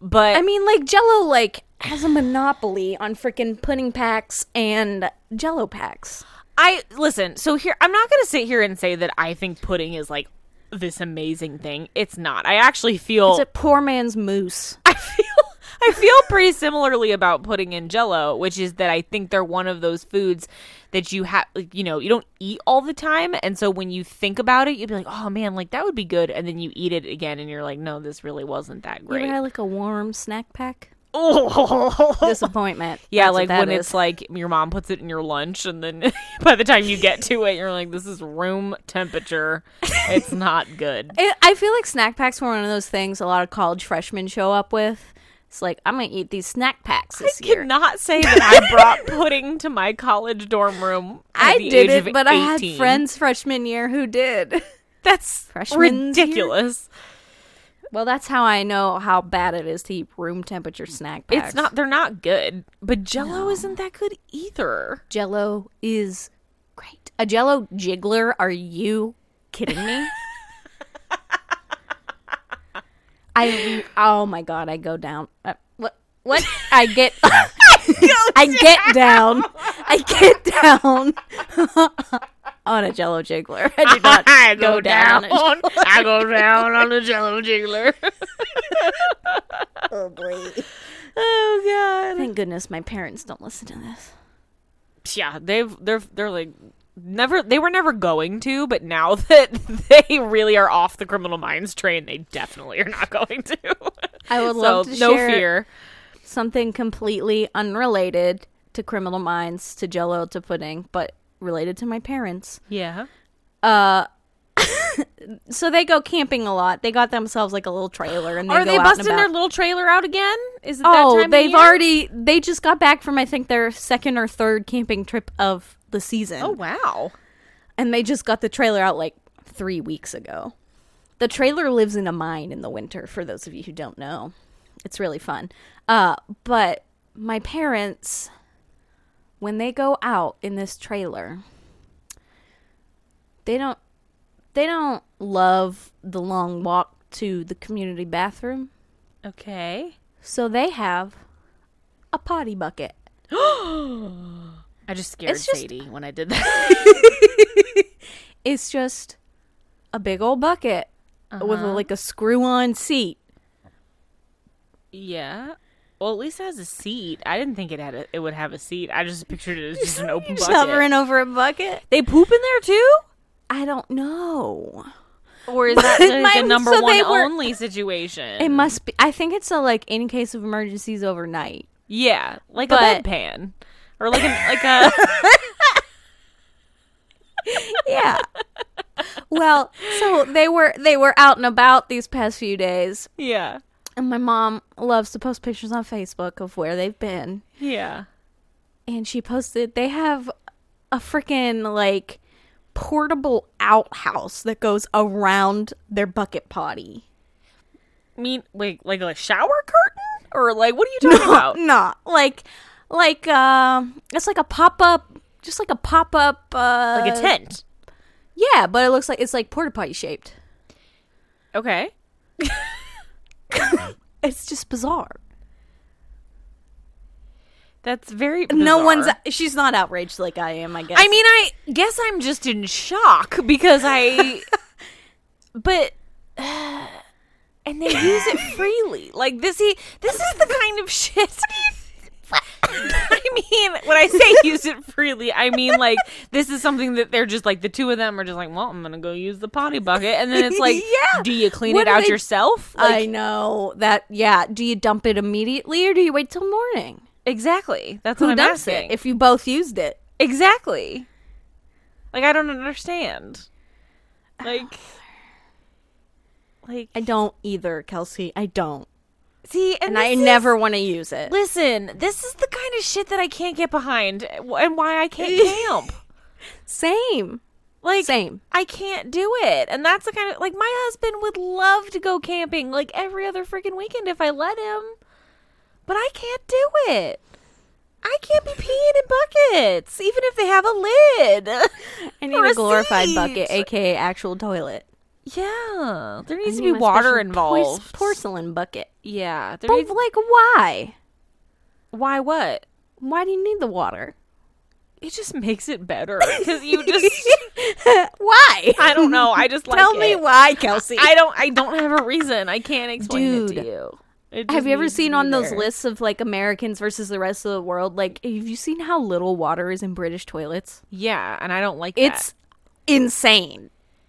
Speaker 1: But
Speaker 2: I mean, like Jello, like has a monopoly on freaking pudding packs and Jello packs.
Speaker 1: I listen. So here, I'm not going to sit here and say that I think pudding is like this amazing thing. It's not. I actually feel
Speaker 2: It's a poor man's moose.
Speaker 1: I feel I feel pretty similarly about pudding and jello, which is that I think they're one of those foods that you have like, you know, you don't eat all the time and so when you think about it, you'd be like, "Oh man, like that would be good." And then you eat it again and you're like, "No, this really wasn't that
Speaker 2: You
Speaker 1: great."
Speaker 2: ever had like a warm snack pack?
Speaker 1: Oh.
Speaker 2: Disappointment.
Speaker 1: Yeah,
Speaker 2: That's what
Speaker 1: like
Speaker 2: that
Speaker 1: when
Speaker 2: is.
Speaker 1: it's like your mom puts it in your lunch and then by the time you get to it, you're like, "This is room temperature. It's not good."
Speaker 2: It, I feel like snack packs were one of those things a lot of college freshmen show up with. It's like I'm gonna eat these snack packs this
Speaker 1: I
Speaker 2: year.
Speaker 1: cannot say that I brought pudding to my college dorm room. at
Speaker 2: I
Speaker 1: the
Speaker 2: did
Speaker 1: age of
Speaker 2: it, but I had
Speaker 1: 18.
Speaker 2: friends freshman year who did.
Speaker 1: That's
Speaker 2: Freshman's year?
Speaker 1: ridiculous.
Speaker 2: well, that's how I know how bad it is to eat room temperature snack packs.
Speaker 1: It's not. They're not good. But Jello isn't that good either.
Speaker 2: Jello is great. A Jello jiggler? Are you kidding me? I oh my god! I go down. Uh, what? What? I get. I get down. I get down on a Jello jiggler. I do not go, down. a-
Speaker 1: I go down on the Jello jiggler. oh god.
Speaker 2: Thank goodness my parents don't listen to this.
Speaker 1: Yeah, they've they're they're like never they were never going to, but now that they really are off the criminal minds train, they definitely are not going to.
Speaker 2: I would
Speaker 1: so,
Speaker 2: love to
Speaker 1: no
Speaker 2: share
Speaker 1: fear.
Speaker 2: something completely unrelated to criminal minds to jello to pudding but related to my parents
Speaker 1: Yeah.
Speaker 2: so they go camping a lot they got themselves like a little trailer and they
Speaker 1: Are
Speaker 2: go
Speaker 1: they
Speaker 2: out and
Speaker 1: busting their
Speaker 2: about.
Speaker 1: little trailer out again? Is it that
Speaker 2: oh
Speaker 1: time of
Speaker 2: they've
Speaker 1: year?
Speaker 2: already they just got back from i think their second or third camping trip of the season
Speaker 1: Oh wow.
Speaker 2: and they just got the trailer out like three weeks ago the trailer lives in a mine in the winter for those of you who don't know it's really fun uh, but my parents when they go out in this trailer they don't they don't love the long walk to the community bathroom
Speaker 1: Okay.
Speaker 2: so they have a potty bucket
Speaker 1: I just scared
Speaker 2: It's just-
Speaker 1: Sadie when I did that.
Speaker 2: it's just a big old bucket with like a screw on seat
Speaker 1: yeah. Well, at least it has a seat. I didn't think it had a, it would have a seat. I just pictured it as just an open bucket.
Speaker 2: Hovering over a bucket.
Speaker 1: They poop in there too,
Speaker 2: I don't know.
Speaker 1: or is that the,
Speaker 2: My-
Speaker 1: the number
Speaker 2: so
Speaker 1: one
Speaker 2: they were-
Speaker 1: only situation?
Speaker 2: It must be. I think it's a like in case of emergencies overnight.
Speaker 1: yeah, like a
Speaker 2: But-
Speaker 1: bedpan, or like an, like a
Speaker 2: Yeah. well, so they were they were out and about these past few days,
Speaker 1: yeah,
Speaker 2: and my mom loves to post pictures on Facebook of where they've been,
Speaker 1: yeah.
Speaker 2: and she posted they have a freaking like portable outhouse that goes around their bucket potty.
Speaker 1: I mean, like like a shower curtain, or like what are you talking about?
Speaker 2: No, like like um it's like a pop-up just like a pop-up uh
Speaker 1: Like a tent.
Speaker 2: Yeah, but it looks like it's like porta potty shaped.
Speaker 1: Okay.
Speaker 2: It's just bizarre.
Speaker 1: That's very.
Speaker 2: No one's.
Speaker 1: bizarre.
Speaker 2: She's not outraged like I am. I guess.
Speaker 1: I mean, I guess I'm just in shock because I. but. uh, and they use it freely. Like this, he. This is the kind of shit. I mean, when I say use it freely, I mean like this is something that they're just like the two of them are just like, well, I'm gonna go use the potty bucket, and then it's like,
Speaker 2: Yeah.
Speaker 1: do you clean
Speaker 2: What
Speaker 1: it
Speaker 2: do
Speaker 1: out
Speaker 2: they-
Speaker 1: yourself? Like,
Speaker 2: I know that. Yeah. Do you dump it immediately or do you wait till morning?
Speaker 1: exactly. That's
Speaker 2: Who
Speaker 1: what I'm
Speaker 2: dumps
Speaker 1: asking.
Speaker 2: it? If you both used it,
Speaker 1: Exactly. Like I don't understand. Like like
Speaker 2: I don't either, Kelsey. I don't,
Speaker 1: see and,
Speaker 2: and I
Speaker 1: this is-
Speaker 2: never want to use it.
Speaker 1: Listen, this is the kind of shit that I can't get behind and why I can't camp.
Speaker 2: Same.
Speaker 1: Like
Speaker 2: Same.
Speaker 1: I can't do it. And that's the kind of like my husband would love to go camping like every other freaking weekend if I let him. But I can't do it. I can't be peeing in buckets, even if they have a lid.
Speaker 2: I
Speaker 1: Or
Speaker 2: need a glorified
Speaker 1: seat.
Speaker 2: bucket, aka actual toilet.
Speaker 1: Yeah, there
Speaker 2: I
Speaker 1: needs to be
Speaker 2: need my
Speaker 1: water
Speaker 2: special poi-
Speaker 1: involved.
Speaker 2: porcelain bucket.
Speaker 1: yeah, there
Speaker 2: But
Speaker 1: needs-
Speaker 2: like, why?
Speaker 1: why what?
Speaker 2: Why do you need the water?
Speaker 1: It just makes it better because you just.
Speaker 2: why?
Speaker 1: I don't know. I just like
Speaker 2: Tell me
Speaker 1: it.
Speaker 2: why, Kelsey.
Speaker 1: I don't. I don't have a reason. I can't explain it to
Speaker 2: Dude.
Speaker 1: you. It just
Speaker 2: have you ever
Speaker 1: needs to
Speaker 2: seen
Speaker 1: be
Speaker 2: on those
Speaker 1: there.
Speaker 2: lists of like Americans versus the rest of the world? Like, have you seen how little water is in British toilets?
Speaker 1: Yeah, and I don't like that.
Speaker 2: It's insane.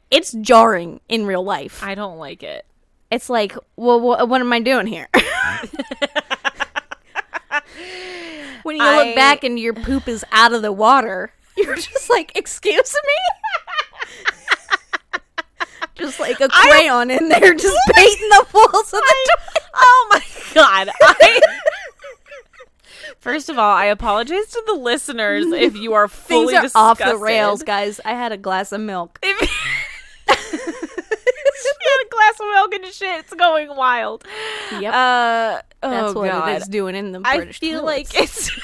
Speaker 2: It's jarring in real life.
Speaker 1: I don't like it.
Speaker 2: It's like, well, wha- what am I doing here? when you
Speaker 1: I-
Speaker 2: look back and your poop is out of the water, you're just like, excuse me? just like a crayon in there, just painting the walls of the toilet.
Speaker 1: Oh my god! I. First of all, I apologize to the listeners if you are
Speaker 2: Things
Speaker 1: fully
Speaker 2: are off the
Speaker 1: disgusted.
Speaker 2: rails, guys. I had a glass of milk.
Speaker 1: If she had a glass of milk and shit, it's going wild.
Speaker 2: Yep.
Speaker 1: Uh, oh
Speaker 2: That's what
Speaker 1: God.
Speaker 2: it is doing in the
Speaker 1: I
Speaker 2: British
Speaker 1: feel
Speaker 2: toilets.
Speaker 1: like it's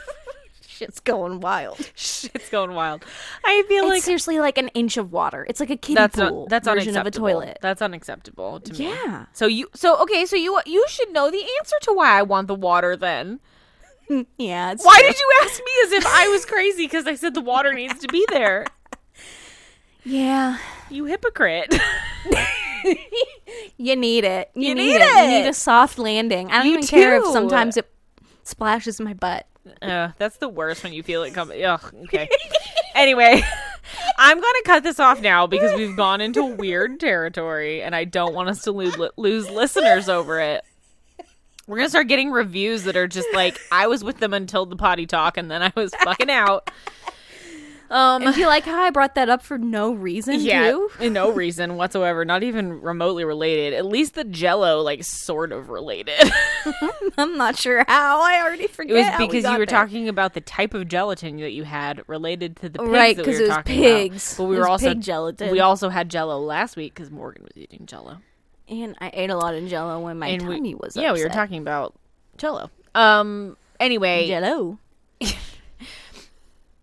Speaker 2: shit's going wild.
Speaker 1: shit's going wild. I feel
Speaker 2: It's
Speaker 1: like
Speaker 2: seriously like an inch of water. It's like a kiddie
Speaker 1: that's
Speaker 2: pool
Speaker 1: not, that's
Speaker 2: version of a
Speaker 1: unacceptable.
Speaker 2: toilet.
Speaker 1: That's unacceptable to me.
Speaker 2: Yeah.
Speaker 1: So you so okay so you you should know the answer to why I want the water then.
Speaker 2: Yeah. It's
Speaker 1: Why did you ask me as if I was crazy because I said the water needs to be there?
Speaker 2: Yeah.
Speaker 1: You hypocrite.
Speaker 2: You need it. You,
Speaker 1: You
Speaker 2: need,
Speaker 1: need
Speaker 2: it. You
Speaker 1: it.
Speaker 2: need a soft landing. I don't
Speaker 1: You
Speaker 2: even care if
Speaker 1: do.
Speaker 2: sometimes it splashes my butt.
Speaker 1: Uh, that's the worst when you feel it coming. Ugh, okay. anyway, I'm going to cut this off now because we've gone into weird territory and I don't want us to lo- lose listeners over it. We're going to start getting reviews that are just like, I was with them until the potty talk and then I was fucking out. Um,
Speaker 2: Do you like how I brought that up for no reason?
Speaker 1: yeah,
Speaker 2: Too?
Speaker 1: no reason whatsoever, not even remotely related. At least the jello, like, sort of related.
Speaker 2: I'm not sure how. I already
Speaker 1: It
Speaker 2: forget.
Speaker 1: was
Speaker 2: how we
Speaker 1: because you
Speaker 2: got
Speaker 1: were
Speaker 2: there.
Speaker 1: talking about the type of gelatin that you had related to the pigs
Speaker 2: Right,
Speaker 1: that we
Speaker 2: 'cause
Speaker 1: were
Speaker 2: it was
Speaker 1: talking
Speaker 2: pigs.
Speaker 1: About. But we
Speaker 2: It
Speaker 1: were
Speaker 2: was
Speaker 1: also
Speaker 2: pig gelatin.
Speaker 1: We also had Jello last week because Morgan was eating Jello,
Speaker 2: And I ate a lot of Jello when my
Speaker 1: we,
Speaker 2: tummy was.
Speaker 1: yeah, we were
Speaker 2: upset.
Speaker 1: talking about Jello. Um. Anyway,
Speaker 2: Jello.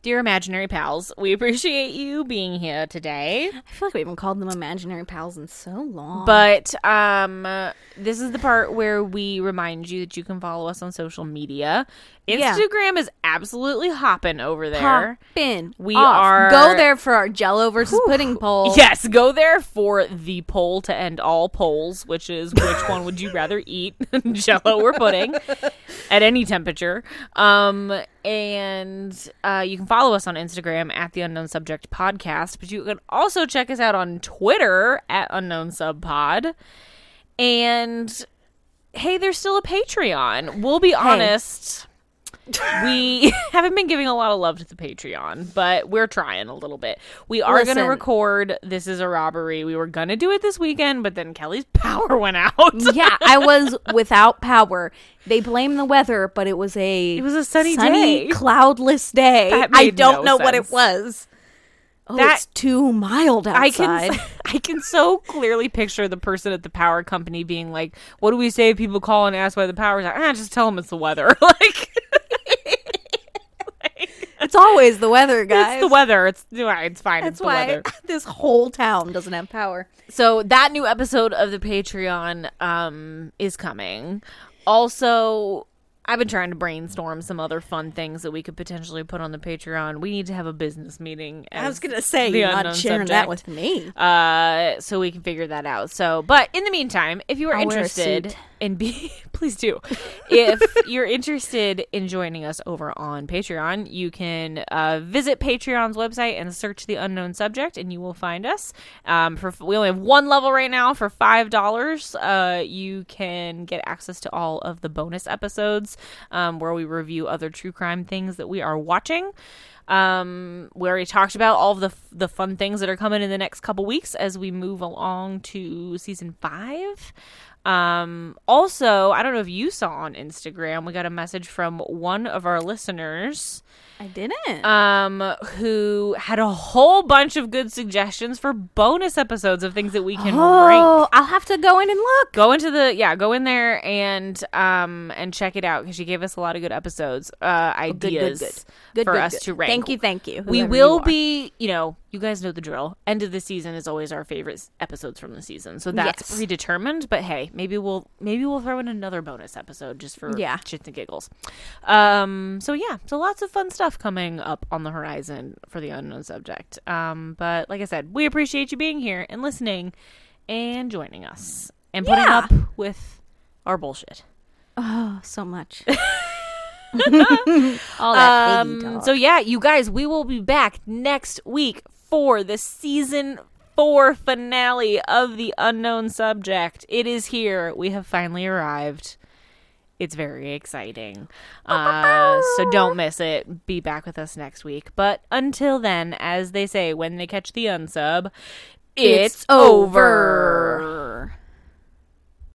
Speaker 1: Dear imaginary pals, we appreciate you being here today.
Speaker 2: I feel like we haven't called them imaginary pals in so long.
Speaker 1: But um, uh, this is the part where we remind you that you can follow us on social media.
Speaker 2: Yeah.
Speaker 1: Instagram is absolutely hopping over there.
Speaker 2: Poppin'
Speaker 1: We
Speaker 2: off.
Speaker 1: are-
Speaker 2: go there for our Jello versus pudding poll.
Speaker 1: Yes, go there for the poll to end all polls, which is which one would you rather eat, jello or pudding, at any temperature. Um, and uh, you can follow us on Instagram at the Unknown Subject Podcast, but you can also check us out on Twitter at Unknown Sub Pod. And hey, there's still a Patreon. We'll be honest. We haven't been giving a lot of love to the Patreon, but we're trying a little bit. We are going to
Speaker 2: Listen.
Speaker 1: record This Is a Robbery. We were going to do it this weekend, but then Kelly's power went out.
Speaker 2: yeah, I was without power. They blame the weather, but it was a it
Speaker 1: was a sunny day.
Speaker 2: cloudless day.
Speaker 1: That
Speaker 2: I
Speaker 1: made
Speaker 2: don't
Speaker 1: no
Speaker 2: know what it
Speaker 1: sense.
Speaker 2: was. Oh,
Speaker 1: That-
Speaker 2: it's too mild
Speaker 1: I
Speaker 2: outside.
Speaker 1: can I can so clearly picture the person at the power company being like, "What do we say if people call and ask why the power's out? Ah, just tell them it's the weather." like
Speaker 2: it's always the weather, guys.
Speaker 1: it's the weather. It's it's fine.
Speaker 2: That's
Speaker 1: it's the
Speaker 2: why
Speaker 1: weather.
Speaker 2: this whole town doesn't have power.
Speaker 1: So that new episode of the Patreon um is coming. Also, I've been trying to brainstorm some other fun things that we could potentially put on the Patreon. We need to have a business meeting. As
Speaker 2: I was gonna say
Speaker 1: the
Speaker 2: you're not
Speaker 1: unknown
Speaker 2: sharing
Speaker 1: subject.
Speaker 2: that with me.
Speaker 1: uh so we can figure that out. So, but in the meantime, if you are
Speaker 2: I'll wear a
Speaker 1: interested
Speaker 2: suit.
Speaker 1: in be please do. if you're interested in joining us over on Patreon, you can uh, visit Patreon's website and search the unknown subject, and you will find us. Um, for we only have one level right now for five dollars. Uh, you can get access to all of the bonus episodes um, where we review other true crime things that we are watching. Um, we already talked about all of the f- the fun things that are coming in the next couple weeks as we move along to season five. Um, also, I don't know if you saw on Instagram, we got a message from one of our listeners
Speaker 2: I didn't.
Speaker 1: um, who had a whole bunch of good suggestions for bonus episodes of things that we can rank
Speaker 2: oh, I'll have to go in and look.
Speaker 1: go into the yeah go in there and um and check it out because she gave us a lot of good episodes uh
Speaker 2: Oh, good, good,
Speaker 1: ideas
Speaker 2: Good,
Speaker 1: for
Speaker 2: good,
Speaker 1: us
Speaker 2: good.
Speaker 1: to rank
Speaker 2: Thank you, thank you.
Speaker 1: we
Speaker 2: whoever
Speaker 1: will
Speaker 2: you are.
Speaker 1: be you know you guys know the drill end of the season is always our favorite s- episodes from the season so that's
Speaker 2: Yes.
Speaker 1: predetermined but hey maybe we'll maybe we'll throw in another bonus episode just for
Speaker 2: Yeah.
Speaker 1: shits and giggles um so yeah so lots of fun stuff coming up on the horizon for the unknown subject um but like i said we appreciate you being here and listening and joining us and putting
Speaker 2: Yeah.
Speaker 1: up with our bullshit
Speaker 2: Oh, so much. All that piggy
Speaker 1: Um,
Speaker 2: talk.
Speaker 1: so yeah, you guys, we will be back next week for the season four finale of the unknown subject. It is here. We have finally arrived. It's very exciting. Uh, so don't miss it. Be back with us next week. But until then, as they say, when they catch the unsub, it's,
Speaker 2: It's over.